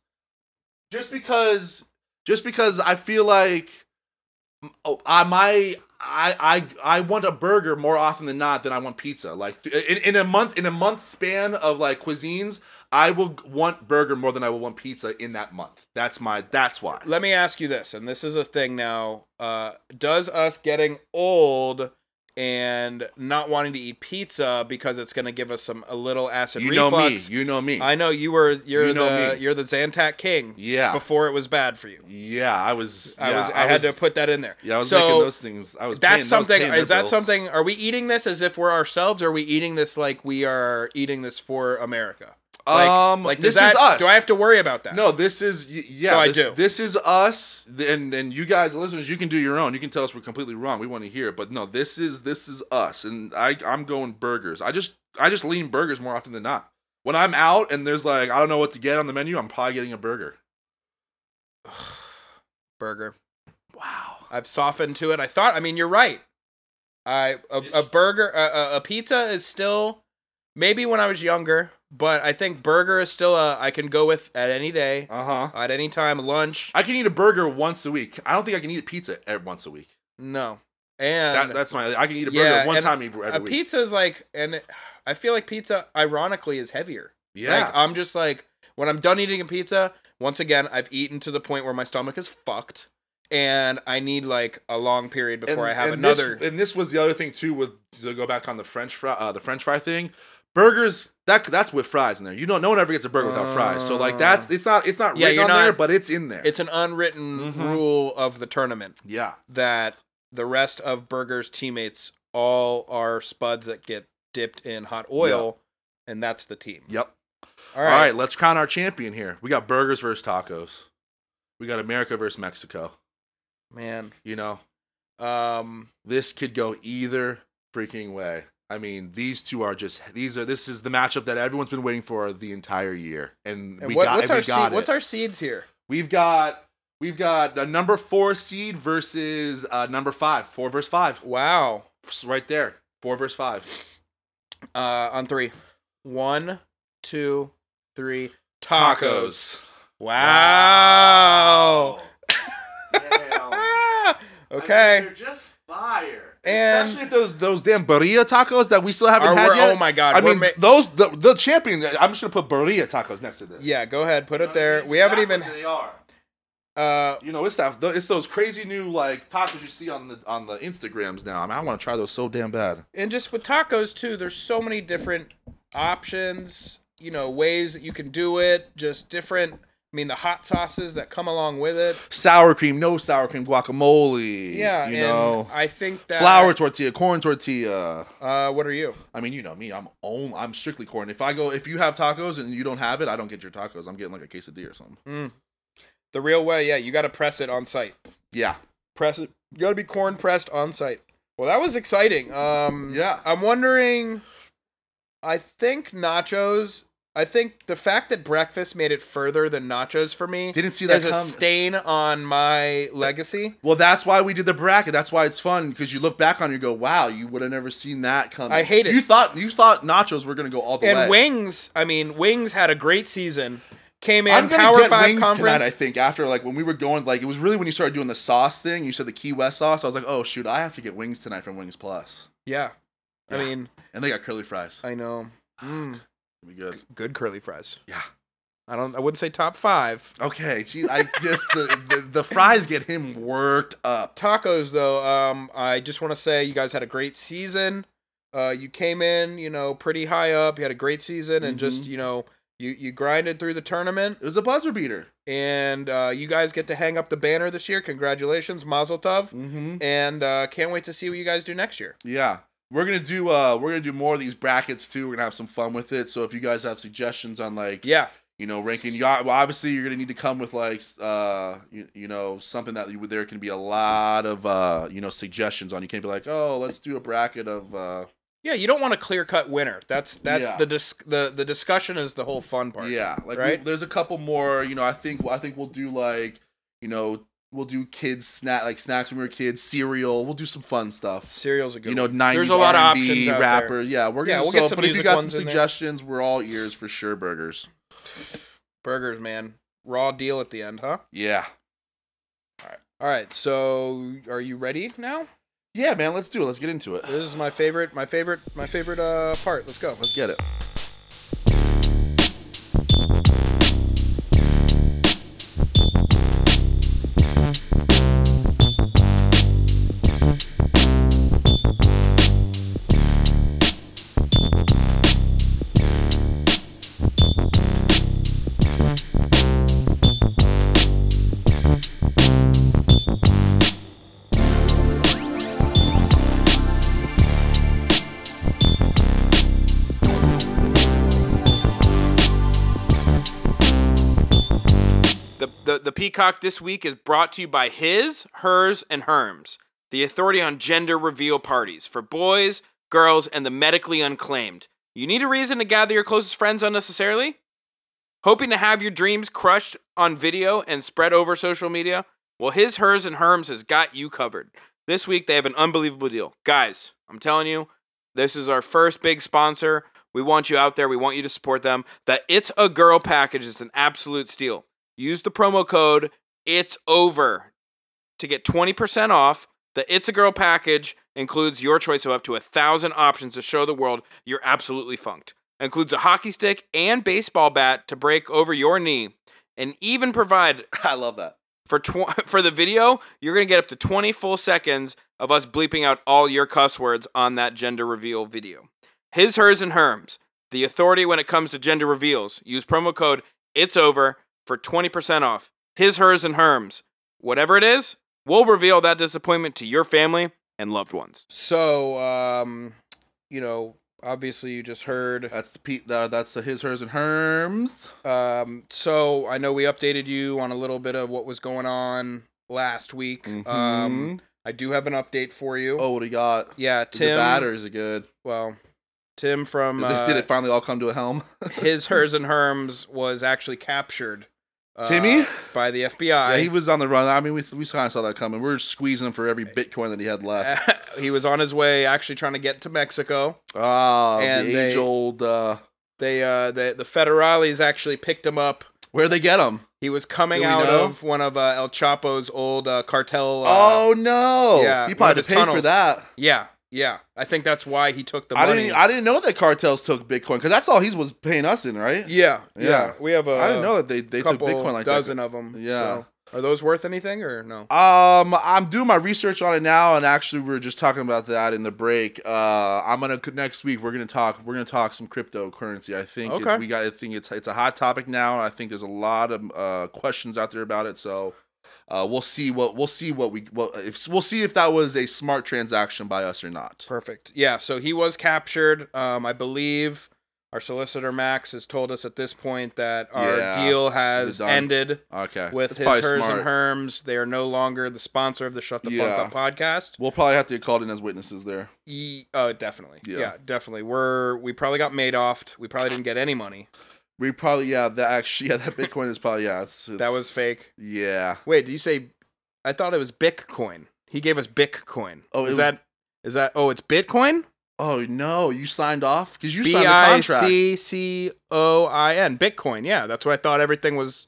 A: Just because, just because I feel like, oh, I my I I I want a burger more often than not than I want pizza. Like th- in, in a month in a month span of like cuisines, I will want burger more than I will want pizza in that month. That's my that's why.
B: Let me ask you this, and this is a thing now. Uh, does us getting old and not wanting to eat pizza because it's going to give us some a little acid
A: You know
B: reflux?
A: me. You know me.
B: I know you were you're
A: You know
B: the
A: me.
B: you're the Zantac king
A: yeah.
B: before it was bad for you.
A: Yeah. I was.
B: I
A: yeah,
B: was I, had to put that in there.
A: Yeah, I was
B: so
A: making those things. I was. paying- I
B: that's
A: was
B: something.
A: paying their
B: Is that
A: bills.
B: something? Are we eating this as if we're ourselves? Or are we eating this like we are eating this for America? Like,
A: um,
B: like
A: this
B: is
A: is us.
B: Do I have to worry about that?
A: No, this is y- yeah.
B: So I
A: this,
B: do.
A: this is us, th- and and you guys, listeners, you can do your own. You can tell us we're completely wrong. We want to hear it, but no, this is this is us, and I I'm going burgers. I just I just lean burgers more often than not. When I'm out and there's like I don't know what to get on the menu, I'm probably getting a burger.
B: burger.
A: Wow.
B: I've softened to it. I thought. I mean, you're right. I a, a
A: Yes.
B: burger a, a- a pizza is still maybe when I was younger, but I think burger is still a I can go with at any day,
A: Uh huh.
B: at any time, lunch.
A: I can eat a burger once a week. I don't think I can eat pizza every once a week.
B: No, and
A: That, that's my. I can eat a burger
B: Yeah,
A: one
B: and
A: time every, every
B: a
A: week.
B: pizza is like and it- i feel like pizza ironically is heavier
A: yeah.
B: like i'm just like when i'm done eating a pizza once again i've eaten to the point where my stomach is fucked and i need like a long period before i have
A: this-
B: another
A: and this was the other thing too. With to go back on the French fry, uh, the French fry thing, burgers that that's with fries in there. You don't. No one ever gets a burger without fries. So like that's it's not it's not
B: Yeah,
A: written on
B: you're
A: there,
B: not-
A: but it's in there.
B: it's an unwritten
A: Mhm.
B: rule of the tournament
A: yeah.
B: that the rest of burger's teammates all are spuds that get dipped in hot oil and that's the team
A: Yep. All
B: all
A: right.
B: right,
A: Let's crown our champion here. We got burgers versus tacos. We got America versus Mexico.
B: man
A: You know,
B: um
A: this could go either freaking way. I mean, these two are just these are this is the matchup that everyone's been waiting for the entire year, and,
B: and
A: we
B: what,
A: got
B: what's
A: and
B: our
A: we got
B: seed,
A: it.
B: what's our seeds here
A: We've got
C: We've got a number four seed versus uh, number five. Four versus five.
B: Wow.
C: It's right there. Four versus five.
B: Uh, on three. One, two, three. Tacos.
C: Tacos. Oh.
B: Wow. Ah,
C: I mean,
B: okay.
C: they're just fire.
B: And-
C: Especially if those those damn burrito tacos that we still haven't
B: Are
C: had
B: we-
C: yet.
B: oh my God,
C: I
B: we're
C: mean,
B: ma-
C: those the, the champion. I'm just gonna put burrito tacos next to this.
B: Yeah, go ahead. Put
C: You know
B: it
C: what I
B: there.
C: mean?
B: We haven't
C: That's
B: even.
C: what They are.
B: Uh,
C: You know, it's that. It's those crazy new like tacos you see on the on the Instagrams now. I, mean, I want to try those so damn bad.
B: and just with tacos too there's so many different options you know ways that you can do it just different i mean the hot sauces that come along with it
A: sour cream, no sour cream, guacamole.
B: yeah
A: you
B: and
A: know,
B: i think that
A: flour tortilla, corn tortilla.
B: uh what are you
A: I mean, you know me. I'm only, I'm strictly corn. If I go, if you have tacos and you don't have it, I don't get your tacos. I'm getting like a quesadilla or something.
B: the real way yeah you got to press it on site
A: Yeah,
B: press it you got to be corn pressed on site well that was exciting um
A: Yeah.
B: i'm wondering i think nachos i think the fact that breakfast made it further than nachos for me
A: didn't see that
B: is a
A: come.
B: stain on my legacy
A: well, that's why we did the bracket. That's why it's fun because you look back on it and go, "Wow, you would have never seen that coming."
B: I hate it.
A: You thought you thought nachos were gonna go all the
B: And
A: way.
B: Wings, I mean, Wings had a great season. Came in
A: I'm gonna
B: Power
A: get
B: Five
A: wings
B: conference.
A: tonight. I think after like when we were going, like it was really when you started doing the sauce thing. You said the Key West sauce. I was like, "Oh shoot, I have to get wings tonight from Wings Plus."
B: yeah. I
A: Yeah.
B: mean,
A: And they got curly fries.
B: I know. Mm,
A: Be good.
B: good curly fries.
A: Yeah.
B: I don't. I wouldn't say top five
A: Okay. Geez, I just the, the the fries get him worked up.
B: tacos though. Um, I just want to say you guys had a great season. Uh, you came in, you know, pretty high up. You had a great season, and just you know, you you grinded through the tournament,
A: It was a buzzer beater.
B: and uh, you guys get to hang up the banner this year. Congratulations, Mazel Tov,
A: Mm-hmm.
B: and uh, can't wait to see what you guys do next year.
A: Yeah. We're gonna do uh we're gonna do more of these brackets too. We're gonna have some fun with it. So if you guys have suggestions on like
B: Yeah.
A: you know ranking, you well, obviously you're gonna need to come with like uh you, you know something that you, there can be a lot of uh you know suggestions on. You can't be like oh let's do a bracket of uh
B: Yeah, you don't want a clear cut winner. That's that's
A: Yeah.
B: the dis- the the discussion is the whole fun part.
A: Yeah, like we-
B: right?
A: there's a couple more. You know, I think I think we'll do like you know we'll do kids snack like snacks when we were kids, cereal. We'll do some fun stuff.
B: Cereal's a good.
A: You know,
B: one.
A: nineties
B: There's a lot of options
A: R&B
B: out
A: rapper.
B: there.
A: Yeah, we're
B: Yeah,
A: gonna.
B: we'll
A: so,
B: get some
A: but if you
B: music
A: got some
B: ones in there.
A: suggestions, we're all ears for sure. Burgers.
B: Burgers, man. Raw deal at the end, huh?
A: Yeah,
B: All right. So, are you ready now?
A: yeah, man. Let's do it. Let's get into it.
B: This is my favorite, my favorite, my favorite uh part. Let's go.
A: Let's get it.
B: The, the the peacock this week is brought to you by his, hers, and herms, the authority on gender reveal parties for boys, girls, and the medically unclaimed. You need a reason to gather your closest friends unnecessarily? Hoping to have your dreams crushed on video and spread over social media? Well, his, hers, and Herms has got you covered. This week, they have an unbelievable deal. Guys, I'm telling you, this is our first big sponsor. We want you out there. We want you to support them. That It's a Girl package is an absolute steal. Use the promo code It's Over to get 20% off. The It's a Girl package includes your choice of up to a thousand options to show the world you're absolutely funked. Includes a hockey stick and baseball bat to break over your knee, and even provide
A: I love that.
B: for tw- for the video, you're gonna get up to 20 full seconds of us bleeping out all your cuss words on that gender reveal video. His, hers, and herms. The authority when it comes to gender reveals. Use promo code It's Over for 20% off. His, hers, and herms. Whatever it is, we'll reveal that disappointment to your family and loved ones. So, um, you know, obviously you just heard
A: That's the Pete. Uh, that's the his, hers, and herms.
B: um, so I know we updated you on a little bit of what was going on last week. Um,
A: Mhm.
B: I do have an update for you.
A: oh, what do you got?
B: yeah,
A: Is
B: Tim.
A: it bad or is it good?
B: well, Tim from
A: Did-
B: uh,
A: Did it finally all come to a helm?
B: his, hers, and Herms was actually captured uh,
A: Timmy?
B: by the FBI.
A: Yeah, he was on the run. I mean, we we kind of saw that coming. We were squeezing him for every Bitcoin that he had left.
B: he was on his way, actually trying to get to Mexico.
A: Ah,
B: And
A: the
B: they-
A: age old. Uh,
B: They, uh, the the federales actually picked him up.
A: where they get him?
B: He was coming
A: Do we
B: out
A: know?
B: of one of uh, El Chapo's old uh, cartel. Uh,
A: oh no!
B: yeah,
A: he
B: one of
A: probably had
B: his
A: to pay for
B: tunnels.
A: that.
B: yeah, yeah. I think that's why he took the
A: I
B: money.
A: didn't. e- I didn't know that cartels took Bitcoin because that's all he was paying us in, right?
B: yeah, yeah,
A: Yeah.
B: We have a
A: I didn't know that they they took
B: couple
A: Bitcoin like
B: dozen
A: that.
B: of them.
A: Yeah.
B: so. Are those worth anything or no?
A: Um, I'm doing my research on it now, and actually, we were just talking about that in the break. Uh, I'm gonna next week we're gonna talk we're gonna talk some cryptocurrency. I think it-
B: Okay.
A: we got. I think it's it's a hot topic now. and I think there's a lot of uh, questions out there about it. So. Uh, we'll see what we'll see what we what if we'll see if that was a smart transaction by us or not.
B: Perfect. Yeah, so he was captured. Um, I believe our solicitor Max has told us at this point that our
A: Yeah.
B: deal has
A: done?
B: ended
A: Okay,
B: with
A: That's
B: his
A: probably
B: hers
A: smart.
B: and herms. They are no longer the sponsor of the Shut the
A: Yeah.
B: Funk Up podcast.
A: We'll probably have to get called in as witnesses there.
B: Ye- oh, definitely. Yeah.
A: Yeah.
B: definitely. We're we probably got made offed. We probably didn't get any money.
A: We probably yeah that actually yeah that Bitcoin is probably yeah it's,
B: That
A: it's-
B: was fake.
A: yeah
B: Wait, do you say? I thought it was Bitcoin. He gave us Bitcoin.
A: Oh, it
B: is
A: was-
B: that is that? Oh, it's Bitcoin.
A: oh no you signed off because you
B: B
A: signed the
B: i
A: contract
B: c c o i n Bitcoin. Yeah, that's what I thought. Everything was.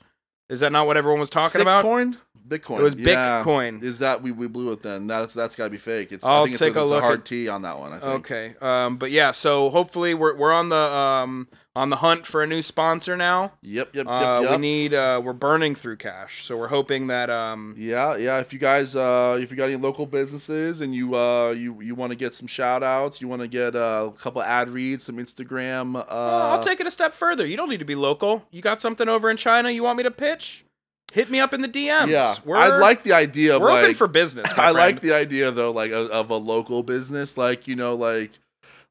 B: Is that not what everyone was talking about?
A: Bitcoin? Bitcoin.
B: It was
A: yeah.
B: Bitcoin.
A: Is that we, we blew it then? That's that's gotta be fake. It's
B: I'll
A: I think
B: take
A: it's,
B: a
A: it's
B: look
A: hard
B: at-
A: T on that one. I think.
B: Okay. Um. But yeah. So hopefully we're we're on the um on the hunt for a new sponsor now.
A: Yep. Yep. Yep.
B: Uh,
A: yep.
B: We need. Uh, we're burning through cash, so we're hoping that um.
A: yeah, yeah. If you guys, uh, if you got any local businesses and you, uh, you, you want to get some shout outs, you want to get uh, a couple ad reads, some Instagram. Uh,
B: Oh, I'll take it a step further. You don't need to be local. You got something over in China you want me to pitch? Hit me up in the DMs.
A: Yeah,
B: We're,
A: I like the idea of
B: We're open
A: like
B: for business. my
A: I like
B: friend.
A: the idea though, like of, of a local business, like you know, like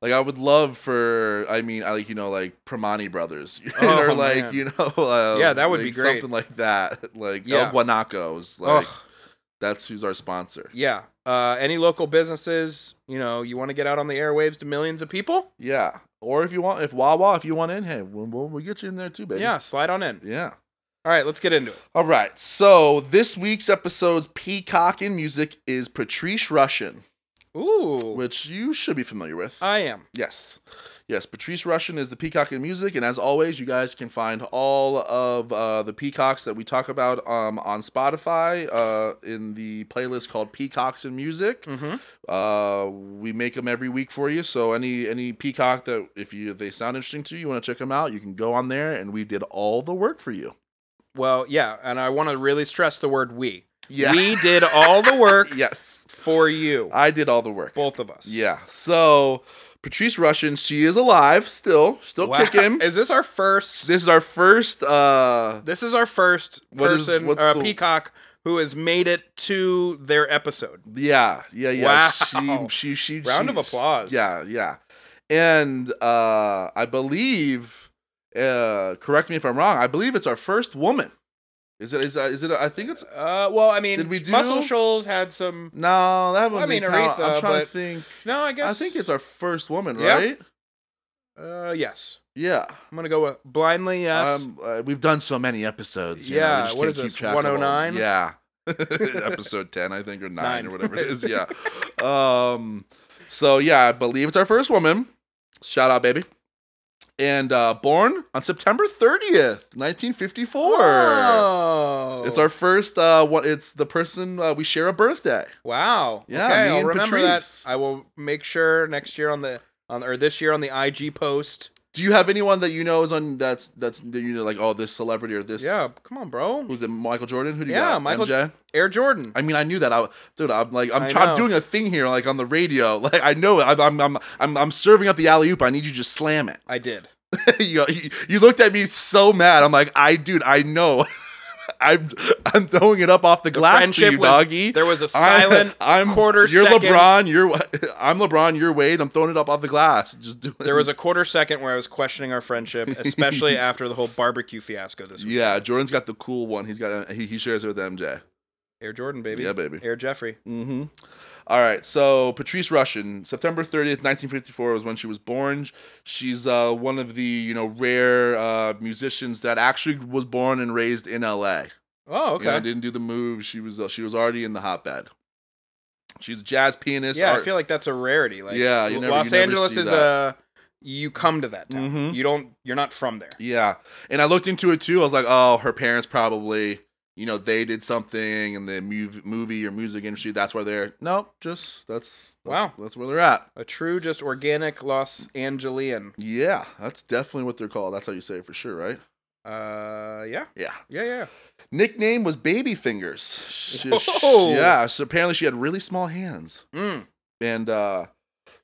A: like I would love for, I mean, I like you know, like Pramani Brothers,
B: Oh,
A: or like
B: man.
A: you know, uh,
B: Yeah, that would
A: like
B: be great.
A: something like that, like
B: Yeah.
A: El Guanacos, like
B: Ugh,
A: that's who's our sponsor.
B: yeah. Uh, any local businesses, you know, you want to get out on the airwaves to millions of people?
A: Yeah, or if you want, if Wawa, if you want in, hey, we'll, we'll, we'll get you in there too, baby.
B: Yeah, slide on in.
A: yeah.
B: All right, let's get into it.
A: All right, so this week's episode's peacock in music is Patrice Russian,
B: Ooh.
A: which you should be familiar with.
B: I am.
A: Yes. Yes, Patrice Russian is the Peacock in Music, and as always, you guys can find all of uh, the peacocks that we talk about um, on Spotify uh, in the playlist called Peacocks in Music.
B: Mm-hmm.
A: Uh, we make them every week for you, so any any peacock that if you if they sound interesting to you, you want to check them out, you can go on there, and we did all the work for you.
B: Well, yeah, and I want to really stress the word we.
A: Yeah.
B: We did all the work
A: yes,
B: for you,
A: I did all the work.
B: both of us.
A: Yeah. So Patrice Russian, she is alive still, still
B: Wow.
A: kicking.
B: Is this our first?
A: This is our first. Uh,
B: This is our first
A: What is-
B: person,
A: what's
B: uh,
A: the-
B: Peacock, who has made it to their episode.
A: Yeah, yeah, yeah.
B: Wow.
A: She, she, she.
B: Round
A: she-
B: of applause.
A: Yeah, yeah. And uh, I believe, uh, correct me if I'm wrong. I believe it's our first woman. Is it? Is, it- is it? I think it's.
B: Uh, well, I mean,
A: Did we do-
B: Muscle Shoals had some.
A: No, that
B: Well,
A: would
B: I mean,
A: count.
B: Aretha,
A: I'm trying to
B: but
A: think.
B: No, I guess.
A: I think it's our first woman,
B: Yeah.
A: right?
B: Uh, yes,
A: Yeah.
B: I'm gonna go with blindly. Yes.
A: Um, uh, we've done so many episodes. you know, we
B: Yeah,
A: just
B: what
A: can't
B: is
A: keep
B: this,
A: track of all of them.
B: 109?
A: Yeah. Episode ten, I think, or nine,
B: Nine.
A: or whatever it is. Yeah. um. So yeah, I believe it's our first woman. Shout out, baby. And uh, born on September thirtieth, nineteen fifty-four.
B: oh.
A: It's our first. Uh, what? It's the person uh, we share a birthday.
B: Wow.
A: Yeah,
B: Okay,
A: me
B: I'll
A: and
B: remember
A: Patrice.
B: that. I will make sure next year on the on or this year on the IG post.
A: Do you have anyone that you know is on that's that's that you know like oh this celebrity or this?
B: Yeah. Come on, bro.
A: Who's it? Michael Jordan? Who do you
B: Yeah,
A: got?
B: Michael-
A: MJ?
B: Air Jordan.
A: I mean, I knew that. I, dude, I'm like, I'm,
B: I
A: try,
B: know.
A: I'm doing a thing here, like on the radio. Like, I know it. I'm, I'm, I'm, I'm, I'm serving up the alley oop. I need you to just slam it.
B: I did.
A: you, you, you looked at me so mad. I'm like, I, dude, I know. I'm, I'm throwing it up off the glass to
B: friendship
A: you,
B: was-
A: doggy.
B: There was a silent
A: I'm, I'm
B: quarter
A: You're
B: second.
A: LeBron. You're, I'm LeBron. You're Wade. I'm throwing it up off the glass. Just do it.
B: There was a quarter second where I was questioning our friendship, especially after the whole barbecue fiasco this week.
A: yeah, Jordan's got the cool one. He's got, he, he shares it with MJ.
B: Air Jordan, baby.
A: Yeah, baby.
B: Air Jeffrey.
A: Mm-hmm. All right, so Patrice Russian, September 30th, 1954 was when she was born. She's uh, one of the, you know, rare uh, musicians that actually was born and raised in LA.
B: Oh, okay.
A: You know, didn't do the move. She was uh, she was already in the hotbed. She's a jazz pianist.
B: yeah,
A: art-
B: I feel like that's a rarity. Like,
A: Yeah, you never-
B: Los
A: you never
B: Angeles
A: see
B: is a you come to that town.
A: Mhm.
B: You don't. You're not from there.
A: Yeah. And I looked into it too. I was like, oh, her parents probably, you know, they did something in the mov- movie or music industry. That's where they're. Nope, just that's, that's
B: Wow.
A: That's where they're at.
B: A true, just organic Los Angelian.
A: Yeah, that's definitely what they're called. That's how you say it for sure, right?
B: Uh, yeah,
A: Yeah.
B: yeah, yeah.
A: Nickname was Baby Fingers. She-
B: Whoa.
A: yeah. So apparently she had really small hands.
B: Mm.
A: and uh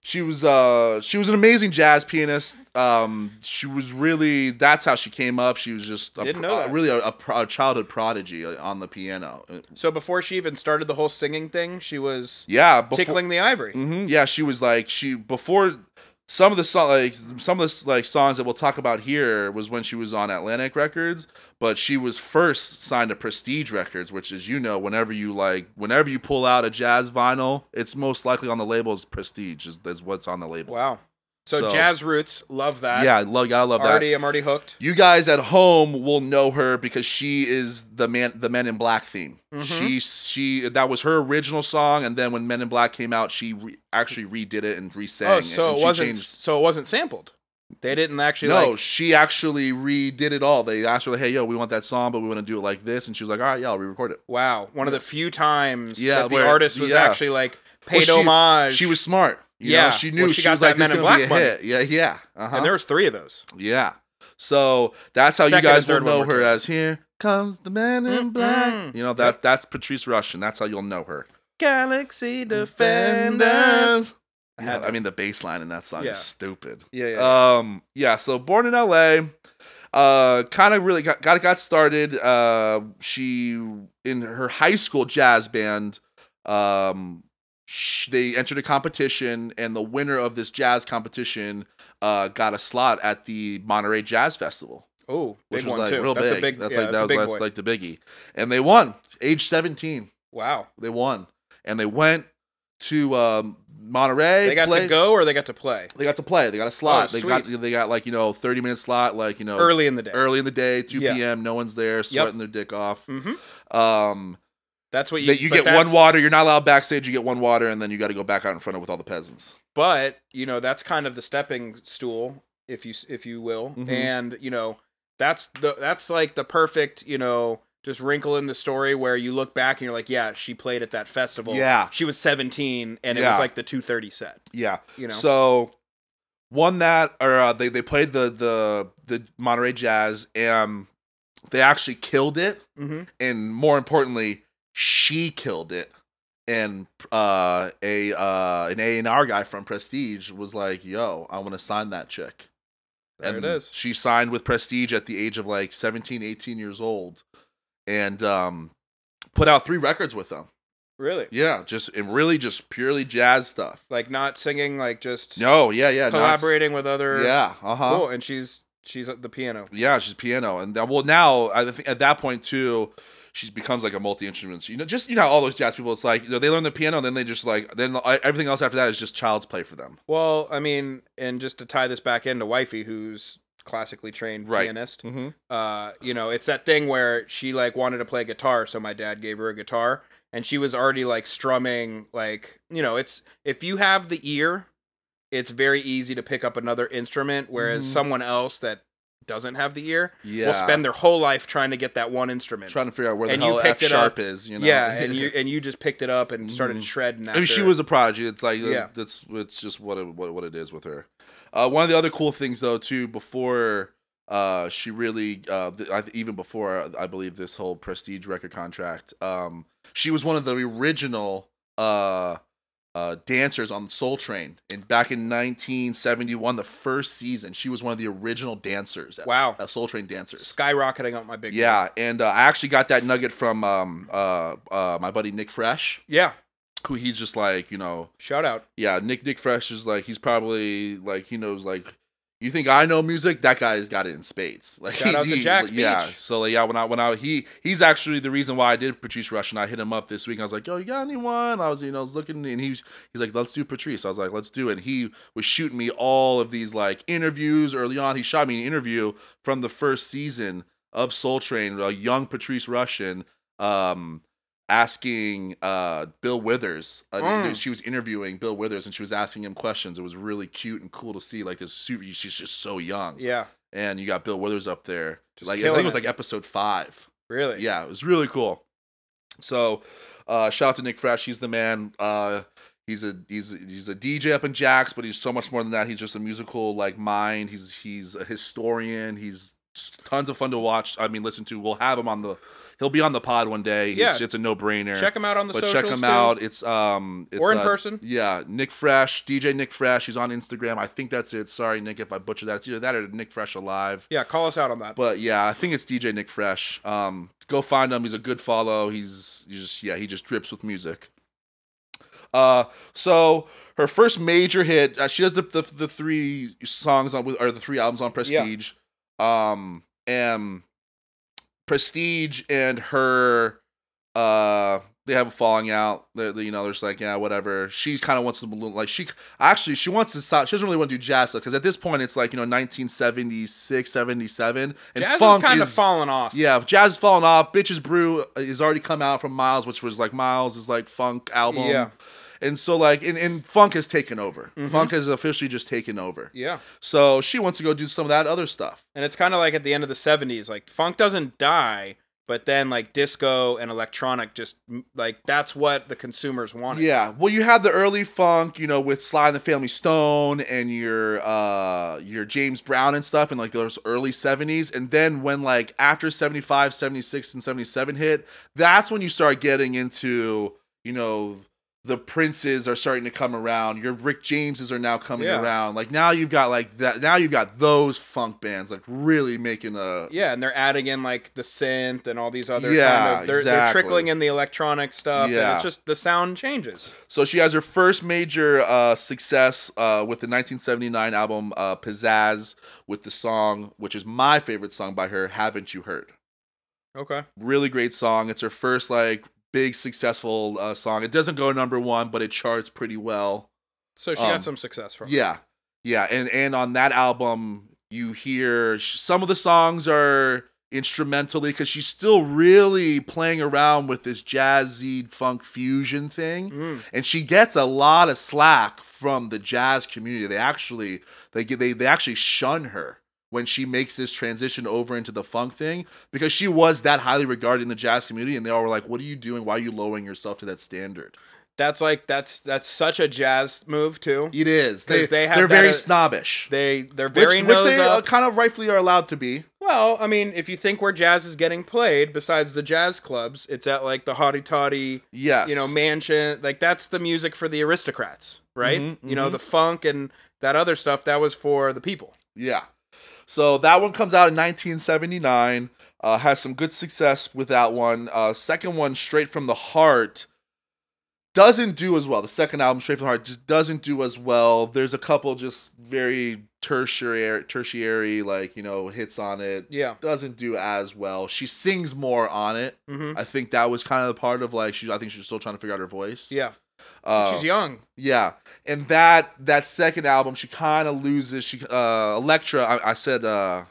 A: she was uh she was an amazing jazz pianist um she was really that's how she came up she was just a,
B: Didn't
A: pro-
B: know
A: uh,
B: that.
A: really a, a, pro- a childhood prodigy uh, on the piano Uh,
B: So before she even started the whole singing thing, she was
A: yeah before,
B: tickling the ivory.
A: hmm yeah she was like she before some of the so- like some of the like songs that we'll talk about here was when she was on Atlantic Records, but she was first signed to Prestige Records, which is you know whenever you like whenever you pull out a jazz vinyl, it's most likely on the label is Prestige is, is what's on the label.
B: Wow. So,
A: So-
B: jazz roots, love that.
A: Yeah, I love, gotta love that.
B: already, I'm already hooked.
A: You guys at home will know her because she is the man, the Men in Black theme.
B: Mhm.
A: She, she, that was her original song, and then when Men in Black came out, she re- actually redid it and resang.
B: Oh,
A: it,
B: so
A: and
B: it
A: she
B: wasn't.
A: changed-
B: So it wasn't sampled. They didn't actually
A: no,
B: like.
A: she actually redid it all. They actually, hey, yo, we want that song, but we want to do it like this, and she was like, all right, yeah, I'll re-record it.
B: Wow, one of the few times
A: Yeah,
B: that the
A: where-
B: artist was
A: yeah.
B: actually like paid
A: she-
B: homage.
A: She was smart. you know?
B: Yeah.
A: she knew
B: Well, she
A: she,
B: got
A: was like, this
B: that Men in
A: gonna be a
B: Black money.
A: hit. Yeah, yeah, uh-huh.
B: and there was three of those.
A: Yeah. So that's how
B: Second
A: you guys
B: and
A: will
B: third one
A: know
B: were
A: her
B: two.
A: as here comes the man in
B: Mm,
A: black.
B: mm.
A: You know that that's Patrice Russian. That's how you'll know her.
B: Galaxy Defenders. I
A: Yeah,
B: had
A: I
B: it.
A: mean the bass line in that song
B: Yeah.
A: is stupid.
B: Yeah, yeah.
A: Um yeah, so born in LA, uh kind of really got, got got started uh she in her high school jazz band um sh- they entered a competition and the winner of this jazz competition uh got a slot at the Monterey Jazz Festival
B: oh,
A: which
B: big
A: was
B: one
A: like
B: too.
A: real
B: that's
A: big.
B: a big.
A: that's
B: yeah,
A: like
B: that's
A: that
B: a
A: was
B: big
A: that's
B: boy.
A: like the biggie, and they won. Age seventeen,
B: wow.
A: they won, and they went to um, Monterey.
B: They got
A: played-
B: to go or they got to play
A: They got to play. They got a slot.
B: Oh,
A: they got they got like you know thirty minute slot, like you know
B: early in the day.
A: early in the day, two
B: Yeah.
A: p.m. No one's there, sweating their dick off.
B: hmm
A: Um,
B: That's what you.
A: that you
B: but
A: get one
B: that's-
A: water. You're not allowed backstage. You get one water, and then you got to go back out in front of with all the peasants.
B: but you know that's kind of the stepping stool, if you s- if you will,
A: Mhm.
B: and you know that's the that's like the perfect you know just wrinkle in the story where you look back and you're like, yeah, she played at that festival.
A: Yeah.
B: she was 17 and it
A: Yeah.
B: was like the 2:30 set.
A: Yeah.
B: You know.
A: So won that or uh, they they played the the the Monterey Jazz and they actually killed it
B: hmm
A: and more importantly she killed it and uh a uh an A&R guy from Prestige was like, "Yo, I want to sign that chick."
B: There
A: and
B: it is.
A: She signed with Prestige at the age of like 17, 18 years old and um put out three records with them.
B: Really.
A: Yeah, just and really just purely jazz stuff.
B: Like not singing, like just
A: No, yeah, yeah. not-
B: collaborating with other.
A: yeah, uh huh.
B: Cool. And she's she's at the piano.
A: Yeah, she's piano, and that, well, now I think at that point too, she becomes like a multi instrument. You know, just you know, how all those jazz people. It's like you know, they learn the piano, and then they just like then uh, everything else after that is just child's play for them.
B: Well, I mean, and just to tie this back into Wifey, who's classically trained
A: Right.
B: pianist,
A: Mm-hmm.
B: uh, you know, it's that thing where she like wanted to play guitar, so my dad gave her a guitar, and she was already like strumming, like you know, it's if you have the ear, it's very easy to pick up another instrument, whereas
A: Mhm.
B: someone else that doesn't have the ear
A: Yeah,
B: will spend their whole life trying to get that one instrument.
A: trying to figure out where the
B: and you
A: hell F
B: picked it
A: sharp is. You know,
B: Yeah, and you and you just picked it up and started
A: Mhm.
B: shredding.
A: I mean, she
B: after-
A: was a prodigy. It's like uh,
B: Yeah.
A: that's it's just what it, what what it is with her. Uh, one of the other cool things though too before uh, she really uh, th- I, even before uh, I believe this whole prestige record contract, um, she was one of the original uh, uh, dancers on Soul Train. And back in 1971, the first season, she was one of the original dancers. at-
B: wow,
A: uh, Soul Train dancers.
B: skyrocketing up my big.
A: Yeah, and uh, I actually got that nugget from um, uh, uh, my buddy Nick Fresh,
B: yeah.
A: who he's just like you know
B: Shout out.
A: yeah, Nick Nick Fresh is like he's probably like he knows like You think I know music? That guy's got it in spades. Like
B: Shout out to
A: he-
B: Jack's
A: yeah.
B: Beach.
A: So like, yeah, when I when I he he's actually the reason why I did Patrice Rush, and I hit him up this week. I was like, yo, you got anyone? I was you know I was looking, and he's he's like, let's do Patrice. I was like, let's do it. And he was shooting me all of these like interviews early on. He shot me an interview from the first season of Soul Train, a young Patrice Russian. Um, asking uh Bill Withers. Uh,
B: Mm.
A: She was interviewing Bill Withers and she was asking him questions. It was really cute and cool to see. Like this super, she's just so young.
B: Yeah,
A: And you got Bill Withers up there.
B: Just
A: like I
B: killing
A: think it was
B: it.
A: like episode five.
B: really.
A: Yeah, it was really cool. So, uh, shout out to Nick Fresh. He's the man. Uh, he's a he's a- he's a DJ up in Jax, but he's so much more than that. He's just a musical like mind. He's he's a historian. He's tons of fun to watch. I mean, listen to. We'll have him on the. He'll be on the pod one day.
B: Yeah.
A: It's, it's a no brainer.
B: Check him out on the
A: but
B: socials
A: check him
B: too.
A: out. It's um it's,
B: or in
A: uh,
B: person.
A: Yeah, Nick Fresh, DJ Nick Fresh. He's on Instagram. I think that's it. Sorry, Nick, if I butchered that. It's either that or Nick Fresh Alive.
B: Yeah, call us out on that.
A: But yeah, I think it's DJ Nick Fresh. Um, go find him. He's a good follow. He's, he's just yeah, he just drips with music. Uh, so her first major hit, uh, she does the, the the three songs on or the three albums on Prestige. Um, and Prestige and her, uh, they have a falling out. They're, they- you know, they're just like yeah, whatever. She kind of wants to like she actually she wants to stop. She doesn't really want to do jazz because at this point it's like you know 1976, 77, and
B: Jazz is
A: funk
B: kind of
A: is-
B: falling off.
A: yeah, if Jazz is falling off. Bitches Brew is already come out from Miles, which was like Miles is like funk album.
B: Yeah.
A: And so like and, and funk has taken over.
B: Mhm.
A: Funk has officially just taken over.
B: Yeah.
A: So she wants to go do some of that other stuff.
B: And it's kind of like at the end of the 70s, like funk doesn't die, but then like disco and electronic just m- like that's what the consumers wanted.
A: Yeah. Well, you had the early funk, you know, with Sly and the Family Stone and your uh your James Brown and stuff in like those early 70s and then when like after 75, 76 and 77 hit, that's when you start getting into, you know, the princes are starting to come around. Your Rick Jameses are now coming
B: Yeah.
A: around. Like now you've got like that now you've got those funk bands like really making a
B: Yeah, and they're adding in like the synth and all these other
A: Yeah,
B: kind of they're, they're
A: exactly.
B: trickling in the electronic stuff and
A: Yeah.
B: it's just the sound changes.
A: So she has her first major uh, success uh, with the 1979 album uh, Pizzazz with the song, which is my favorite song by her, Haven't You Heard?
B: Okay.
A: Really great song. It's her first like big successful uh, song. It doesn't go number one, but it charts pretty well.
B: So she
A: Um,
B: got some success from it.
A: Yeah, yeah, and and on that album, you hear sh- some of the songs are instrumentally because she's still really playing around with this jazzy funk fusion thing
B: Mm.
A: and she gets a lot of slack from the jazz community. They actually they get they they actually shun her when she makes this transition over into the funk thing because she was that highly regarded in the jazz community, and they all were like, "What are you doing? Why are you lowering yourself to that standard?"
B: That's like that's that's such a jazz move too.
A: It is they
B: 'Cause they have
A: they're
B: that,
A: very
B: uh,
A: snobbish,
B: They they're
A: which
B: very
A: which
B: nose
A: they uh,
B: up.
A: kind of rightfully are allowed to be.
B: Well, I mean, if you think where jazz is getting played, besides the jazz clubs, it's at like the hotty toddy,
A: Yes,
B: you know, mansion. Like that's the music for the aristocrats, right?
A: Mhm,
B: You know,
A: mhm.
B: the funk and that other stuff that was for the people.
A: Yeah. So that one comes out in 1979. Uh, has some good success with that one. Uh, second one, Straight from the Heart, doesn't do as well. The second album, Straight from the Heart, just doesn't do as well. There's a couple just very tertiary, tertiary like you know hits on it.
B: Yeah.
A: Doesn't do as well. She sings more on it.
B: hmm
A: I think that was kind of the part of like she. I think she's still trying to figure out her voice.
B: Yeah.
A: Uh,
B: She's young.
A: yeah, and that that second album, she kind of loses. She uh, Elektra. I, I said, uh,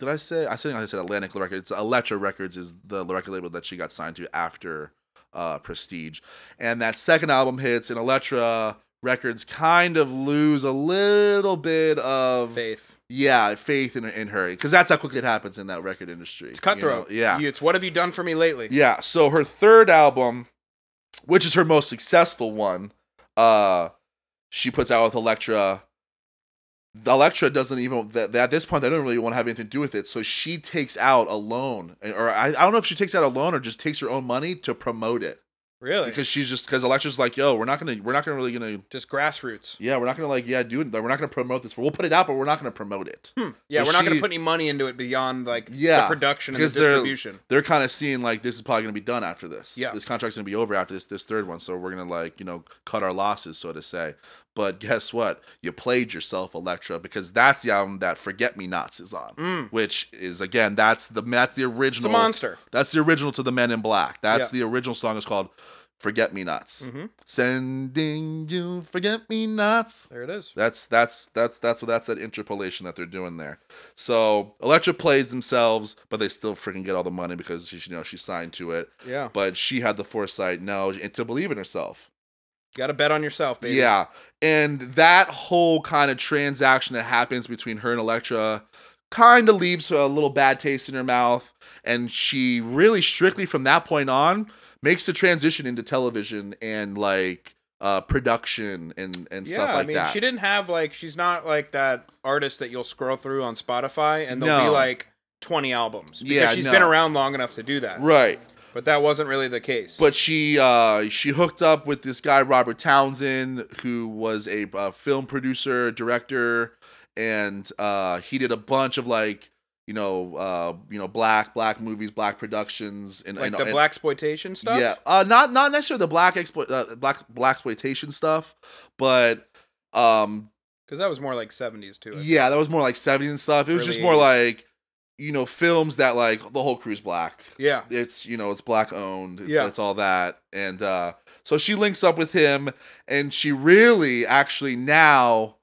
A: did I say? I think I said Atlantic Records. Elektra Records is the record label that she got signed to after uh, Prestige, and that second album hits, and Elektra Records kind of lose a little bit of
B: Faith.
A: yeah faith in in her because that's how quickly it happens in that record industry.
B: It's
A: you know?
B: cutthroat.
A: Yeah,
B: You- it's what have you done for me lately?
A: yeah. So her third album, which is her most successful one, uh, she puts out with Elektra. The Elektra doesn't even th- th- at this point. They don't really want to have anything to do with it. So she takes out a loan, or I, I don't know if she takes out a loan or just takes her own money to promote it
B: Really?
A: because she's just because Elektra's like, yo, we're not gonna, we're not gonna really gonna,
B: Just grassroots.
A: yeah, we're not gonna like, yeah, do it. We're not gonna promote this. We'll put it out, but we're not gonna promote it.
B: Hmm. Yeah,
A: So
B: we're not going to
A: she-
B: put any money into it beyond like
A: Yeah,
B: the production and the
A: because they're-
B: distribution.
A: they're kind of seeing like this is probably going to be done after this.
B: Yeah.
A: This contract's going to be over after this this third one, so we're going to like, you know, cut our losses so to say. But guess what? You played yourself, Elektra, because that's the album that Forget Me Nots is on, which is again that's the that's the
B: Mm. It's a
A: original.
B: monster.
A: That's the original to the Men in Black. That's the original song. is called Forget Me Nots.
B: Mhm.
A: Sending you Forget Me Nots.
B: There it is.
A: That's that's that's that's what that's that interpolation that they're doing there. So Elektra plays themselves, but they still freaking get all the money because she, you know she signed to it.
B: Yeah.
A: But she had the foresight, no, and to believe in herself.
B: Got to bet on yourself, baby.
A: Yeah, and that whole kind of transaction that happens between her and Elektra kind of leaves a little bad taste in her mouth, and she really strictly from that point on makes the transition into television and like uh production and and
B: Yeah,
A: stuff like
B: I mean,
A: that.
B: she didn't have like she's not like that artist that you'll scroll through on Spotify and there'll be
A: No.
B: like 20 albums because
A: Yeah,
B: she's
A: no.
B: been around long enough to do that.
A: right.
B: But that wasn't really the case.
A: But she uh, she hooked up with this guy Robert Townsend, who was a uh, film producer, director, and uh, he did a bunch of like you know uh, you know black black movies, black productions, and
B: like
A: and,
B: the
A: and-
B: black exploitation stuff.
A: yeah, uh, not not necessarily the black exploit uh, black black exploitation stuff, but um
B: because that was more like 70s too. I think.
A: yeah, that was more like seventies and stuff. It was just
B: Early
A: more like you know films that like the whole crew's black
B: Yeah.
A: it's you know it's black owned it's,
B: Yeah.
A: it's all that and uh so she links up with him and she really actually now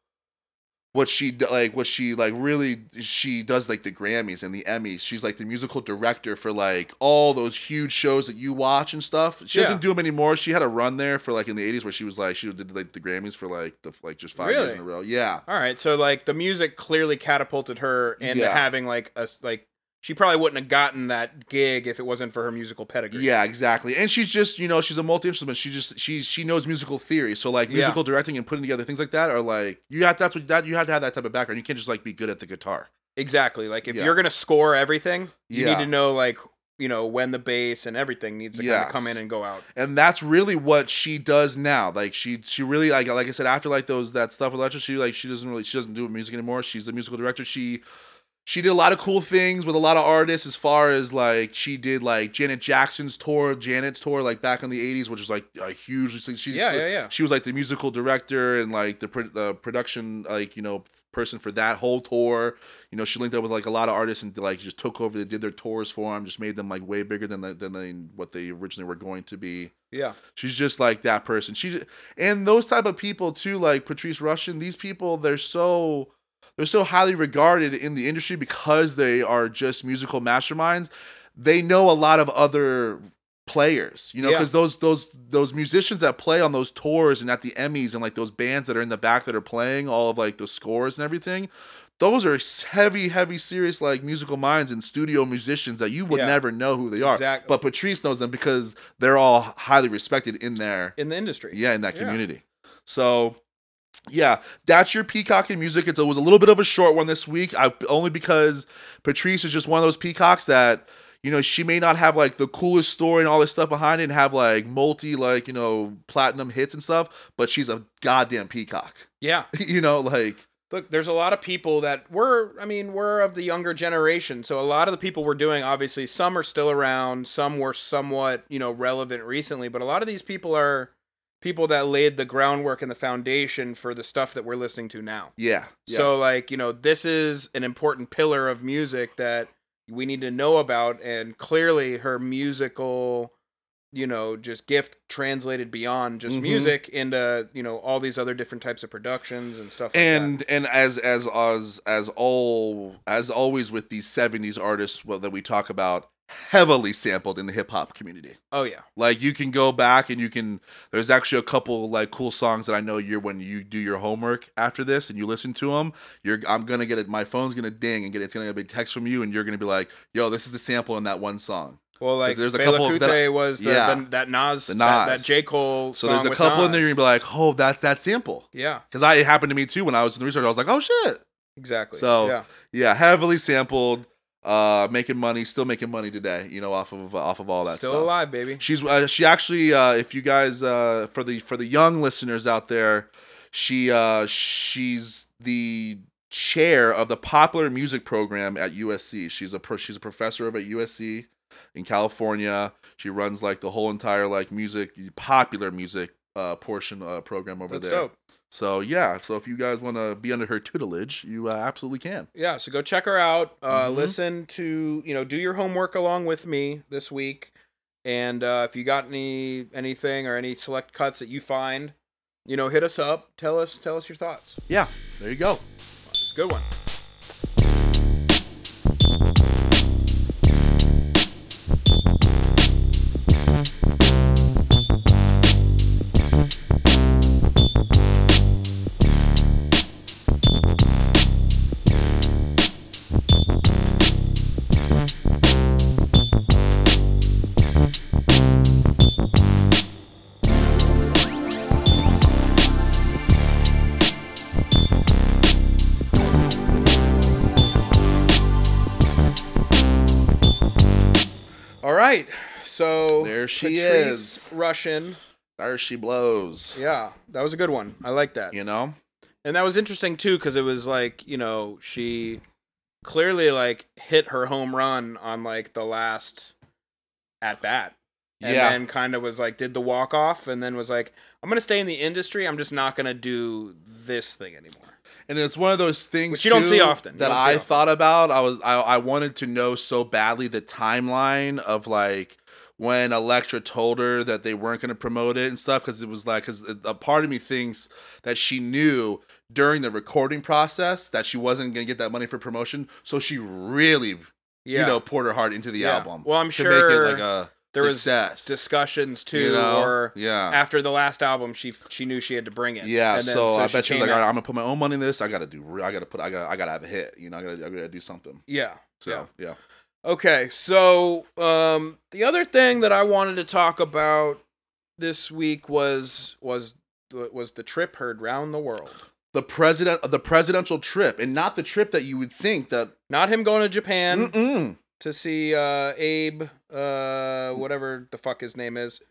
A: what she d- like what she like really she does like the grammys and the emmys she's like the musical director for like all those huge shows that you watch and stuff she
B: Yeah.
A: doesn't do them anymore she had a run there for like in the 80s where she was like she did like the grammys for like the like just five years
B: Really?
A: in a row yeah
B: All right. So like the music clearly catapulted her into
A: Yeah.
B: having like a s- like she probably wouldn't have gotten that gig if it wasn't for her musical pedigree.
A: Yeah, exactly. And she's just, you know, she's a multi instrument. She just she she knows musical theory. So like
B: Yeah.
A: musical directing and putting together things like that are like you have that's what that you have to have that type of background. You can't just like be good at the guitar.
B: Exactly. Like if
A: Yeah.
B: you're gonna score everything, you
A: Yeah.
B: need to know like you know when the bass and everything needs to kind of come in
A: Yes.
B: and go out.
A: And that's really what she does now. Like she she really like like I said after like those that stuff with Electra, she like she doesn't really she doesn't do music anymore. She's a musical director. She she did a lot of cool things with a lot of artists as far as like she did like Janet Jackson's tour, Janet's tour like back in the 80s, which is like a huge she
B: Yeah, yeah, yeah.
A: she was like the musical director and like the pr- the production like you know person for that whole tour you know she linked up with like a lot of artists and like just took over they did their tours for them just made them like way bigger than the, than they, what they originally were going to be
B: Yeah.
A: she's just like that person she and those type of people too like patrice russian these people they're so they're so highly regarded in the industry because they are just musical masterminds they know a lot of other players you know
B: Yeah.
A: because those those those musicians that play on those tours and at the emmys and like those bands that are in the back that are playing all of like the scores and everything those are s- heavy heavy serious like musical minds and studio musicians that you would
B: Yeah.
A: never know who they are
B: Exactly.
A: but patrice knows them because they're all highly respected in their
B: In the industry.
A: yeah in that
B: Yeah.
A: community so yeah that's your peacock in music it's, it was a little bit of a short one this week I, only because patrice is just one of those peacocks that you know she may not have like the coolest story and all this stuff behind it and have like multi like you know platinum hits and stuff but she's a goddamn peacock
B: Yeah.
A: you know like
B: Look, there's a lot of people that were, I mean, we're of the younger generation. So a lot of the people we're doing, obviously, some are still around, some were somewhat, you know, relevant recently, but a lot of these people are people that laid the groundwork and the foundation for the stuff that we're listening to now.
A: yeah
B: So,
A: yes.
B: like, you know, this is an important pillar of music that we need to know about. And clearly, her musical, you know, just gift translated beyond just
A: Mhm.
B: music into, you know, all these other different types of productions and stuff like that.
A: and and as as as as all as always with these 70s artists well, that we talk about heavily sampled in the hip hop community
B: Oh yeah,
A: like you can go back and you can there's actually a couple like cool songs that i know you're when you do your homework after this and you listen to them you're i'm gonna get it my phone's gonna ding and get it's gonna get a big text from you and you're gonna be like yo this is the sample in that one song
B: well, like
A: 'Cause there's
B: there's
A: a couple of
B: Kuti
A: that-
B: was the,
A: yeah.
B: the- that Nas,
A: The
B: That, that
A: Nas.
B: J Cole.
A: so
B: song
A: there's a
B: with
A: couple
B: Nas.
A: in there you're gonna be like oh that's that sample
B: Yeah,
A: because i it happened to me too when i was in the research i was like oh shit
B: exactly.
A: So-
B: yeah,
A: yeah heavily sampled uh making money still making money today you know off of uh, off of all that
B: still
A: stuff.
B: alive, baby.
A: She's uh, she actually uh, if you guys uh, for the for the young listeners out there, she uh, she's the chair of the popular music program at USC. She's a pro- she's a professor of at USC in California. She runs like the whole entire like music popular music uh, portion uh, program over
B: That's
A: there.
B: dope.
A: So yeah, so if you guys want to be under her tutelage, you uh, absolutely can.
B: Yeah, so go check her out. Uh,
A: Mhm.
B: Listen to you know, do your homework along with me this week, and uh, if you got any anything or any select cuts that you find, you know, hit us up. Tell us tell us your thoughts.
A: Yeah, there you go.
B: It's a good one. All right, so
A: There she
B: Patrice
A: is.
B: Russian.
A: There she blows.
B: Yeah, that was a good one. I like that.
A: You know,
B: and that was interesting too because it was like you know she clearly like hit her home run on like the last at bat and
A: Yeah.
B: then kind of was like did the walk off and then was like i'm gonna stay in the industry i'm just not gonna do this thing anymore
A: and it's one of those things
B: Which you don't
A: too,
B: see often. You
A: that
B: don't see
A: I
B: often.
A: thought about. I was I, I wanted to know so badly the timeline of like when Elektra told her that they weren't going to promote it and stuff because it was like because a part of me thinks that she knew during the recording process that she wasn't going to get that money for promotion, so she really you
B: yeah
A: know poured her heart into the
B: Yeah.
A: album.
B: Well, I'm
A: to
B: sure
A: make it like a
B: there was
A: success.
B: discussions too
A: you know?
B: or
A: yeah.
B: after the last album she she knew she had to bring it
A: Yeah,
B: And then-
A: so, I bet she was
B: came
A: like,
B: out-
A: "All right, I'm gonna put my own money in this. I gotta do. re- I gotta put. I gotta. I gotta have a hit. You know, I gotta. I gotta do something."
B: yeah
A: So
B: Yeah.
A: yeah,
B: Okay, so um, the other thing that I wanted to talk about this week was was was the trip heard round the world.
A: the president, the presidential trip, and not the trip that you would think that.
B: Not him going to Japan
A: Mm-mm.
B: to see uh, Abe, uh,
A: Mm.
B: whatever the fuck his name is,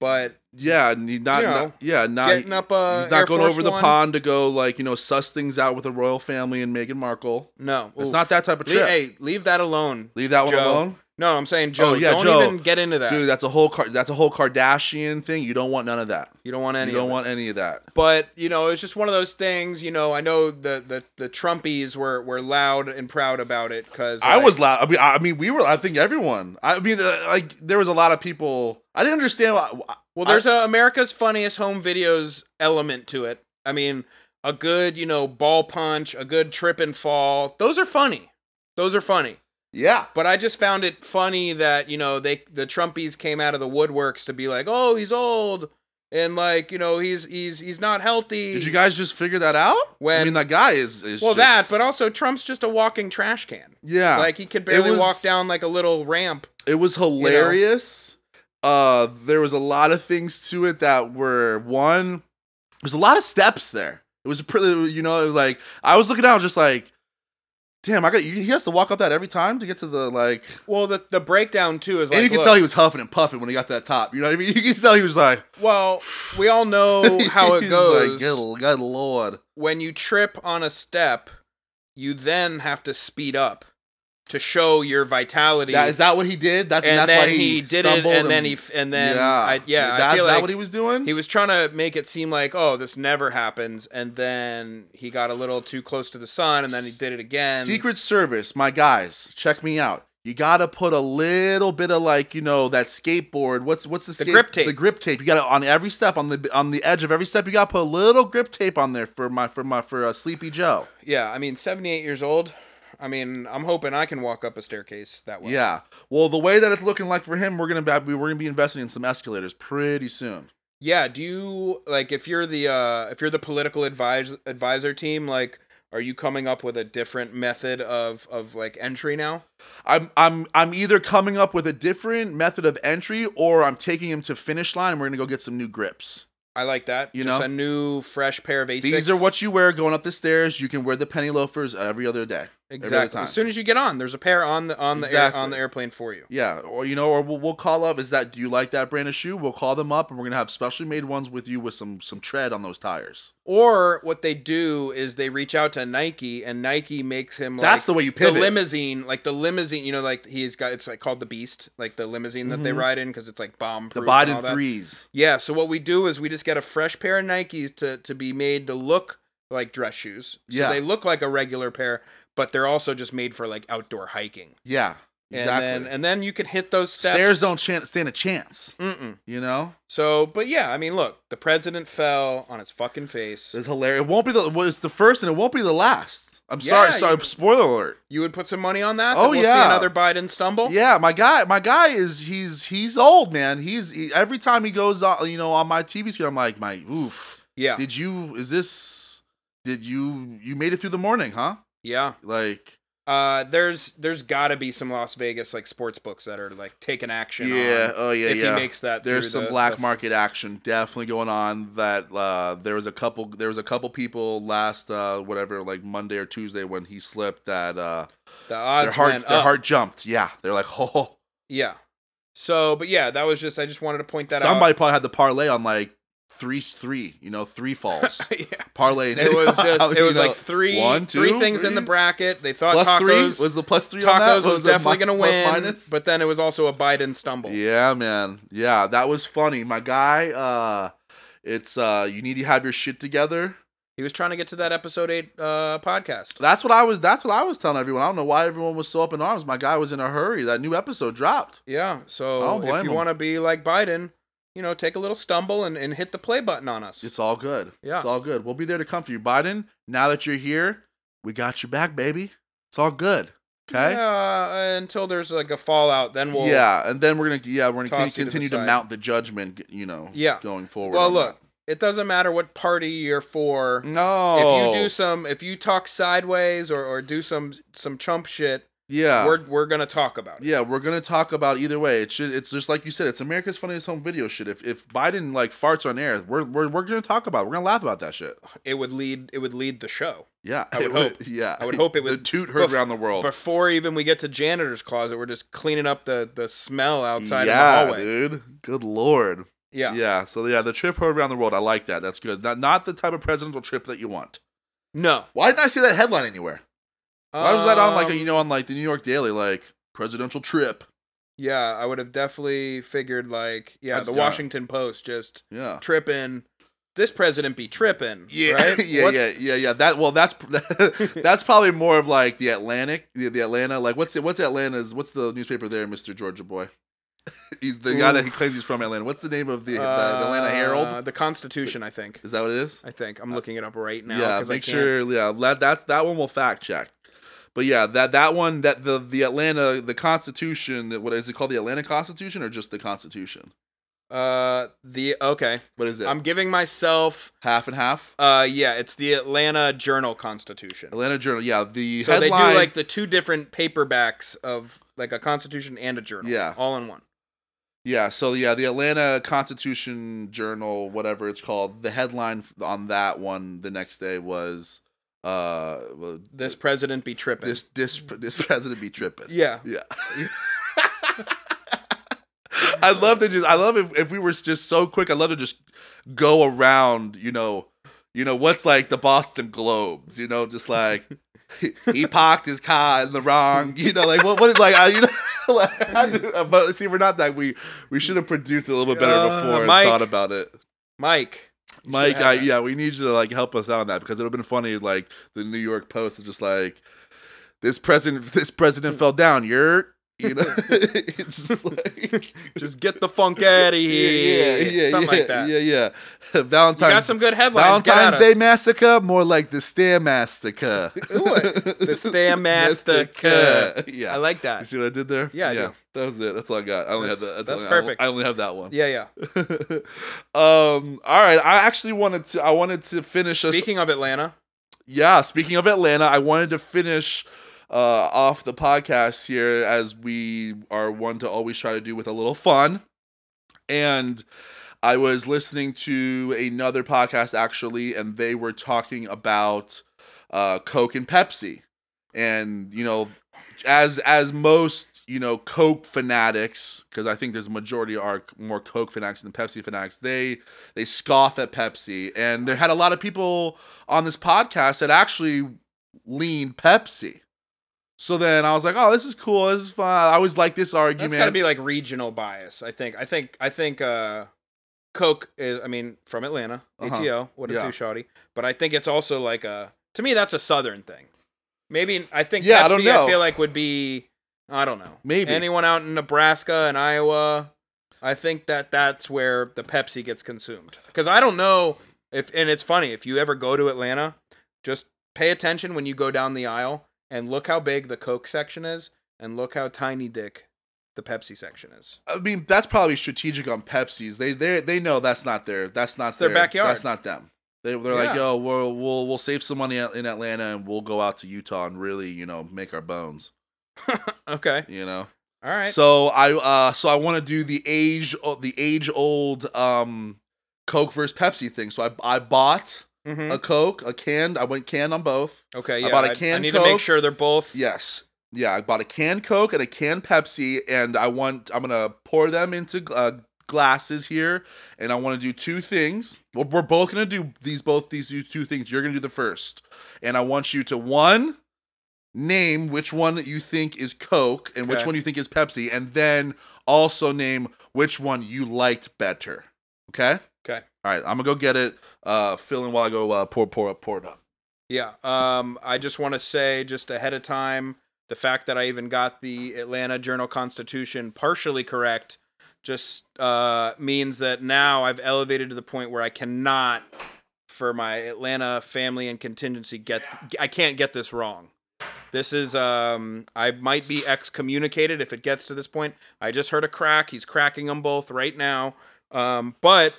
B: but
A: Yeah, and he not,
B: You
A: not-
B: know,
A: Yeah, not.
B: getting up. Uh,
A: he's
B: Air
A: not going
B: Force
A: over the
B: One?
A: pond to go like you know suss things out with the royal family and Meghan Markle.
B: No,
A: It's
B: oof.
A: not that type of
B: Le-
A: trip.
B: hey, leave that alone.
A: Leave that one
B: Joe.
A: alone,
B: No, I'm saying Joe.
A: Oh, yeah,
B: don't
A: Joe.
B: even get into that.
A: dude. That's a whole. Car- that's a whole Kardashian thing. You don't want none of that.
B: you don't want any.
A: you don't
B: of it.
A: want any of that.
B: but you know it's just one of those things you know i know the the, the trumpies were were loud and proud about it because
A: I was loud. I mean, I I mean, we were. I think everyone. I mean, uh, like there was a lot of people. I didn't understand. Why, why-
B: well there's a america's funniest home videos element to it i mean a good you know ball punch a good trip and fall those are funny those are funny
A: yeah,
B: but i just found it funny that you know they the trumpies came out of the woodworks to be like oh he's old and like you know he's he's he's not healthy
A: did you guys just figure that out?
B: When-
A: I mean, that guy is. is
B: well
A: just-
B: that but also trump's just a walking trash can
A: yeah,
B: like he could barely
A: was-
B: walk down like a little ramp
A: it was hilarious. Uh, there was a lot of things to it that were one. There's a lot of steps there. It was pretty, you know, like I was looking out, just like, damn, I got. He has to walk up that every time to get to the like.
B: Well, the the breakdown too is like
A: and you can
B: look,
A: tell he was huffing and puffing when he got to that top. You know what I mean? You can tell he was like.
B: well, we all know how it
A: He's Like,
B: goes.
A: good, good lord.
B: when you trip on a step, you then have to speed up to show your vitality.
A: That, is that what he did? That's
B: and
A: that's
B: then
A: why
B: he,
A: he,
B: did it,
A: stumbled
B: and then he f- and then yeah, I, yeah,
A: that's
B: I feel
A: that
B: like
A: what he was doing.
B: he was trying to make it seem like oh this never happens, and then he got a little too close to the sun, and then he did it again.
A: Secret Service, my guys, check me out. You gotta put a little bit of like you know that skateboard. What's what's the,
B: The
A: skate-
B: grip tape.
A: The grip tape. You gotta on every step on the on the edge of every step. You gotta put a little grip tape on there for my for my for uh, Sleepy Joe.
B: Yeah, I mean seventy eight years old. I mean I'm hoping I can walk up a staircase that way.
A: Yeah. Well, the way that it's looking like for him, we're gonna be, we're gonna be investing in some escalators pretty soon.
B: Yeah, do you like if you're the uh if you're the political advise advisor team like are you coming up with a different method of of like entry now?
A: I'm I'm I'm either coming up with a different method of entry or I'm taking him to finish line and we're gonna go get some new grips.
B: I like that.
A: You
B: Just
A: know?
B: a new fresh pair of Asics.
A: These are what you wear going up the stairs. You can wear the penny loafers every other day.
B: Exactly.
A: time.
B: As soon as you get on, there's a pair on the on the air, on
A: Exactly.
B: the airplane for you.
A: Yeah, or you know, or we'll, we'll call up. Is that do you like that brand of shoe? We'll call them up, and we're gonna have specially made ones with you with some some tread on those tires.
B: Or what they do is they reach out to Nike, and Nike makes him. Like,
A: That's the way you pivot.
B: The limousine, like the limousine, you know, like he's got. It's like called the Beast, like the limousine that they ride in because it's like bomb
A: Mm-hmm. the
B: proof.
A: Biden threes.
B: Yeah. So what we do is we just get a fresh pair of Nikes to to be made to look like dress shoes. So
A: Yeah.
B: they look like a regular pair, but they're also just made for like outdoor hiking.
A: Yeah, exactly.
B: And then, and then you can hit those steps.
A: Stairs don't chan- stand a chance.
B: Mm-mm.
A: You know,
B: So, but yeah, I mean, look, the president fell on his fucking face.
A: it's hilarious. It won't be the. Well, it's the first, and it won't be the last. I'm
B: Yeah,
A: sorry. Sorry.
B: you-
A: Spoiler alert.
B: You would put some money on that?
A: Oh,
B: that we'll see
A: yeah.
B: another Biden stumble?
A: Yeah, my guy. My guy is he's he's old man. He's he, every time he goes on, you know, on my TV screen, I'm like, my oof.
B: Yeah.
A: Did you? Is this? Did you? You made it through the morning, huh?
B: Yeah.
A: Like.
B: Uh, there's there's got to be some Las Vegas like sports books that are like taking action.
A: Yeah.
B: on
A: Oh yeah.
B: if
A: yeah.
B: he makes that.
A: there's
B: through
A: some
B: the-
A: black
B: the-
A: market action definitely going on that uh there was a couple there was a couple people last uh whatever like monday or tuesday when he slipped that uh
B: The
A: their
B: odds
A: heart
B: went
A: their
B: up.
A: heart jumped yeah they're like oh
B: Yeah. So, but yeah, that was just I just wanted to point that
A: somebody
B: out.
A: probably had the parlay on like three three you know three falls
B: yeah.
A: parlay
B: It was just it was like three
A: three, one, two,
B: three things in the
A: three.
B: bracket. They thought
A: Plus three
B: tacos
A: was the plus three on that
B: tacos was,
A: the mi-
B: definitely going to
A: plus
B: win,
A: minus?
B: but then it was also a Biden stumble.
A: Yeah, man. Yeah, that was funny. My guy, uh it's uh you need to have your shit together.
B: He was trying to get to that episode eight uh, podcast.
A: That's what I was that's what I was telling everyone. I don't know why everyone was so up in arms. My guy was in a hurry. That new episode dropped.
B: Yeah.
A: I
B: So
A: don't
B: if
A: blame
B: you
A: him.
B: want to be like Biden, you know, take a little stumble and, and hit the play button on us.
A: It's all good.
B: Yeah.
A: It's all good. We'll be there to comfort you. Biden, now that you're here, we got your back, baby. It's all good. Okay?
B: Yeah, uh, until there's like a fallout, then we'll.
A: yeah, and then we're gonna yeah we're gonna
B: Toss you to the
A: continue to,
B: side.
A: mount the judgment, you know,
B: Yeah.
A: going forward.
B: Well,
A: on
B: look, it doesn't matter what party you're for.
A: that. no,
B: If you do some, if you talk sideways or, or do some some chump shit,
A: yeah,
B: we're we're gonna talk about it.
A: Yeah, we're gonna talk about either way. It's just, it's just like you said. It's America's funniest home video shit. If if Biden like farts on air, we're we're, we're gonna talk about. It. We're gonna laugh about that shit.
B: It would lead it would lead the show
A: Yeah,
B: I would
A: It Yeah,
B: I would hope it
A: The
B: would-
A: toot heard
B: bef-
A: around the world.
B: before even we get to janitor's closet. We're just cleaning up the the smell outside
A: yeah,
B: in the hallway.
A: dude. Good lord.
B: Yeah.
A: Yeah. So yeah, the trip heard around the world. I like that. That's good. Not not the type of presidential trip that you want.
B: No.
A: Why didn't I see that headline anywhere? Why was that on like a,
B: Um,
A: you know on like the New York Daily like presidential trip?
B: Yeah, I would have definitely figured like yeah,
A: I've
B: the
A: done it.
B: Washington Post just
A: Yeah.
B: tripping. This president be tripping.
A: Yeah,
B: right?
A: yeah,
B: What's-
A: yeah, yeah, yeah. That well, that's that's probably more of like the Atlantic, the, the Atlanta. Like, what's the, what's Atlanta's? What's the newspaper there, Mister Georgia boy? he's the guy that he claims he's from Atlanta. What's the name of the, the, the Atlanta
B: Uh,
A: Herald?
B: the Constitution, I think.
A: Is that what it is?
B: I think I'm looking it up right now.
A: yeah,
B: 'cause I
A: make
B: can't-
A: sure. Yeah, that, that's that one. We'll fact check. But yeah, that that one, that the the Atlanta, the Constitution. What is it called? The Atlanta Constitution or just the Constitution?
B: Uh, the okay.
A: What is it?
B: I'm giving myself.
A: half and half.
B: Uh, yeah, it's the Atlanta Journal Constitution.
A: Atlanta Journal. Yeah, the
B: So
A: headline.
B: they do like the two different paperbacks of like a Constitution and a journal.
A: Yeah.
B: all in one.
A: Yeah, so yeah, the Atlanta Constitution Journal, whatever it's called, the headline f- on that one the next day was uh well,
B: This president be tripping.
A: this this this president be tripping.
B: yeah,
A: Yeah. I love to just I love if, if we were just so quick, I love to just go around, you know, you know, what's like the Boston Globes, you know, just like he, he parked his car in the wrong, you know, like what what is like I, you know like, I do- but see we're not that we we should have produced it a little bit better
B: Uh,
A: before
B: Mike.
A: and thought about it.
B: Mike.
A: Mike,
B: have
A: I,
B: that.
A: yeah, we need you to like help us out on that because it would have been funny. Like the New York Post is just like this president, this president fell down. You're, you know, it's just like
B: Just get the funk out of here. Something
A: yeah,
B: like that.
A: Yeah, yeah.
B: You got
A: Valentine's
B: some good headlines. Get
A: Valentine's
B: at
A: Day
B: us.
A: massacre, more like the Stair massacre.
B: The Stairmaster. I
A: Yeah,
B: like
A: you
B: that.
A: see what I did there?
B: Yeah, I do.
A: that was it. That's all I got. I only
B: That's-
A: had that.
B: that's
A: all I-
B: perfect.
A: I only have that one.
B: Yeah, yeah.
A: um. All right. I actually wanted to. I wanted to finish us
B: Speaking of Atlanta,
A: yeah, speaking of Atlanta, I wanted to finish uh, off the podcast here as we are one to always try to do with a little fun. And I was listening to another podcast actually, and they were talking about uh, Coke and Pepsi and you know as as most you know coke fanatics because i think there's a majority are more coke fanatics than pepsi fanatics they they scoff at pepsi and there had a lot of people on this podcast that actually leaned pepsi so then i was like oh this is cool this is fun i always like this
B: That's
A: argument
B: got to be like regional bias. I think. I think. I think. uh Coke is. I mean, from Atlanta,
A: Uh-huh.
B: ATO. What a
A: Yeah.
B: do, shawty. But I think it's also like a. To me, that's a Southern thing. Maybe I think.
A: Yeah,
B: Pepsi,
A: I don't know.
B: feel like would be. I don't know.
A: Maybe.
B: anyone out in Nebraska and Iowa. I think that that's where the Pepsi gets consumed. Because I don't know if, and it's funny if you ever go to Atlanta, just pay attention when you go down the aisle and look how big the Coke section is, and look how tiny dick the Pepsi section is.
A: I mean, that's probably strategic on Pepsi's. They they they know that's not their that's not
B: It's their backyard.
A: That's not them. They they're
B: Yeah.
A: like, yo, we'll we'll we'll save some money out in Atlanta and we'll go out to Utah and really you know make our bones.
B: Okay,
A: You know.
B: all right.
A: So I uh so I want to do the age o- the age old um Coke versus Pepsi thing. So I I bought
B: Mhm.
A: a Coke, a canned. I went canned on both.
B: Okay,
A: uh, I
B: yeah.
A: bought a
B: I- I
A: canned
B: need to make
A: Coke.
B: sure they're both.
A: Yes. Yeah, I bought a canned Coke and a canned Pepsi, and I want I'm gonna pour them into uh, glasses here, and I want to do two things. We're, we're both gonna do these both these two things. You're gonna do the first, and I want you to one name which one you think is Coke and which
B: Okay.
A: one you think is Pepsi, and then also name which one you liked better. Okay.
B: Okay.
A: All right. I'm gonna go get it. Uh, fill in while I go uh, pour pour up pour it up.
B: Yeah. Um, I just want to say, just ahead of time, the fact that I even got the Atlanta Journal Constitution partially correct just uh, means that now I've elevated to the point where I cannot, for my Atlanta family and contingency, get I can't get this wrong. This is um, I might be excommunicated if it gets to this point. I just heard a crack. He's cracking them both right now. Um, but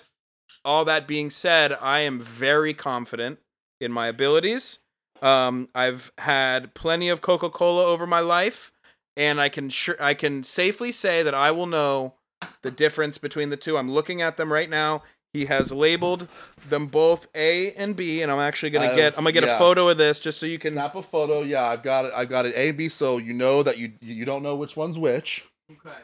B: all that being said, I am very confident in my abilities. Um, I've had plenty of Coca Cola over my life, and I can sure I can safely say that I will know the difference between the two. I'm looking at them right now. He has labeled them both A and B, and I'm actually gonna
A: I've-
B: get I'm gonna get a
A: yeah.
B: photo of this just so you can.
A: Snap a photo. Yeah, I've got it. I've got it A and B, so you know that you you don't know which one's which.
B: Okay. All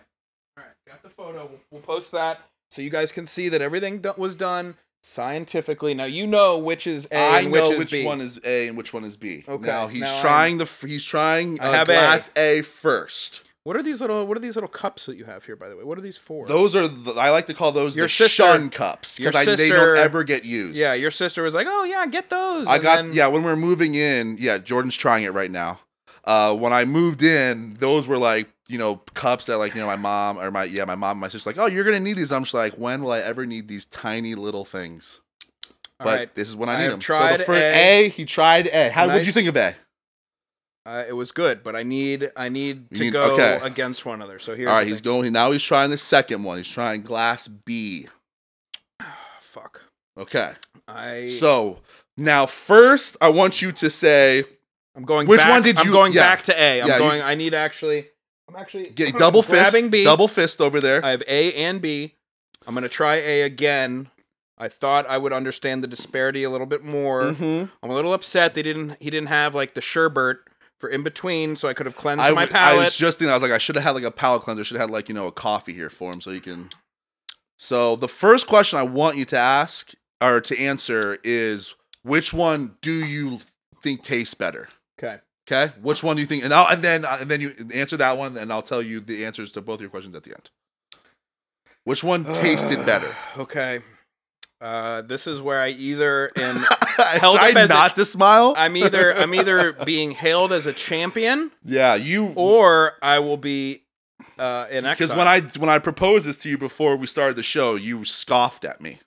B: right. Got the photo. We'll, we'll post that so you guys can see that everything do- was done scientifically. Now you know which is A
A: I
B: and which
A: know
B: is
A: which
B: B.
A: one is A and which one is B.
B: Okay,
A: Okay. Now he's
B: now
A: trying the the he's trying
B: I
A: uh,
B: have A.
A: glass A. first.
B: what are these little What are these little cups that you have here, by the way? What are these for?
A: Those are the, I like to call those
B: Your
A: the
B: sister-
A: shun cups
B: your
A: because they
B: sister-
A: don't ever get used.
B: yeah, your sister was like, "Oh yeah, get those."
A: I
B: and
A: got
B: then-
A: yeah. When we're moving in, yeah, Jordan's trying it right now. Uh, when I moved in, those were like you know cups that like you know my mom or my yeah my mom and my sister like oh you're gonna need these. I'm just like when will I ever need these tiny little things?
B: All
A: but
B: right.
A: this is when
B: I
A: I need
B: have
A: him.
B: tried
A: so the first
B: A.
A: A. he tried A. How would you
B: Nice.
A: think of A?
B: Uh, it was good, but I need I need
A: You
B: to
A: need-
B: go
A: okay.
B: against one another. So here's
A: All right,
B: the
A: he's
B: thing.
A: going now. He's trying the second one. He's trying glass B.
B: Ah, fuck.
A: Okay,
B: I
A: so now first I want you to say
B: I'm going.
A: Which
B: back-
A: one did
B: I'm
A: you-
B: going
A: yeah.
B: back to A. I'm
A: Yeah, you-
B: going. I need actually. I'm actually
A: get double fist,
B: grabbing B.
A: double fist over there.
B: I have A and B. I'm gonna try A again. I thought I would understand the disparity a little bit more.
A: Mhm.
B: I'm a little upset they didn't. He didn't have like the sherbet for in between, so I could have cleansed
A: I,
B: my
A: w- I was
B: palate.
A: just thinking, I was like, I should have had like a palate cleanser. Should have had like you know a coffee here for him so he can. So the first question I want you to ask or to answer is which one do you think tastes better?
B: okay.
A: Okay, which one do you think? And I'll, and then uh, and then you answer that one, and I'll tell you the answers to both your questions at the end. Which one tasted better?
B: Okay. Uh, this is where I either am.
A: I
B: Held up
A: tried
B: as a-
A: not to smile.
B: I'm either I'm either being hailed as a champion,
A: yeah, you
B: or I will be uh, in exile.
A: because when I when I proposed this to you before we started the show, you scoffed at me.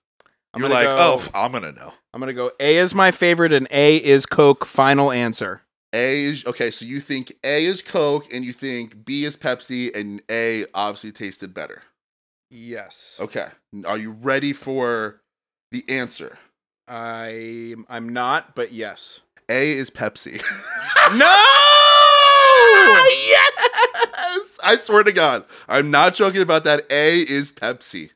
B: I'm
A: You were
B: gonna
A: like,
B: go-
A: "Oh, f- I'm gonna know."
B: I'm gonna go. A is my favorite, and A is Coke. Final answer.
A: A is okay, so you think A is Coke, and you think B is Pepsi, and A obviously tasted better.
B: Yes.
A: Okay, are you ready for the answer?
B: I I'm not, but yes.
A: A is Pepsi.
B: No.
A: yes! I swear to God, I'm not joking about that. A is Pepsi.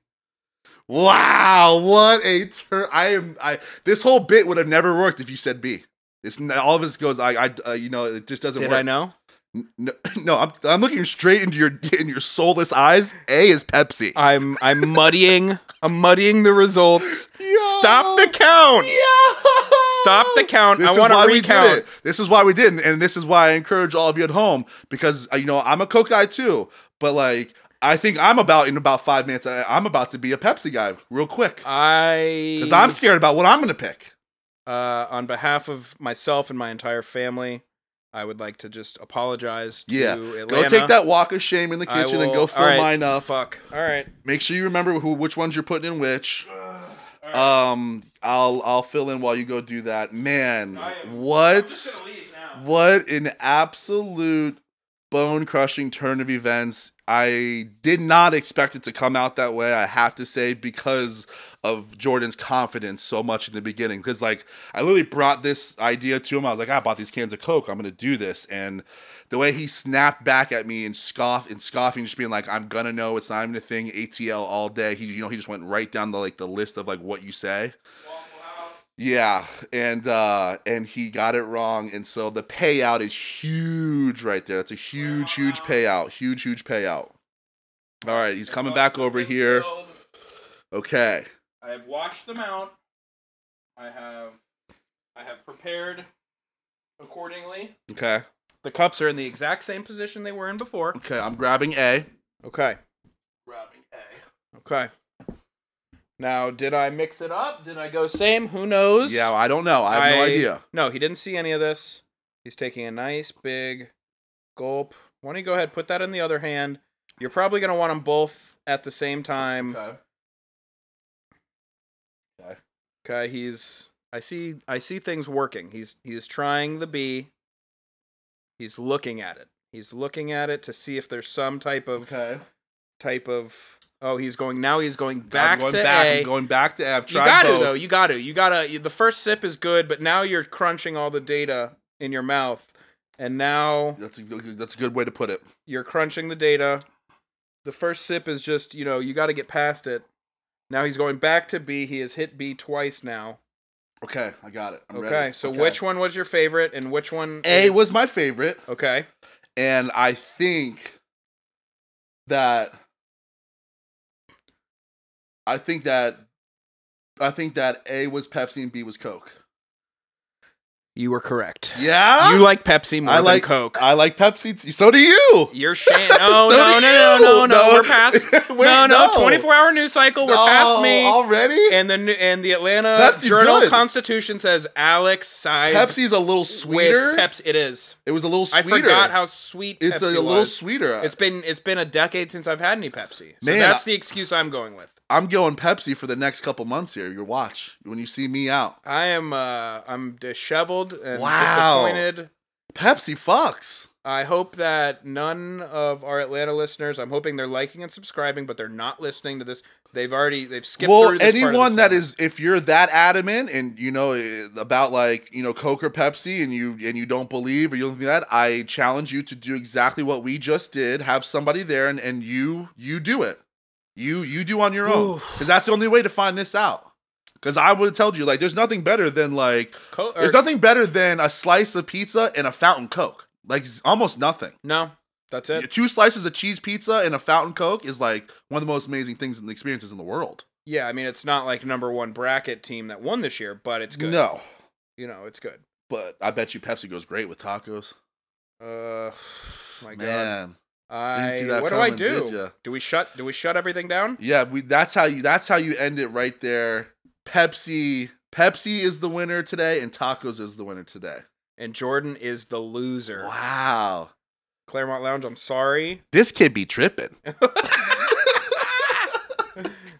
A: Wow, what a turn! I am. I this whole bit would have never worked if you said B. It's n- all of this goes. I, I, uh, you know, it just doesn't
B: Did
A: work.
B: I know?
A: N- No, no, I'm, I'm looking straight into your in your soulless eyes. A is Pepsi.
B: I'm I'm muddying. I'm muddying the results. Stop the count. Stop the count.
A: This
B: I
A: is
B: want
A: why
B: to
A: we did
B: recount.
A: it. This is why we did, it, and this is why I encourage all of you at home because uh, you know I'm a Coke guy too, but like I think I'm about in about five minutes. I, I'm about to be a Pepsi guy real quick
B: I
A: because I'm scared about what I'm gonna pick.
B: uh, on behalf of myself and my entire family, I would like to just apologize to
A: Yeah.
B: Atlanta.
A: Go take that walk of shame in the
B: I
A: kitchen and
B: will-
A: go fill
B: all right.
A: mine up.
B: Fuck. All right.
A: Make sure you remember who which ones you're putting in which.
B: Uh,
A: Um, I'll I'll fill in while you go do that. Man, what what an absolute bone crushing turn of events. I did not expect it to come out that way. I have to say because of Jordan's confidence so much in the beginning. Because like I literally brought this idea to him. I was like, I bought these cans of Coke. I'm gonna do this. And the way he snapped back at me and scoffed and scoffing, just being like, I'm gonna know it's not even a thing. ATL all day. He, you know, he just went right down the like the list of like what you say. Yeah, and uh and he got it wrong, and so the payout is huge right there. That's a huge, huge payout. Huge, huge payout. All right, he's coming back over here. Okay.
B: I have washed them out. I have I have prepared accordingly.
A: Okay.
B: The cups are in the exact same position they were in before.
A: Okay, I'm grabbing A.
B: Okay.
A: Grabbing A.
B: Okay. Now, did I mix it up? Did I go same? Who knows?
A: Yeah, I don't know. I have no
B: I-
A: idea.
B: No, he didn't see any of this. He's taking a nice big gulp. Why don't you go ahead put that in the other hand? You're probably gonna want them both at the same time.
A: Okay.
B: Okay, he's I see I see things working. He's he's trying the bee. He's looking at it. He's looking at it to see if there's some type of
A: Okay.
B: type of oh he's going now he's going back
A: I'm going
B: to
A: back.
B: A.
A: I'm going back to A. I've
B: you
A: tried
B: got to
A: both.
B: though. You got to. You got to. The first sip is good, but now you're crunching all the data in your mouth, and now
A: That's a, that's a good way to put it.
B: you're crunching the data. The first sip is just you know you got to get past it. Now he's going back to B. He has hit B twice now.
A: Okay, I got it. I'm
B: okay,
A: ready.
B: so which one was your favorite, and which one?
A: A was my favorite.
B: Okay.
A: and I think that I think that I think that A was Pepsi and B was Coke.
B: You were correct.
A: Yeah,
B: You like Pepsi more
A: I like-
B: than Coke.
A: I like Pepsi. T- so do you?
B: you're shame. No,
A: So
B: no, no,
A: do
B: no,
A: you.
B: no, no, We're past.
A: Wait,
B: no, no. 24 hour news cycle. We're past
A: No,
B: me.
A: already.
B: and the new- and the Atlanta
A: Pepsi's
B: Journal
A: good.
B: Constitution says Alex sides
A: Pepsi's a little
B: with
A: sweeter.
B: Pepsi, it is.
A: it was a little
B: I
A: sweeter.
B: forgot how sweet
A: it's
B: Pepsi
A: a, little
B: was.
A: sweeter.
B: It's been it's been a decade since I've had any Pepsi. So
A: Man,
B: that's the excuse I'm going with.
A: I'm going Pepsi for the next couple months here. Your watch when you see me out.
B: I am uh I'm disheveled and
A: Wow.
B: disappointed.
A: Pepsi fucks.
B: I hope that none of our Atlanta listeners, I'm hoping they're liking and subscribing, but they're not listening to this. They've already they've skipped
A: well
B: through this part of the
A: anyone that
B: segment.
A: is if you're that adamant and you know eh, about like you know coke or pepsi and you and you don't believe or you don't think that i challenge you to do exactly what we just did have somebody there and and you you do it you you do on your own
B: Oof.
A: because that's the only way to find this out because i would have told you like there's nothing better than like
B: Co- or-
A: there's nothing better than a slice of pizza and a fountain coke like s- almost nothing
B: No, that's it.
A: two slices of cheese pizza and a fountain coke is like one of the most amazing things and experiences in the world
B: Yeah, I mean it's not like number one bracket team that won this year, but it's good.
A: no
B: you know, it's good.
A: But I bet you Pepsi goes great with tacos.
B: Uh, Oh my God,
A: Man,
B: I
A: didn't see that
B: what
A: coming,
B: do I
A: did
B: do?
A: ya?
B: Do we shut? Do we shut everything down?
A: yeah, we. That's how you. That's how you end it right there. Pepsi. Pepsi is the winner today, and tacos is the winner today.
B: And Jordan is the loser.
A: Wow,
B: Claremont Lounge, I'm sorry.
A: this kid be tripping.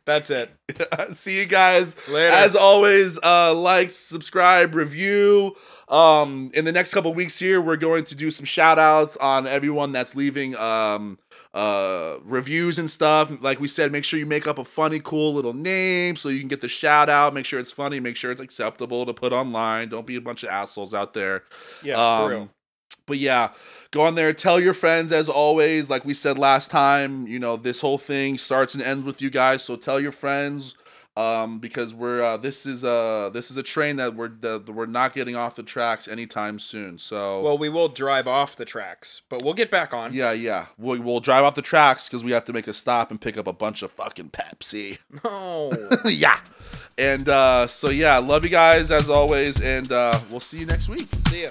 B: That's it.
A: See you guys.
B: Later.
A: As always, uh, like, subscribe, review. Um, in the next couple weeks here, we're going to do some shout outs on everyone that's leaving um, uh, reviews and stuff. Like we said, make sure you make up a funny, cool little name so you can get the shout out. Make sure it's funny. Make sure it's acceptable to put online. Don't be a bunch of assholes out there.
B: yeah,
A: Um,
B: for real.
A: But yeah, go on there, tell your friends as always. Like we said last time, you know, this whole thing starts and ends with you guys. So tell your friends. um, because we're uh, this is a this is a train that we're that we're not getting off the tracks anytime soon. So
B: Well, we will drive off the tracks, but we'll get back on.
A: yeah, yeah, we'll, we'll drive off the tracks because we have to make a stop and pick up a bunch of fucking Pepsi.
B: No.
A: yeah, and uh, so yeah, love you guys as always, and uh, we'll see you next week.
B: See ya.